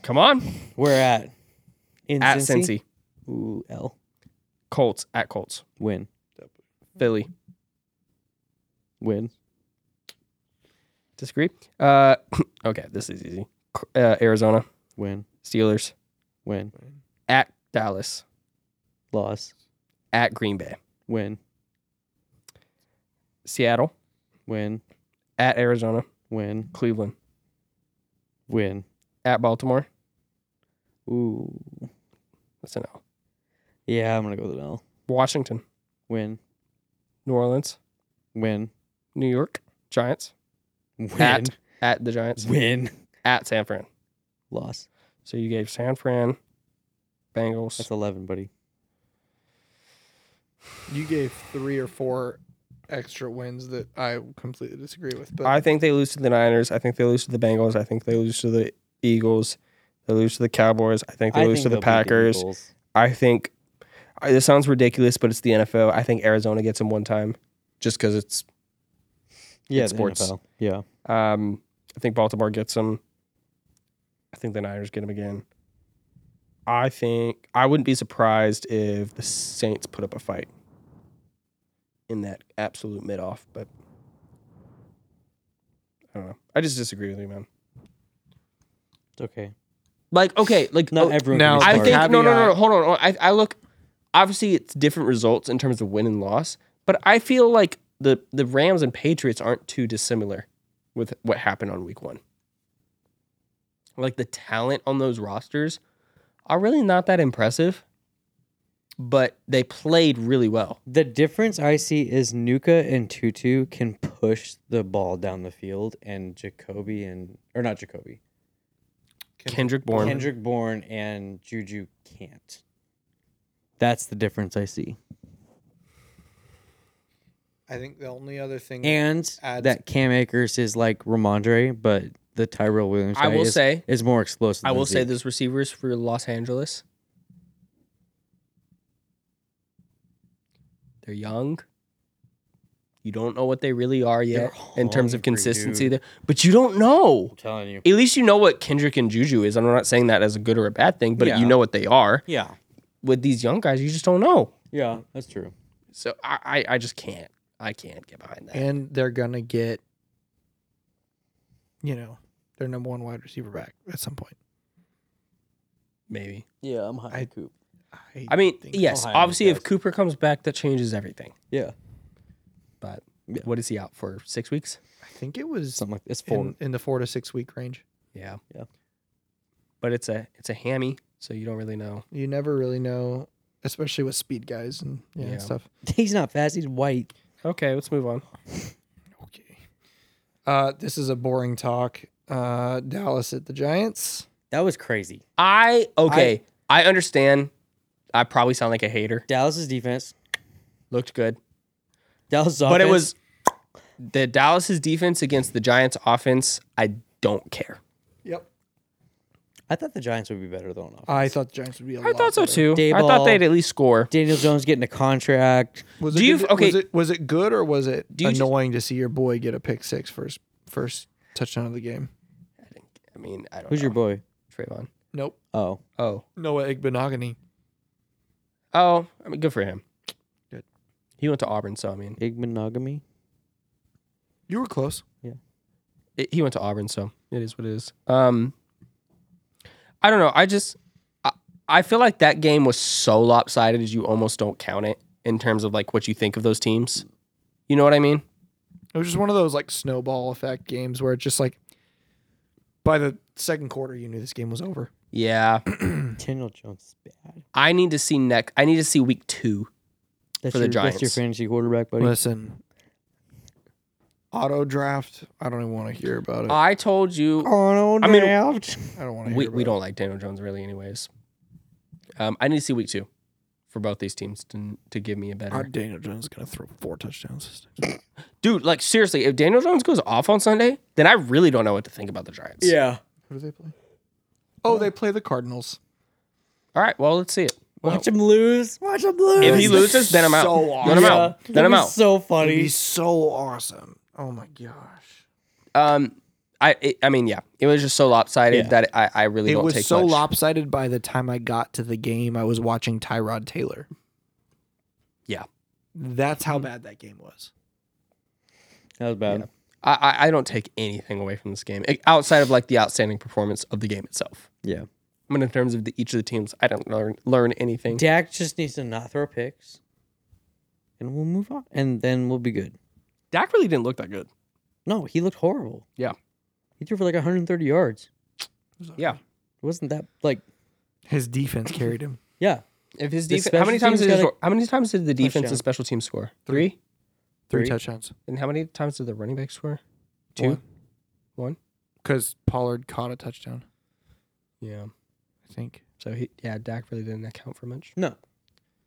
Speaker 3: Come on.
Speaker 2: Where at? In
Speaker 3: At
Speaker 2: Cincy?
Speaker 3: Cincy.
Speaker 2: Ooh, L.
Speaker 3: Colts. At Colts.
Speaker 2: Win.
Speaker 3: Philly.
Speaker 2: Win.
Speaker 3: Disagree. Uh, okay, this is easy. C- Uh, Arizona.
Speaker 2: Win.
Speaker 3: Steelers.
Speaker 2: Win.
Speaker 3: At Dallas.
Speaker 2: Loss.
Speaker 3: At Green Bay.
Speaker 2: Win.
Speaker 3: Seattle.
Speaker 2: Win.
Speaker 3: At Arizona.
Speaker 2: Win.
Speaker 3: Cleveland.
Speaker 2: Win.
Speaker 3: At Baltimore.
Speaker 2: Ooh.
Speaker 3: That's an L.
Speaker 2: Yeah, I'm gonna go with an L.
Speaker 3: Washington.
Speaker 2: Win.
Speaker 3: New Orleans.
Speaker 2: Win.
Speaker 3: New York. Giants.
Speaker 2: Win.
Speaker 3: At. At the Giants.
Speaker 2: Win.
Speaker 3: At San Fran.
Speaker 2: Loss.
Speaker 3: So you gave San Fran, Bengals.
Speaker 2: That's eleven, buddy.
Speaker 1: You gave three or four extra wins that I completely disagree with. But
Speaker 3: I think they lose to the Niners. I think they lose to the Bengals. I think they lose to the Eagles. They lose to the Cowboys. I think they lose to the
Speaker 2: they'll beat
Speaker 3: Packers.
Speaker 2: Eagles.
Speaker 3: I think I, this sounds ridiculous, but it's the NFL. I think Arizona gets them one time just because it's.
Speaker 2: Yeah,
Speaker 3: It's
Speaker 2: the
Speaker 3: sports.
Speaker 2: NFL. Yeah.
Speaker 3: Um, I think Baltimore gets them. I think the Niners get them again. I think I wouldn't be surprised if the Saints put up a fight in that absolute mid off, but I don't know. I just disagree with you, man.
Speaker 2: It's okay.
Speaker 3: Like, okay, like
Speaker 2: Not
Speaker 3: oh,
Speaker 2: everyone.
Speaker 1: now-
Speaker 2: can be
Speaker 3: I
Speaker 2: smart.
Speaker 3: think no, no, no, no.
Speaker 1: Caveat.
Speaker 3: Hold on. hold on. I, I look. Obviously, it's different results in terms of win and loss, but I feel like the the Rams and Patriots aren't too dissimilar with what happened on Week One. Like the talent on those rosters are really not that impressive, but they played really well.
Speaker 2: The difference I see is Nuka and Tutu can push the ball down the field, and Jacoby and or not Jacoby,
Speaker 3: Kendrick Bourne.
Speaker 2: Kendrick Bourne and Juju can't. That's the difference I see,
Speaker 1: I think the only other thing
Speaker 2: and
Speaker 1: Adds-
Speaker 2: that Cam Akers is like Ramondre, but the Tyrell Williams
Speaker 3: I
Speaker 2: guy
Speaker 3: will
Speaker 2: is,
Speaker 3: say-
Speaker 2: is more explosive.
Speaker 3: I
Speaker 2: than
Speaker 3: will say
Speaker 2: Zeke.
Speaker 3: those receivers for Los Angeles. They're young. You don't know what they really are yet in terms of
Speaker 2: hungry,
Speaker 3: consistency
Speaker 2: dude.
Speaker 3: there. But you don't know.
Speaker 2: I'm telling you,
Speaker 3: At least you know what Kendrick and Juju is. I'm not saying that as a good or a bad thing, but
Speaker 2: Yeah.
Speaker 3: you know what they are.
Speaker 2: yeah,
Speaker 3: With these young guys, you just don't know.
Speaker 2: yeah, that's true.
Speaker 3: So I, I, I just can't. I can't get behind that.
Speaker 1: and they're gonna get, you know, their number one wide receiver back at some point.
Speaker 3: Maybe.
Speaker 2: Yeah, I'm high
Speaker 1: I-
Speaker 2: Coop.
Speaker 3: I mean,
Speaker 1: think-
Speaker 3: yes,
Speaker 2: Ohio
Speaker 3: obviously if
Speaker 2: does.
Speaker 3: Cooper comes back, that changes everything.
Speaker 2: Yeah,
Speaker 3: But
Speaker 2: Yeah.
Speaker 3: what is he out for? Six weeks?
Speaker 1: I think it was
Speaker 2: something like it's four.
Speaker 1: in, in the four to six week range.
Speaker 3: Yeah.
Speaker 2: Yeah.
Speaker 3: But it's a it's a hammy, so you don't really know.
Speaker 1: You never really know, especially with speed guys and yeah,
Speaker 3: Yeah.
Speaker 1: and stuff.
Speaker 2: He's not fast. He's white.
Speaker 3: Okay, let's move on.
Speaker 1: Okay. Uh, this is a boring talk. Uh, Dallas at the Giants.
Speaker 2: That was crazy.
Speaker 3: I okay. I, understand. I probably sound like a hater.
Speaker 2: Dallas's defense.
Speaker 3: Looked good.
Speaker 2: Dallas,
Speaker 3: But it
Speaker 2: offense-
Speaker 3: was the Dallas's defense against the Giants offense, I don't care.
Speaker 1: Yep.
Speaker 2: I thought the Giants would be better though. Enough.
Speaker 1: I thought the Giants would be. I
Speaker 3: I thought so too. I thought
Speaker 2: Dayball.
Speaker 3: they'd at least score.
Speaker 2: Daniel Jones getting a contract.
Speaker 1: Was
Speaker 3: Do
Speaker 1: it
Speaker 3: you-
Speaker 1: good-
Speaker 3: okay.
Speaker 1: Was it, was it good or was it
Speaker 3: Do you ju-
Speaker 1: annoying to see your boy get a pick six first first touchdown of the game?
Speaker 3: I mean, I don't
Speaker 2: Who's
Speaker 3: know.
Speaker 2: your boy?
Speaker 3: Trayvon?
Speaker 1: Nope.
Speaker 2: Oh,
Speaker 3: Oh.
Speaker 1: Noah Igbenogany.
Speaker 3: Oh, I mean good for him.
Speaker 1: Good.
Speaker 3: He went to Auburn, so I mean
Speaker 2: big monogamy.
Speaker 1: You were close.
Speaker 3: it, he went to Auburn, so it is what it is. Um, I don't know. I just I, I feel like that game was so lopsided as you almost don't count it in terms of like what you think of those teams. You know what I mean?
Speaker 1: It was just one of those like snowball effect games where it's just like by the second quarter you knew this game was over.
Speaker 3: Yeah.
Speaker 2: Daniel Jones is bad.
Speaker 3: I need to see neck. I need to see week two.
Speaker 2: That's
Speaker 3: For the
Speaker 2: your, That's your
Speaker 3: Giants.
Speaker 2: fantasy quarterback, buddy.
Speaker 1: Listen. Auto draft. I don't even want to hear about it. I,
Speaker 3: I told you
Speaker 2: Arnold
Speaker 3: I mean-
Speaker 2: Draft.
Speaker 1: don't want to hear
Speaker 3: Uh, we,
Speaker 1: about
Speaker 3: we don't like Daniel Jones really, anyways. Um, I need to see week two for both these teams to to give me a
Speaker 1: it.
Speaker 3: better.
Speaker 1: Our Daniel Jones is gonna throw four touchdowns.
Speaker 3: Dude, like seriously, if Daniel Jones goes off on Sunday, then I really don't know what to think about the Giants.
Speaker 2: Yeah.
Speaker 1: Who do they play? Oh, they play the Cardinals.
Speaker 3: All right. Well, let's see it.
Speaker 2: Watch him lose. Watch him lose.
Speaker 3: If he loses, then I'm out.
Speaker 1: So
Speaker 3: then I'm
Speaker 1: awesome.
Speaker 3: out.
Speaker 2: Yeah,
Speaker 3: Then I'm
Speaker 2: that'd be
Speaker 3: out.
Speaker 2: So
Speaker 1: It'd
Speaker 2: funny.
Speaker 1: be so awesome. Oh my gosh.
Speaker 3: Um, I it, I mean, yeah, it was just so lopsided
Speaker 2: Yeah.
Speaker 3: that I, I really
Speaker 1: It
Speaker 3: don't
Speaker 1: was
Speaker 3: take
Speaker 1: so
Speaker 3: much.
Speaker 1: lopsided by the time I got to the game, I was watching Tyrod Taylor.
Speaker 3: Yeah.
Speaker 1: That's how bad that game was.
Speaker 2: That was bad.
Speaker 3: I, I I don't take anything away from this game eh, outside of like the outstanding performance of the game itself.
Speaker 2: Yeah.
Speaker 3: I mean, in terms of the, each of the teams, I don't learn learn anything.
Speaker 2: Dak just needs to not throw picks, and we'll move on, and then we'll be good.
Speaker 3: Dak really didn't look that good.
Speaker 2: No, he looked horrible.
Speaker 3: Yeah.
Speaker 2: he threw for like 130 yards.
Speaker 3: Yeah.
Speaker 2: It wasn't that like
Speaker 1: His defense carried him.
Speaker 2: yeah
Speaker 3: If his
Speaker 2: The
Speaker 3: defense, how many
Speaker 2: special
Speaker 3: times
Speaker 2: teams
Speaker 3: did his,
Speaker 2: got a
Speaker 3: how many times did the defense
Speaker 2: touchdown.
Speaker 3: and special teams score? Three.
Speaker 1: Three,
Speaker 2: Three.
Speaker 1: touchdowns.
Speaker 3: And how many times did the running back score? Two. One?
Speaker 1: Because Pollard caught a touchdown,
Speaker 3: Yeah.
Speaker 1: I think.
Speaker 3: So he, yeah, Dak really didn't account for much.
Speaker 2: no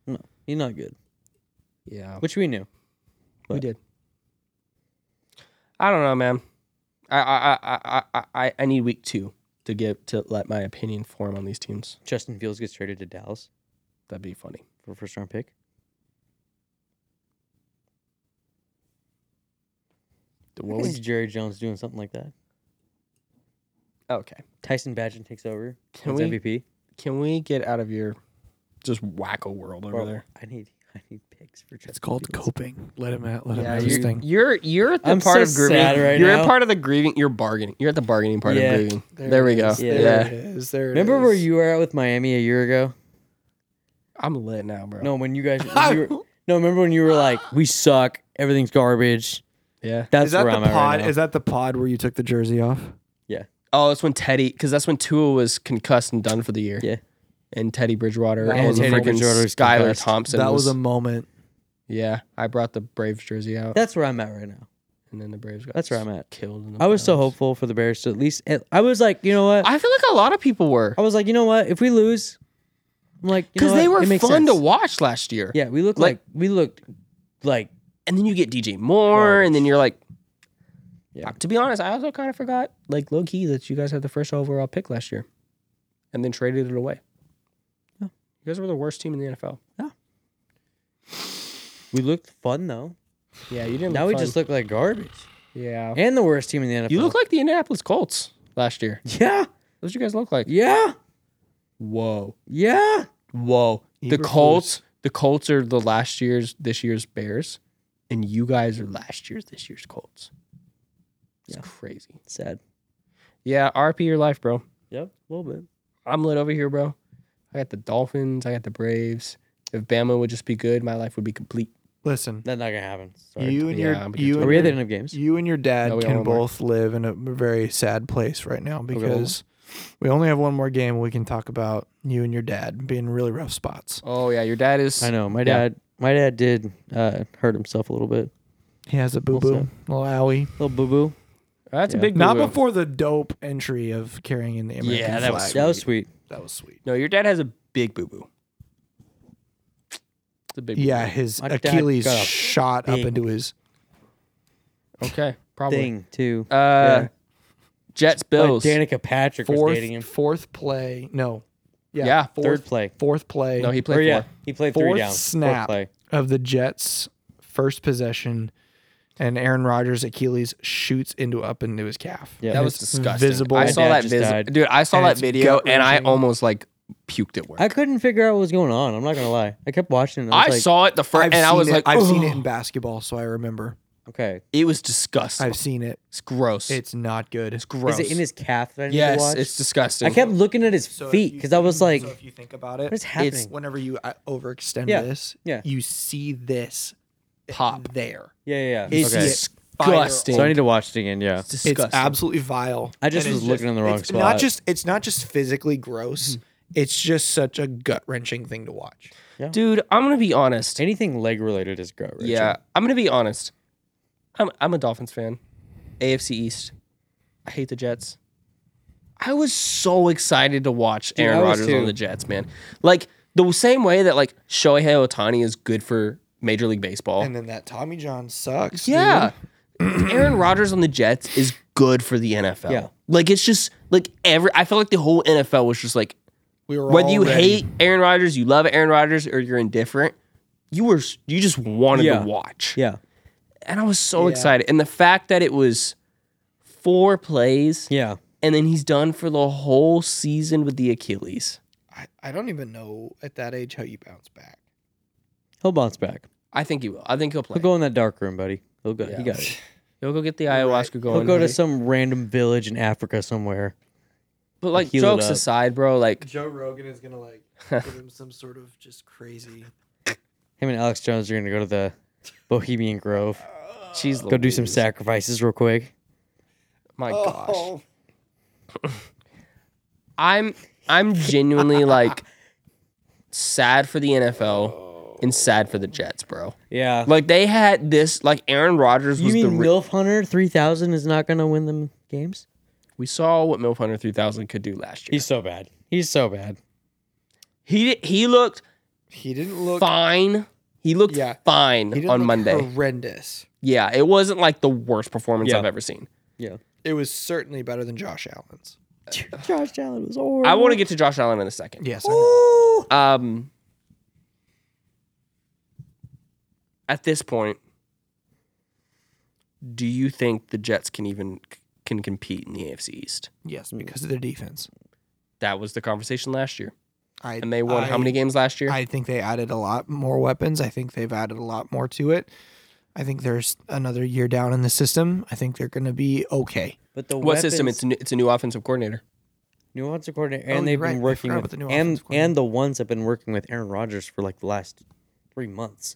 Speaker 2: no he's not good,
Speaker 3: Yeah,
Speaker 2: which we knew.
Speaker 3: we
Speaker 2: but-
Speaker 3: did. I don't know, man. I I I I I- I, I need week two to give to let my opinion form on these teams.
Speaker 2: Justin Fields gets traded to Dallas
Speaker 3: That'd be funny.
Speaker 2: for a first round pick. What
Speaker 3: What
Speaker 2: was
Speaker 3: would
Speaker 2: Jerry Jones doing something like that?
Speaker 3: okay?
Speaker 2: Tyson Badgett takes over.
Speaker 3: Can
Speaker 2: wins
Speaker 3: we-
Speaker 2: MVP?
Speaker 3: Can we get out of your just wacko world over
Speaker 2: Bro,
Speaker 3: there?
Speaker 2: I need I need picks for Justin
Speaker 1: It's called
Speaker 2: Fields.
Speaker 1: coping. Let him out. Let him out. This
Speaker 3: you're,
Speaker 1: thing.
Speaker 3: you're you're at the
Speaker 2: I'm
Speaker 3: part
Speaker 2: so
Speaker 3: of grieving.
Speaker 2: sad right
Speaker 3: you're
Speaker 2: now.
Speaker 3: a part of the grieving. You're bargaining. You're at the bargaining part
Speaker 2: Yeah.
Speaker 3: of grieving. There, we go.
Speaker 2: Yeah.
Speaker 3: yeah.
Speaker 1: There it is. There it
Speaker 2: Remember
Speaker 1: is.
Speaker 2: where you were at with Miami a year ago?
Speaker 3: I'm lit now, bro.
Speaker 2: No, when you guys when you were, no, remember when you were like, we suck, everything's garbage.
Speaker 3: Yeah.
Speaker 2: That's
Speaker 1: Is that
Speaker 2: where
Speaker 1: the
Speaker 2: I'm at right
Speaker 1: pod?
Speaker 2: now.
Speaker 1: is that the pod where you took the jersey off?
Speaker 3: Oh, that's when Teddy, because that's when Tua was concussed and done for the year.
Speaker 2: Yeah.
Speaker 3: And Teddy Bridgewater
Speaker 1: That
Speaker 3: and,
Speaker 1: was a
Speaker 3: Teddy
Speaker 1: freaking-
Speaker 3: Bridgewater
Speaker 2: Bridgewater's
Speaker 3: Skylar
Speaker 2: concussed.
Speaker 3: Thompson.
Speaker 1: that was,
Speaker 3: was
Speaker 1: a moment.
Speaker 3: yeah. I brought the Braves jersey out,
Speaker 2: That's where I'm at right now.
Speaker 3: and then the Braves got
Speaker 2: That's where I'm at.
Speaker 3: killed. In the
Speaker 2: I was so
Speaker 3: playoffs.
Speaker 2: hopeful for the Bears to at least. I was like, you know what?
Speaker 3: Oh I feel like a lot of people were
Speaker 2: I was like, you know what? If we lose, I'm like, Oh, you know
Speaker 3: because they
Speaker 2: what?
Speaker 3: were
Speaker 2: It
Speaker 3: fun
Speaker 2: makes sense.
Speaker 3: to watch last year.
Speaker 2: Yeah, we looked like,
Speaker 3: Like-
Speaker 2: we looked like
Speaker 3: And then you get DJ Moore, and then you're like,
Speaker 2: Yeah.
Speaker 3: To be honest, I also kind of forgot, like low key, that you guys had the first overall pick last year, and then traded it away.
Speaker 2: Yeah.
Speaker 3: You guys were the worst team in the NFL.
Speaker 2: we looked fun though.
Speaker 3: Yeah, you didn't.
Speaker 2: Now
Speaker 3: look
Speaker 2: we
Speaker 3: fun.
Speaker 2: just look like garbage
Speaker 3: yeah.
Speaker 2: and the worst team in the NFL.
Speaker 3: You look like the Indianapolis Colts last year.
Speaker 2: yeah,
Speaker 3: Those you guys look like.
Speaker 2: yeah,
Speaker 3: Whoa,
Speaker 2: yeah.
Speaker 3: whoa. The
Speaker 1: Eberflus.
Speaker 3: Colts, the Colts are the last year's this year's Bears, and you guys are last year's this year's Colts. It's
Speaker 2: Yeah.
Speaker 3: crazy.
Speaker 2: Sad.
Speaker 3: Yeah, RP your life, bro.
Speaker 2: Yep, a little bit.
Speaker 3: I'm lit over here, bro. I got the Dolphins. I got the Braves. If Bama would just be good, my life would be complete.
Speaker 1: Listen,
Speaker 2: That's not gonna happen. Sorry.
Speaker 1: you and
Speaker 3: Yeah,
Speaker 1: your
Speaker 3: I'm good
Speaker 1: you
Speaker 3: too.
Speaker 2: Are
Speaker 1: and
Speaker 2: we at
Speaker 1: your,
Speaker 2: the end of games?
Speaker 1: you and your dad
Speaker 3: No, we got
Speaker 1: can
Speaker 3: one more.
Speaker 1: both live in a very sad place right now because we only have one more game. We can talk about you and your dad being in really rough spots.
Speaker 3: Oh yeah, your dad is.
Speaker 2: I know my
Speaker 3: Yeah.
Speaker 2: dad. My dad did uh, hurt himself a little bit.
Speaker 1: He has a boo
Speaker 2: Also-
Speaker 1: boo, little owie.
Speaker 2: Little boo boo.
Speaker 3: That's
Speaker 2: Yeah.
Speaker 3: a big.
Speaker 1: Not
Speaker 3: boo-boo.
Speaker 1: before the dope entry of carrying in the American
Speaker 3: Yeah, that
Speaker 1: flag.
Speaker 3: was
Speaker 2: That was sweet.
Speaker 1: that was sweet.
Speaker 3: No, your dad has a big boo boo. It's a big.
Speaker 1: Yeah, his
Speaker 2: My dad
Speaker 1: Achilles
Speaker 2: got a
Speaker 1: shot up
Speaker 2: big
Speaker 1: into his.
Speaker 3: boo-boo. Okay. Probably.
Speaker 2: Thing too.
Speaker 3: Uh,
Speaker 2: Yeah.
Speaker 3: Jets
Speaker 2: Like
Speaker 3: Bills.
Speaker 2: Danica Patrick was dating
Speaker 1: fourth
Speaker 2: him.
Speaker 1: fourth play. No, yeah,
Speaker 3: Yeah,
Speaker 1: fourth,
Speaker 2: Third play.
Speaker 1: fourth play
Speaker 3: no, he
Speaker 2: Or
Speaker 3: played
Speaker 2: yeah,
Speaker 3: four.
Speaker 2: he played
Speaker 1: Fourth
Speaker 2: three down. Fourth
Speaker 1: snap.
Speaker 2: play.
Speaker 1: of the Jets' first possession, and Aaron Rodgers' Achilles shoots into up into his calf.
Speaker 2: Yeah.
Speaker 1: And
Speaker 3: That was
Speaker 1: it's
Speaker 3: disgusting.
Speaker 1: Visible.
Speaker 3: I
Speaker 2: My
Speaker 3: saw
Speaker 2: dad
Speaker 3: that
Speaker 2: just
Speaker 3: video,
Speaker 2: died.
Speaker 3: dude. I saw
Speaker 1: And
Speaker 3: that
Speaker 1: it's
Speaker 3: video, and I
Speaker 1: gut-wrenching.
Speaker 3: almost like puked at work.
Speaker 2: I
Speaker 3: I,
Speaker 2: couldn't figure out what was going on. I'm not gonna lie. I kept watching. And I, was like,
Speaker 3: saw it the first,
Speaker 1: I've
Speaker 3: and I
Speaker 1: seen
Speaker 3: was
Speaker 1: it-
Speaker 3: like,
Speaker 1: I've seen it
Speaker 3: "Ugh."
Speaker 1: in basketball, so I remember.
Speaker 2: Okay.
Speaker 3: It was disgusting.
Speaker 1: I've seen it.
Speaker 3: it's gross.
Speaker 1: It's not good.
Speaker 3: it's gross.
Speaker 2: Is it in his calf that I need to
Speaker 3: Yes,
Speaker 2: watch?
Speaker 3: it's disgusting.
Speaker 2: I kept looking at his feet because I was like,
Speaker 1: so if you think about
Speaker 2: "What is
Speaker 1: it,
Speaker 2: happening?"
Speaker 1: whenever you uh, overextend
Speaker 2: Yeah,
Speaker 1: this,
Speaker 2: yeah.
Speaker 1: you see this
Speaker 3: Pop.
Speaker 1: there.
Speaker 2: yeah, yeah, yeah.
Speaker 1: It's
Speaker 2: Okay.
Speaker 1: just
Speaker 3: disgusting.
Speaker 2: So I need to watch it again. Yeah.
Speaker 3: It's
Speaker 1: It's
Speaker 3: disgusting.
Speaker 1: absolutely vile.
Speaker 2: I just
Speaker 1: And
Speaker 2: was
Speaker 1: it's
Speaker 2: looking in the wrong
Speaker 1: it's Not
Speaker 2: spot.
Speaker 1: just it's not just physically gross. It's just such a gut wrenching thing to watch.
Speaker 3: dude. I'm gonna be honest.
Speaker 2: Anything leg related is gut. wrenching.
Speaker 3: Yeah, I'm gonna be honest. I'm I'm a Dolphins fan. AFC East. I hate the Jets. I was so excited to watch
Speaker 2: I
Speaker 3: Aaron
Speaker 2: was
Speaker 3: Rodgers
Speaker 2: too.
Speaker 3: on the Jets, man. Like the same way that like
Speaker 1: Oh.
Speaker 3: Shohei Otani is good for Major League Baseball.
Speaker 1: And then that Tommy John sucks.
Speaker 3: yeah. Aaron Rodgers on the Jets is good for the NFL.
Speaker 2: Yeah.
Speaker 3: Like it's just like every I feel like the whole NFL was just like
Speaker 1: We were
Speaker 3: whether you
Speaker 1: already-
Speaker 3: hate Aaron Rodgers, you love Aaron Rodgers, or you're indifferent, you were you just wanted
Speaker 2: Yeah.
Speaker 3: to watch.
Speaker 2: Yeah.
Speaker 3: And I was so
Speaker 1: Yeah.
Speaker 3: excited. And the fact that it was four plays
Speaker 2: Yeah.
Speaker 3: and then he's done for the whole season with the Achilles.
Speaker 1: I, I don't even know at that age how you bounce back.
Speaker 2: He'll bounce back.
Speaker 3: I think he will. I think he'll play.
Speaker 2: He'll go in that dark room, buddy. He'll go. He
Speaker 3: Yeah.
Speaker 2: got it.
Speaker 3: He'll go get the
Speaker 1: You're right.
Speaker 3: ayahuasca going.
Speaker 2: He'll go to
Speaker 3: buddy.
Speaker 2: some random village in Africa somewhere.
Speaker 3: but like
Speaker 2: heal it
Speaker 3: jokes
Speaker 2: up.
Speaker 3: aside, bro, like
Speaker 1: Joe Rogan is gonna like give him some sort of just crazy.
Speaker 2: Him and Alex Jones are gonna go to the Bohemian Grove.
Speaker 3: she's
Speaker 2: Go do some sacrifices real quick.
Speaker 3: My
Speaker 1: Oh.
Speaker 3: gosh. I'm I'm genuinely like sad for the NFL and sad for the Jets, bro.
Speaker 2: Yeah.
Speaker 3: Like they had this like Aaron Rodgers
Speaker 2: you
Speaker 3: was the
Speaker 2: mean
Speaker 3: re-
Speaker 2: Milf Hunter three thousand is not gonna win them games?
Speaker 3: we saw what Milf Hunter 3000 could do last year.
Speaker 2: He's so bad. He's so bad.
Speaker 3: he di- he looked
Speaker 1: He didn't look.
Speaker 3: fine. He looked
Speaker 1: Yeah.
Speaker 3: fine
Speaker 1: he didn't
Speaker 3: on
Speaker 1: look
Speaker 3: Monday.
Speaker 1: horrendous.
Speaker 3: yeah, it wasn't like the worst performance
Speaker 2: Yeah.
Speaker 3: I've ever seen.
Speaker 1: It was certainly better than Josh Allen's.
Speaker 2: Josh Allen was horrible.
Speaker 3: I want to get to Josh Allen in a second.
Speaker 1: Yes.
Speaker 3: Um at this point, do you think the Jets can even can compete in the AFC East?
Speaker 1: Yes, because of their defense.
Speaker 3: That was the conversation last year.
Speaker 1: I
Speaker 3: And they won
Speaker 1: I,
Speaker 3: how many games last year?
Speaker 1: I think they added a lot more weapons. I think they've added a lot more to it. I think there's another year down in the system. I think they're gonna be okay.
Speaker 2: But the
Speaker 3: what system? It's a, new, it's a new offensive coordinator.
Speaker 2: new offensive coordinator,
Speaker 1: Oh,
Speaker 2: and they've
Speaker 1: you're right.
Speaker 2: been
Speaker 1: I
Speaker 2: working
Speaker 1: forgot
Speaker 2: with
Speaker 1: about the new
Speaker 2: and
Speaker 1: offensive coordinator.
Speaker 2: and the ones have been working with Aaron Rodgers for like the last three months.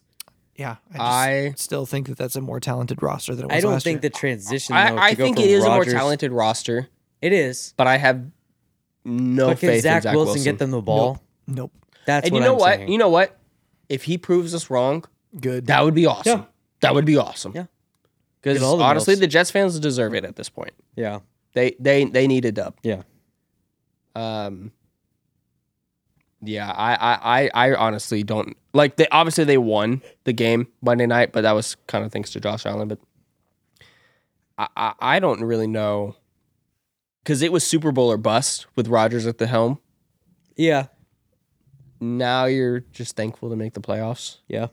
Speaker 1: Yeah. I, just
Speaker 3: I
Speaker 1: still think that that's a more talented roster than it was
Speaker 2: I don't
Speaker 1: last
Speaker 2: think the
Speaker 1: year.
Speaker 2: transition. though,
Speaker 3: I, I
Speaker 2: to go
Speaker 3: think
Speaker 2: from
Speaker 3: it is a
Speaker 2: Rodgers-
Speaker 3: more talented roster,
Speaker 2: It is.
Speaker 3: but I have no
Speaker 2: but can
Speaker 3: faith
Speaker 2: Zach,
Speaker 3: in Zach
Speaker 2: Wilson,
Speaker 3: Wilson.
Speaker 2: get them the ball?
Speaker 1: Nope.
Speaker 2: That's
Speaker 3: and
Speaker 2: what
Speaker 3: you know
Speaker 2: I'm
Speaker 3: what?
Speaker 2: saying.
Speaker 3: You know what? If he proves us wrong,
Speaker 1: Good.
Speaker 3: that would be awesome.
Speaker 2: Yeah.
Speaker 3: That would be awesome.
Speaker 2: Yeah.
Speaker 3: Because
Speaker 2: Get all the
Speaker 3: honestly,
Speaker 2: votes.
Speaker 3: the Jets fans deserve it at this point.
Speaker 2: yeah,
Speaker 3: They they they need a dub.
Speaker 2: yeah.
Speaker 3: Um. Yeah, I I I, I honestly don't like. They obviously they won the game Monday night, but that was kind of thanks to Josh Allen. But I I, I don't really know because it was Super Bowl or bust with Rodgers at the helm.
Speaker 2: Yeah.
Speaker 3: Now you're just thankful to make the playoffs.
Speaker 2: Yeah.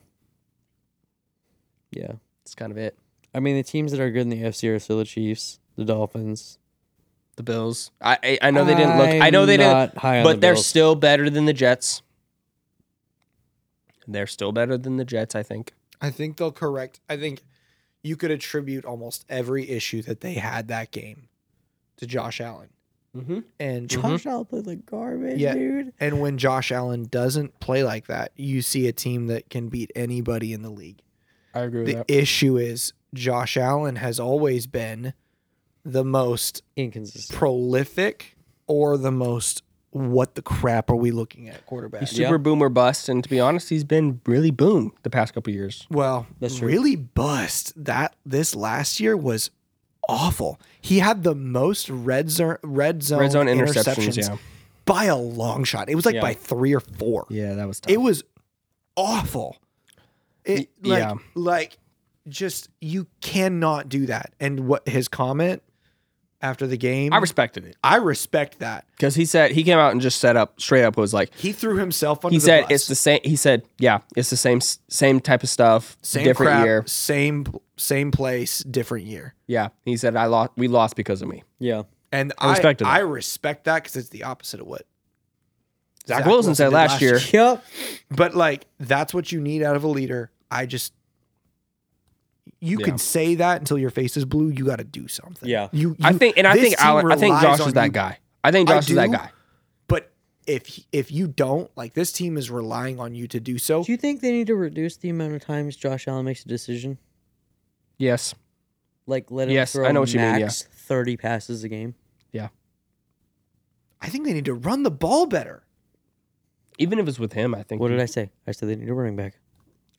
Speaker 2: Yeah.
Speaker 3: That's kind of it.
Speaker 2: I mean, the teams that are good in the AFC are still the Chiefs, the Dolphins.
Speaker 3: The Bills. I I, I know they didn't look. I know they
Speaker 2: I'm
Speaker 3: didn't,
Speaker 2: not High on
Speaker 3: but
Speaker 2: the
Speaker 3: they're
Speaker 2: Bills.
Speaker 3: still better than the Jets. They're still better than the Jets. I think.
Speaker 1: I think they'll correct. I think you could attribute almost every issue that they had that game to Josh Allen.
Speaker 3: Mm-hmm.
Speaker 1: And
Speaker 2: Josh Allen played like garbage,
Speaker 1: Yeah.
Speaker 2: dude.
Speaker 1: and when Josh Allen doesn't play like that, you see a team that can beat anybody in the league.
Speaker 3: I agree
Speaker 1: The issue is Josh Allen has always been the most
Speaker 2: Inconsistent.
Speaker 1: prolific or the most what the crap are we looking at quarterback.
Speaker 3: He's super boom or bust, and to be honest, he's been really boom the past couple years.
Speaker 1: Well,
Speaker 2: That's true.
Speaker 1: really bust that this last year was awful. He had the most red zone red zone,
Speaker 3: Red zone
Speaker 1: interceptions,
Speaker 3: interceptions, yeah,
Speaker 1: by a long shot. It was like
Speaker 2: Yeah.
Speaker 1: by 3 or 4.
Speaker 3: yeah, that was tough.
Speaker 1: It was awful. It
Speaker 3: Y-
Speaker 1: like
Speaker 3: yeah.
Speaker 1: like just you cannot do that. And what his comment after the game
Speaker 3: I respected it
Speaker 1: I respect that.
Speaker 3: because he said he came out and just set up straight up was like
Speaker 1: He threw himself under
Speaker 3: he
Speaker 1: the
Speaker 3: said
Speaker 1: bus.
Speaker 3: it's the same. He said yeah, it's the same s- same type of stuff,
Speaker 1: same
Speaker 3: different
Speaker 1: crap,
Speaker 3: year.
Speaker 1: same same place, different year.
Speaker 3: Yeah, he said I lost. We lost because of me.
Speaker 2: Yeah.
Speaker 1: And
Speaker 3: I
Speaker 1: I
Speaker 3: respected that.
Speaker 1: I respect that because it's the opposite of what
Speaker 3: Zach, Wilson, said
Speaker 1: did
Speaker 3: last, year.
Speaker 2: Yep.
Speaker 1: But like that's what you need out of a leader. I just you
Speaker 3: Yeah.
Speaker 1: can say that until your face is blue. You got to do something.
Speaker 2: Yeah.
Speaker 1: you.
Speaker 3: I
Speaker 1: you-
Speaker 3: think, and I
Speaker 1: this
Speaker 3: think
Speaker 1: team
Speaker 3: Alan, I think
Speaker 1: relies
Speaker 3: Josh
Speaker 1: on
Speaker 3: is that
Speaker 1: you-
Speaker 3: guy. I think
Speaker 1: I
Speaker 3: Josh is that
Speaker 1: do.
Speaker 2: guy.
Speaker 3: guy.
Speaker 1: But if if you don't like this team is relying on you to do so.
Speaker 2: Do you think they need to reduce the amount of times Josh Allen makes a decision?
Speaker 3: Yes,
Speaker 2: Like let him
Speaker 3: Yes,
Speaker 2: throw
Speaker 3: I know what you mean, yeah.
Speaker 2: max thirty passes a game.
Speaker 1: I think they need to run the ball better.
Speaker 3: even if it's with him, I think.
Speaker 2: What did I say? I said they need a running back.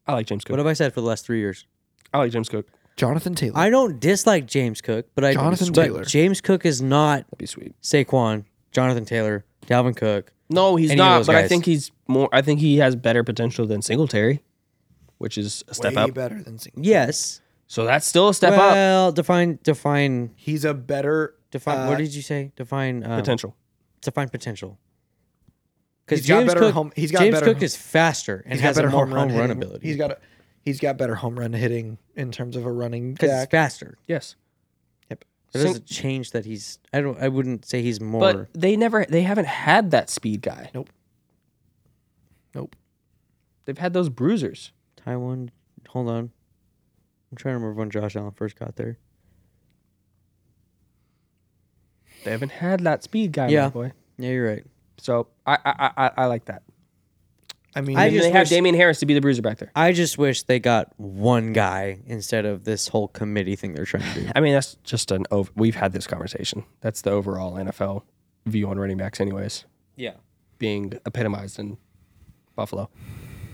Speaker 3: I like James
Speaker 2: What
Speaker 3: Cook.
Speaker 2: have I said for the last three years?
Speaker 3: I like James Cook.
Speaker 1: Jonathan Taylor.
Speaker 2: I don't dislike James Cook, but I
Speaker 1: Jonathan
Speaker 2: but
Speaker 1: Taylor.
Speaker 2: James Cook is not
Speaker 3: That'd be sweet.
Speaker 2: Saquon, Jonathan Taylor, Dalvin Cook.
Speaker 3: No, he's
Speaker 2: Any of
Speaker 3: not.
Speaker 2: those
Speaker 3: But I
Speaker 2: guys.
Speaker 3: think he's more. I think he has better potential than Singletary, which is a step
Speaker 1: way
Speaker 3: up.
Speaker 1: better than Singletary.
Speaker 2: Yes,
Speaker 3: So that's still a step up.
Speaker 2: well, define, define,
Speaker 1: He's a better
Speaker 2: define.
Speaker 1: Uh,
Speaker 2: what did you say? Define um,
Speaker 3: Potential.
Speaker 2: Define potential. Because
Speaker 1: He's got
Speaker 2: James
Speaker 1: better
Speaker 2: Cook,
Speaker 1: home- he's got
Speaker 2: James
Speaker 1: better
Speaker 2: Cook
Speaker 1: home-
Speaker 2: is faster and
Speaker 1: He's
Speaker 2: has
Speaker 1: got better
Speaker 2: a more
Speaker 1: home run, hitting-
Speaker 2: ability.
Speaker 1: He's got a, he's got better home run hitting in terms of a running
Speaker 2: because he's
Speaker 1: back.
Speaker 2: faster.
Speaker 3: Yes.
Speaker 2: It
Speaker 3: Sing-
Speaker 2: doesn't change that he's. I don't. I wouldn't say he's more.
Speaker 3: But they never they haven't had that speed guy.
Speaker 1: Nope. Nope.
Speaker 3: They've had those bruisers.
Speaker 2: Taiwan. Hold on. I'm trying to remember when Josh Allen first got there.
Speaker 3: They haven't had that speed guy,
Speaker 2: Yeah.
Speaker 3: my boy.
Speaker 2: Yeah, you're right.
Speaker 3: So I I I, I- I like that.
Speaker 1: I mean,
Speaker 2: I
Speaker 3: And
Speaker 2: just
Speaker 3: they have
Speaker 2: wish-
Speaker 3: Damian Harris to be the bruiser back there.
Speaker 2: I just wish they got one guy instead of this whole committee thing they're trying to do.
Speaker 3: I mean, that's just an over. We've had this conversation. That's the overall NFL view on running backs, anyways,
Speaker 2: yeah.
Speaker 3: being epitomized in Buffalo.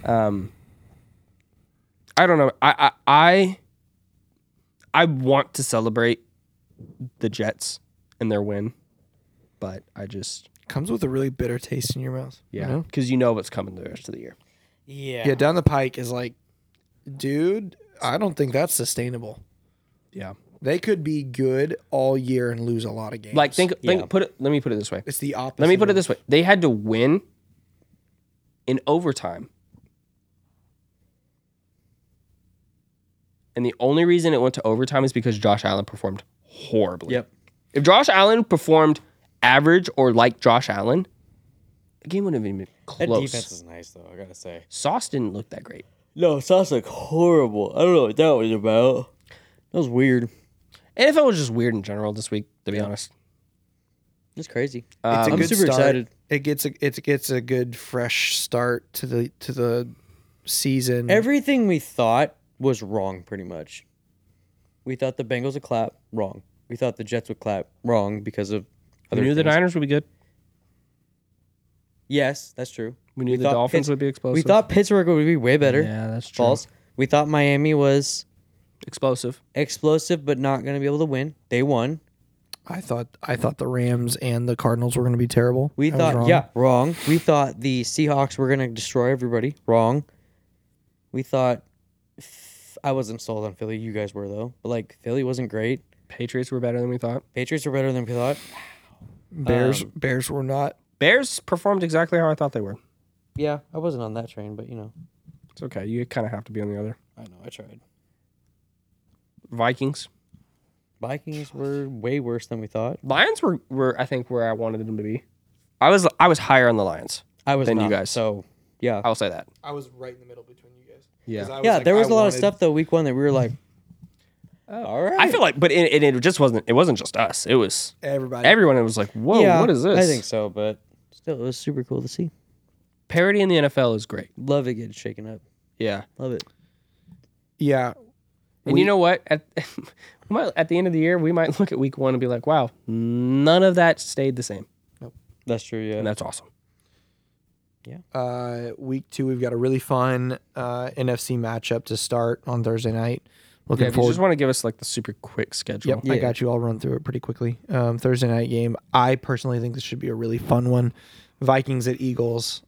Speaker 3: Um, I don't know. I I I, I want to celebrate the Jets and their win, but I just
Speaker 1: comes with a really bitter taste in your mouth. you
Speaker 3: yeah,
Speaker 1: know?
Speaker 3: because you know what's coming the rest of the year.
Speaker 2: Yeah.
Speaker 1: yeah. Down the pike is like, dude, I don't think that's sustainable.
Speaker 3: Yeah,
Speaker 1: They could be good all year and lose a lot of games.
Speaker 3: like think, think
Speaker 2: Yeah.
Speaker 3: put it. Let me put it this way.
Speaker 1: it's the opposite.
Speaker 3: Let me put it
Speaker 1: of-
Speaker 3: this way: they had to win in overtime, and the only reason it went to overtime is because Josh Allen performed horribly.
Speaker 2: Yep.
Speaker 3: If Josh Allen performed average or like Josh Allen, the game wouldn't have even been
Speaker 2: That
Speaker 3: close.
Speaker 2: defense is nice though. I gotta say.
Speaker 3: Sauce didn't look that great,
Speaker 2: No, sounds like horrible. I don't know what that was about. That was weird.
Speaker 3: NFL was just weird in general this week. To be honest,
Speaker 2: It's crazy.
Speaker 1: It's a
Speaker 2: I'm
Speaker 1: good
Speaker 2: super
Speaker 1: start.
Speaker 2: excited.
Speaker 1: It gets a it gets a good fresh start to the to the
Speaker 2: Mm.
Speaker 1: season.
Speaker 2: Everything we thought was wrong, pretty much. We thought the Bengals would clap, wrong. We thought the Jets would clap, wrong because of
Speaker 3: we
Speaker 2: other
Speaker 3: knew the
Speaker 2: things.
Speaker 3: Niners would be good.
Speaker 2: Yes, that's true.
Speaker 3: We knew the
Speaker 2: thought
Speaker 3: Dolphins
Speaker 2: Pitts-
Speaker 3: would be explosive.
Speaker 2: We thought Pittsburgh would be way better.
Speaker 3: yeah, that's true.
Speaker 2: False. We thought Miami was
Speaker 3: Explosive.
Speaker 2: explosive but not going to be able to win. They won.
Speaker 1: I thought I thought the Rams and the Cardinals were going to be terrible.
Speaker 2: We
Speaker 1: I was
Speaker 2: thought
Speaker 1: wrong.
Speaker 2: yeah, wrong. We thought the Seahawks were going to destroy everybody. Wrong. We thought I wasn't sold on Philly. You guys were though. But like Philly wasn't great.
Speaker 3: Patriots were better than we thought.
Speaker 2: Patriots were better than we thought.
Speaker 1: Bears Bears were not.
Speaker 3: Bears performed exactly how I thought they were.
Speaker 2: Yeah, I wasn't on that train, but you know,
Speaker 3: It's okay. You kind of have to be on the other.
Speaker 2: I know I tried.
Speaker 3: Vikings.
Speaker 2: Vikings were way worse than we thought.
Speaker 3: Lions were, were I think where I wanted them to be. I was I was higher on the Lions.
Speaker 2: I was
Speaker 3: Than you
Speaker 2: not,
Speaker 3: guys.
Speaker 2: So yeah,
Speaker 3: I'll say that.
Speaker 1: I was right in the middle between you guys.
Speaker 3: Yeah. 'Cause
Speaker 2: yeah. there was a lot of stuff though week one that we were like, all right.
Speaker 3: Oh. I feel like but it, it, it just wasn't it wasn't just us. It was
Speaker 1: Everybody.
Speaker 3: everyone was like, "Whoa,
Speaker 2: yeah,
Speaker 3: what is this?"
Speaker 2: I think so, but still, it was super cool to see.
Speaker 3: Parody in the NFL is great.
Speaker 2: Love it getting shaken up.
Speaker 3: Yeah.
Speaker 2: Love it.
Speaker 1: yeah.
Speaker 3: And you know what? At we might, at the end of the year, we might look at week 1 and be like, "Wow, none of that stayed the same."
Speaker 2: That's true. Yeah.
Speaker 3: And that's awesome.
Speaker 1: Uh, week two, we've got a really fun uh, NFC matchup to start on Thursday night. Looking
Speaker 3: Yeah, if you
Speaker 1: forward.
Speaker 3: just want to give us like the super quick schedule.
Speaker 1: Yep, I got you. I'll run through it pretty quickly. Um, Thursday night game. I personally think this should be a really fun one. Vikings at Eagles.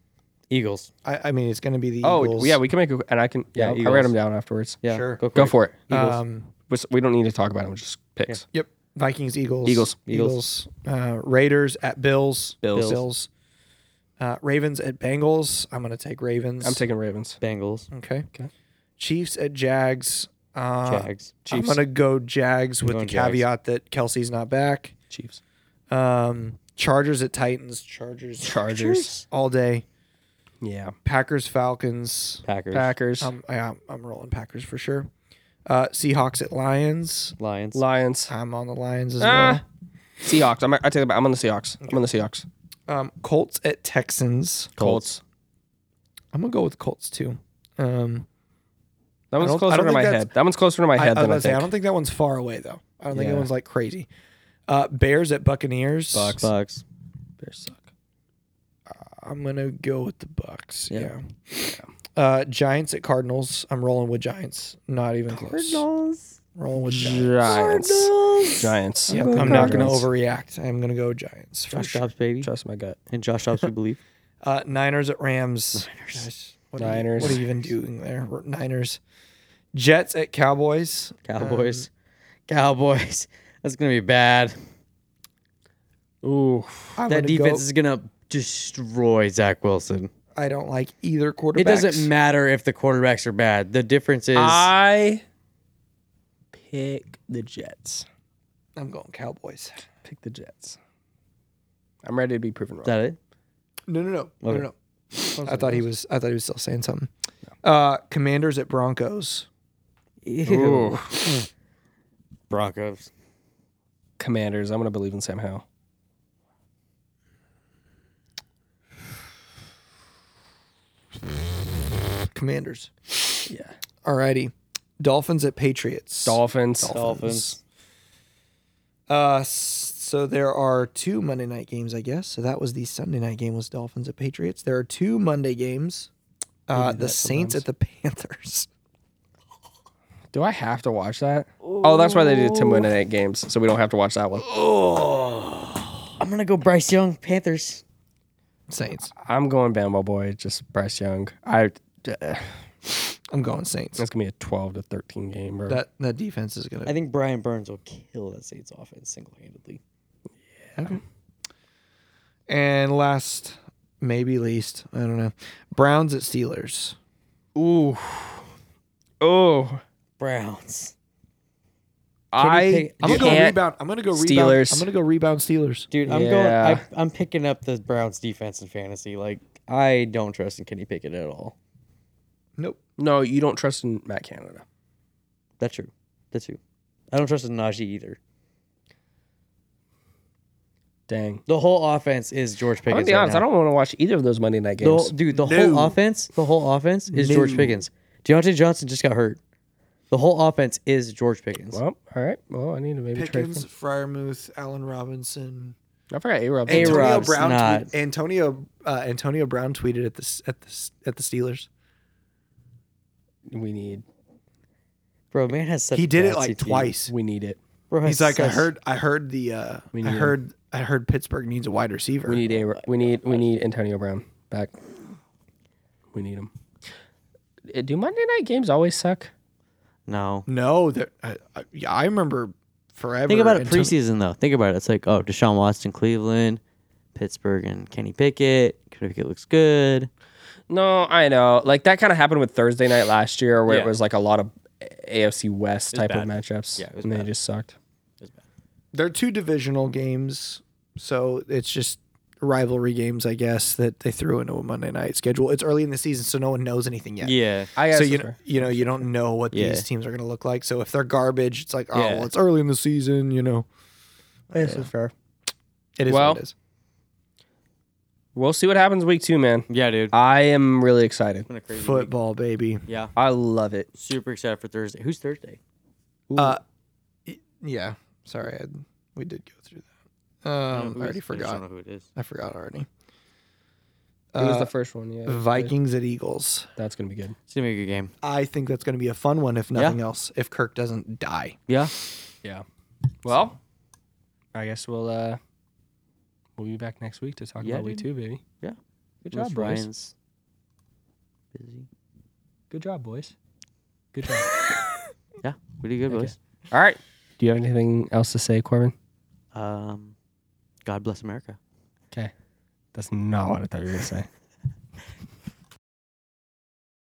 Speaker 2: Eagles.
Speaker 1: I, I mean, it's going to be the
Speaker 3: Oh,
Speaker 1: Eagles.
Speaker 3: yeah, we can make a, and I can
Speaker 2: Yeah,
Speaker 3: yeah, I
Speaker 2: Eagles.
Speaker 3: write them down afterwards.
Speaker 2: Yeah.
Speaker 1: Sure.
Speaker 2: Go,
Speaker 3: Go for it.
Speaker 1: Um,
Speaker 3: We- We don't need to talk about them, just picks.
Speaker 1: Yep. Vikings, Eagles.
Speaker 3: Eagles.
Speaker 1: Eagles. Uh, Raiders at Bills.
Speaker 3: Bills.
Speaker 1: Bills. Uh, Ravens at Bengals. I'm going to take Ravens.
Speaker 3: I'm taking Ravens.
Speaker 2: Bengals.
Speaker 1: Okay.
Speaker 3: Okay.
Speaker 1: Chiefs at Jags. Uh,
Speaker 2: Jags.
Speaker 1: I'm
Speaker 3: Chiefs.
Speaker 1: going to go Jags with the
Speaker 2: going Jags.
Speaker 1: caveat that Kelsey's not back.
Speaker 3: Chiefs.
Speaker 1: Um, Chargers at Titans. Chargers.
Speaker 3: Chargers.
Speaker 1: All day.
Speaker 3: Yeah.
Speaker 1: Packers, Falcons.
Speaker 2: Packers.
Speaker 3: Packers.
Speaker 1: Um, yeah, I'm- I'm rolling Packers for sure. Uh, Seahawks at Lions.
Speaker 2: Lions.
Speaker 3: Lions.
Speaker 1: I'm on the Lions as
Speaker 3: Ah. Seahawks. I'm, I take it back. I'm on the Seahawks. I'm on the Seahawks.
Speaker 1: well. Um, Colts at Texans.
Speaker 2: Colts.
Speaker 1: I'm gonna go with Colts too. Um,
Speaker 3: That
Speaker 1: I
Speaker 3: one's
Speaker 1: don't-
Speaker 3: closer
Speaker 1: I don't
Speaker 3: to
Speaker 1: think
Speaker 3: my
Speaker 1: that's-
Speaker 3: head. That one's closer to my
Speaker 1: I,
Speaker 3: head
Speaker 1: I, was
Speaker 3: than
Speaker 1: gonna
Speaker 3: I
Speaker 1: say, I
Speaker 3: think.
Speaker 1: don't think that one's far away though. I don't think
Speaker 3: Yeah.
Speaker 1: that one's like crazy. Uh, Bears at Buccaneers.
Speaker 3: Bucks.
Speaker 2: Bucks.
Speaker 3: Bears suck.
Speaker 1: I'm gonna go with the Bucks. Yeah.
Speaker 2: Yeah.
Speaker 1: Uh, Giants at Cardinals. I'm rolling with Giants. Not even close.
Speaker 2: Cardinals.
Speaker 1: Rolling with Giants.
Speaker 3: Giants.
Speaker 2: Cardinals.
Speaker 3: Giants.
Speaker 1: Yep,
Speaker 2: going
Speaker 1: I'm not gonna
Speaker 3: Giants.
Speaker 1: overreact. I'm gonna go Giants for
Speaker 2: Josh
Speaker 1: sure.
Speaker 2: Dobbs, baby.
Speaker 3: Trust my gut.
Speaker 2: And Josh Dobbs, we believe.
Speaker 1: Uh, Niners at Rams. Niners. What, Are you,
Speaker 3: Niners.
Speaker 1: what are you even doing there? R- Niners. Jets at Cowboys.
Speaker 2: Cowboys. Cowboys. That's gonna be bad.
Speaker 3: Ooh.
Speaker 1: I'm
Speaker 2: That
Speaker 1: gonna go-
Speaker 2: defense is gonna destroy Zach Wilson.
Speaker 1: I don't like either quarterback.
Speaker 2: It doesn't matter if the quarterbacks are bad. The difference is
Speaker 1: Ah.
Speaker 3: I pick the Jets.
Speaker 1: I'm going Cowboys.
Speaker 3: Pick the Jets. I'm ready to be proven wrong.
Speaker 2: is that it?
Speaker 1: No, no, no, no,
Speaker 2: Okay.
Speaker 1: no, no. I thought he was. I thought he was still saying something. Uh, Commanders at Broncos.
Speaker 2: Ew.
Speaker 3: Ooh.
Speaker 2: Broncos.
Speaker 3: Commanders. I'm gonna believe in Sam Howell.
Speaker 1: Commanders.
Speaker 3: Yeah.
Speaker 1: Alrighty. Dolphins at Patriots.
Speaker 3: Dolphins.
Speaker 2: Dolphins.
Speaker 1: Uh, s- so there are two Monday night games, I guess. So that was the Sunday night game was Dolphins at Patriots. There are two Monday games. Uh, the Saints at the Panthers.
Speaker 3: Do I have to watch that? Oh, that's why they did ten Monday night games, so we don't have to watch that one.
Speaker 2: I'm gonna go Bryce Young, Panthers.
Speaker 1: Saints.
Speaker 3: I'm going Bambo boy, just Bryce Young. I
Speaker 1: I'm going Saints.
Speaker 3: that's gonna be a 12 to 13 game. Or,
Speaker 1: That that defense is
Speaker 2: I
Speaker 1: gonna.
Speaker 2: think Brian Burns will kill that Saints offense single handedly.
Speaker 1: And last, maybe least, I don't know. Browns at Steelers.
Speaker 3: ooh, oh,
Speaker 2: Browns.
Speaker 3: I
Speaker 2: pick-
Speaker 1: I'm gonna go
Speaker 3: can't-
Speaker 1: rebound. I'm gonna go rebound.
Speaker 3: Steelers.
Speaker 1: I'm gonna go rebound Steelers.
Speaker 2: Dude, I'm
Speaker 3: Yeah.
Speaker 2: going I, I'm picking up the Browns defense in fantasy. Like I don't trust in Kenny Pickett at all.
Speaker 1: Nope.
Speaker 3: No, you don't trust in Matt Canada.
Speaker 2: That's true. That's true. I don't trust in Najee either.
Speaker 3: Dang.
Speaker 2: The whole offense is George
Speaker 3: I'm gonna
Speaker 2: Pickens.
Speaker 3: be
Speaker 2: right
Speaker 3: honest.
Speaker 2: now.
Speaker 3: I don't want to watch either of those Monday night
Speaker 2: The whole,
Speaker 3: games.
Speaker 2: dude, the
Speaker 1: No.
Speaker 2: whole offense, the whole offense is George Pickens. Deontay Johnson just got hurt. The whole offense is George Pickens.
Speaker 3: Well, all right. Well, I need to maybe trade.
Speaker 1: Pickens,
Speaker 3: for-
Speaker 1: Fryermuth, Allen Robinson,
Speaker 3: I forgot A Rob.
Speaker 2: A-Rob.
Speaker 1: Antonio
Speaker 2: A-Rod's
Speaker 1: Brown.
Speaker 2: not.
Speaker 1: tweet- Antonio uh, Antonio Brown tweeted at the s- at the s- at the Steelers.
Speaker 3: We need.
Speaker 2: Bro, man has such
Speaker 1: He did it
Speaker 2: bad
Speaker 1: like
Speaker 2: CTE.
Speaker 1: twice.
Speaker 3: We need it.
Speaker 2: Bro has
Speaker 1: He's like, I
Speaker 2: such-
Speaker 1: heard, I heard the, uh, I
Speaker 3: We need him.
Speaker 1: heard, I heard Pittsburgh needs a wide receiver.
Speaker 3: We need A. We need. We need Antonio Brown back. We need him. Uh, Do Monday night games always suck?
Speaker 2: No.
Speaker 1: no, that I, I, yeah, I remember forever.
Speaker 2: Think about it
Speaker 1: until-
Speaker 2: preseason though. Think about it. It's like, oh, Deshaun Watson, Cleveland, Pittsburgh, and Kenny Pickett. Kenny Pickett looks good.
Speaker 3: No, I know. Like that kind of happened with Thursday night last year, where
Speaker 2: Yeah.
Speaker 3: it was like a lot of AFC West type of matchups.
Speaker 2: Yeah, it was
Speaker 3: and they
Speaker 2: bad.
Speaker 3: just sucked.
Speaker 1: They're two divisional games, so it's just rivalry games, I guess, that they threw into a Monday night schedule. It's early in the season, so no one knows anything yet.
Speaker 2: Yeah.
Speaker 3: I
Speaker 1: So
Speaker 3: guess
Speaker 1: you know, you know you don't know what
Speaker 2: Yeah.
Speaker 1: these teams are going to look like. So if they're garbage, it's like oh
Speaker 2: Yeah.
Speaker 1: well, it's early in the season. You know, this is fair. It is
Speaker 3: Well,
Speaker 1: what it is.
Speaker 3: we'll see what happens week two, man.
Speaker 2: Yeah, dude.
Speaker 3: I am really excited.
Speaker 2: Been a crazy week.
Speaker 1: Football, baby.
Speaker 2: Yeah.
Speaker 3: I love it.
Speaker 2: Super excited for Thursday. Who's Thursday?
Speaker 1: Uh, y- yeah. Sorry, I, we did go through
Speaker 2: I
Speaker 1: that. Um,
Speaker 2: don't know who
Speaker 1: I
Speaker 2: it is. I
Speaker 1: already
Speaker 2: just don't
Speaker 1: forgot.
Speaker 2: know who it is.
Speaker 1: I forgot already.
Speaker 3: it was
Speaker 1: Uh,
Speaker 3: the first one. Yeah,
Speaker 1: Vikings at Eagles.
Speaker 3: That's gonna be good.
Speaker 2: It's gonna be a good game.
Speaker 1: I think that's going to be a fun one, if
Speaker 2: Yeah.
Speaker 1: nothing else. If Kirk doesn't die,
Speaker 2: Yeah.
Speaker 3: Yeah. Well, I guess we'll uh we'll be back next week to talk
Speaker 2: Yeah,
Speaker 3: about week two, baby.
Speaker 2: Yeah.
Speaker 3: Good
Speaker 2: Unless
Speaker 3: job, boys.
Speaker 2: Ryan's busy.
Speaker 3: Good job, boys. Good job.
Speaker 2: Yeah, we did good,
Speaker 3: Okay.
Speaker 2: boys.
Speaker 3: All right. Do you have anything else to say, Corbin?
Speaker 2: Um, God bless America.
Speaker 3: Okay. That's not what I thought you were gonna say.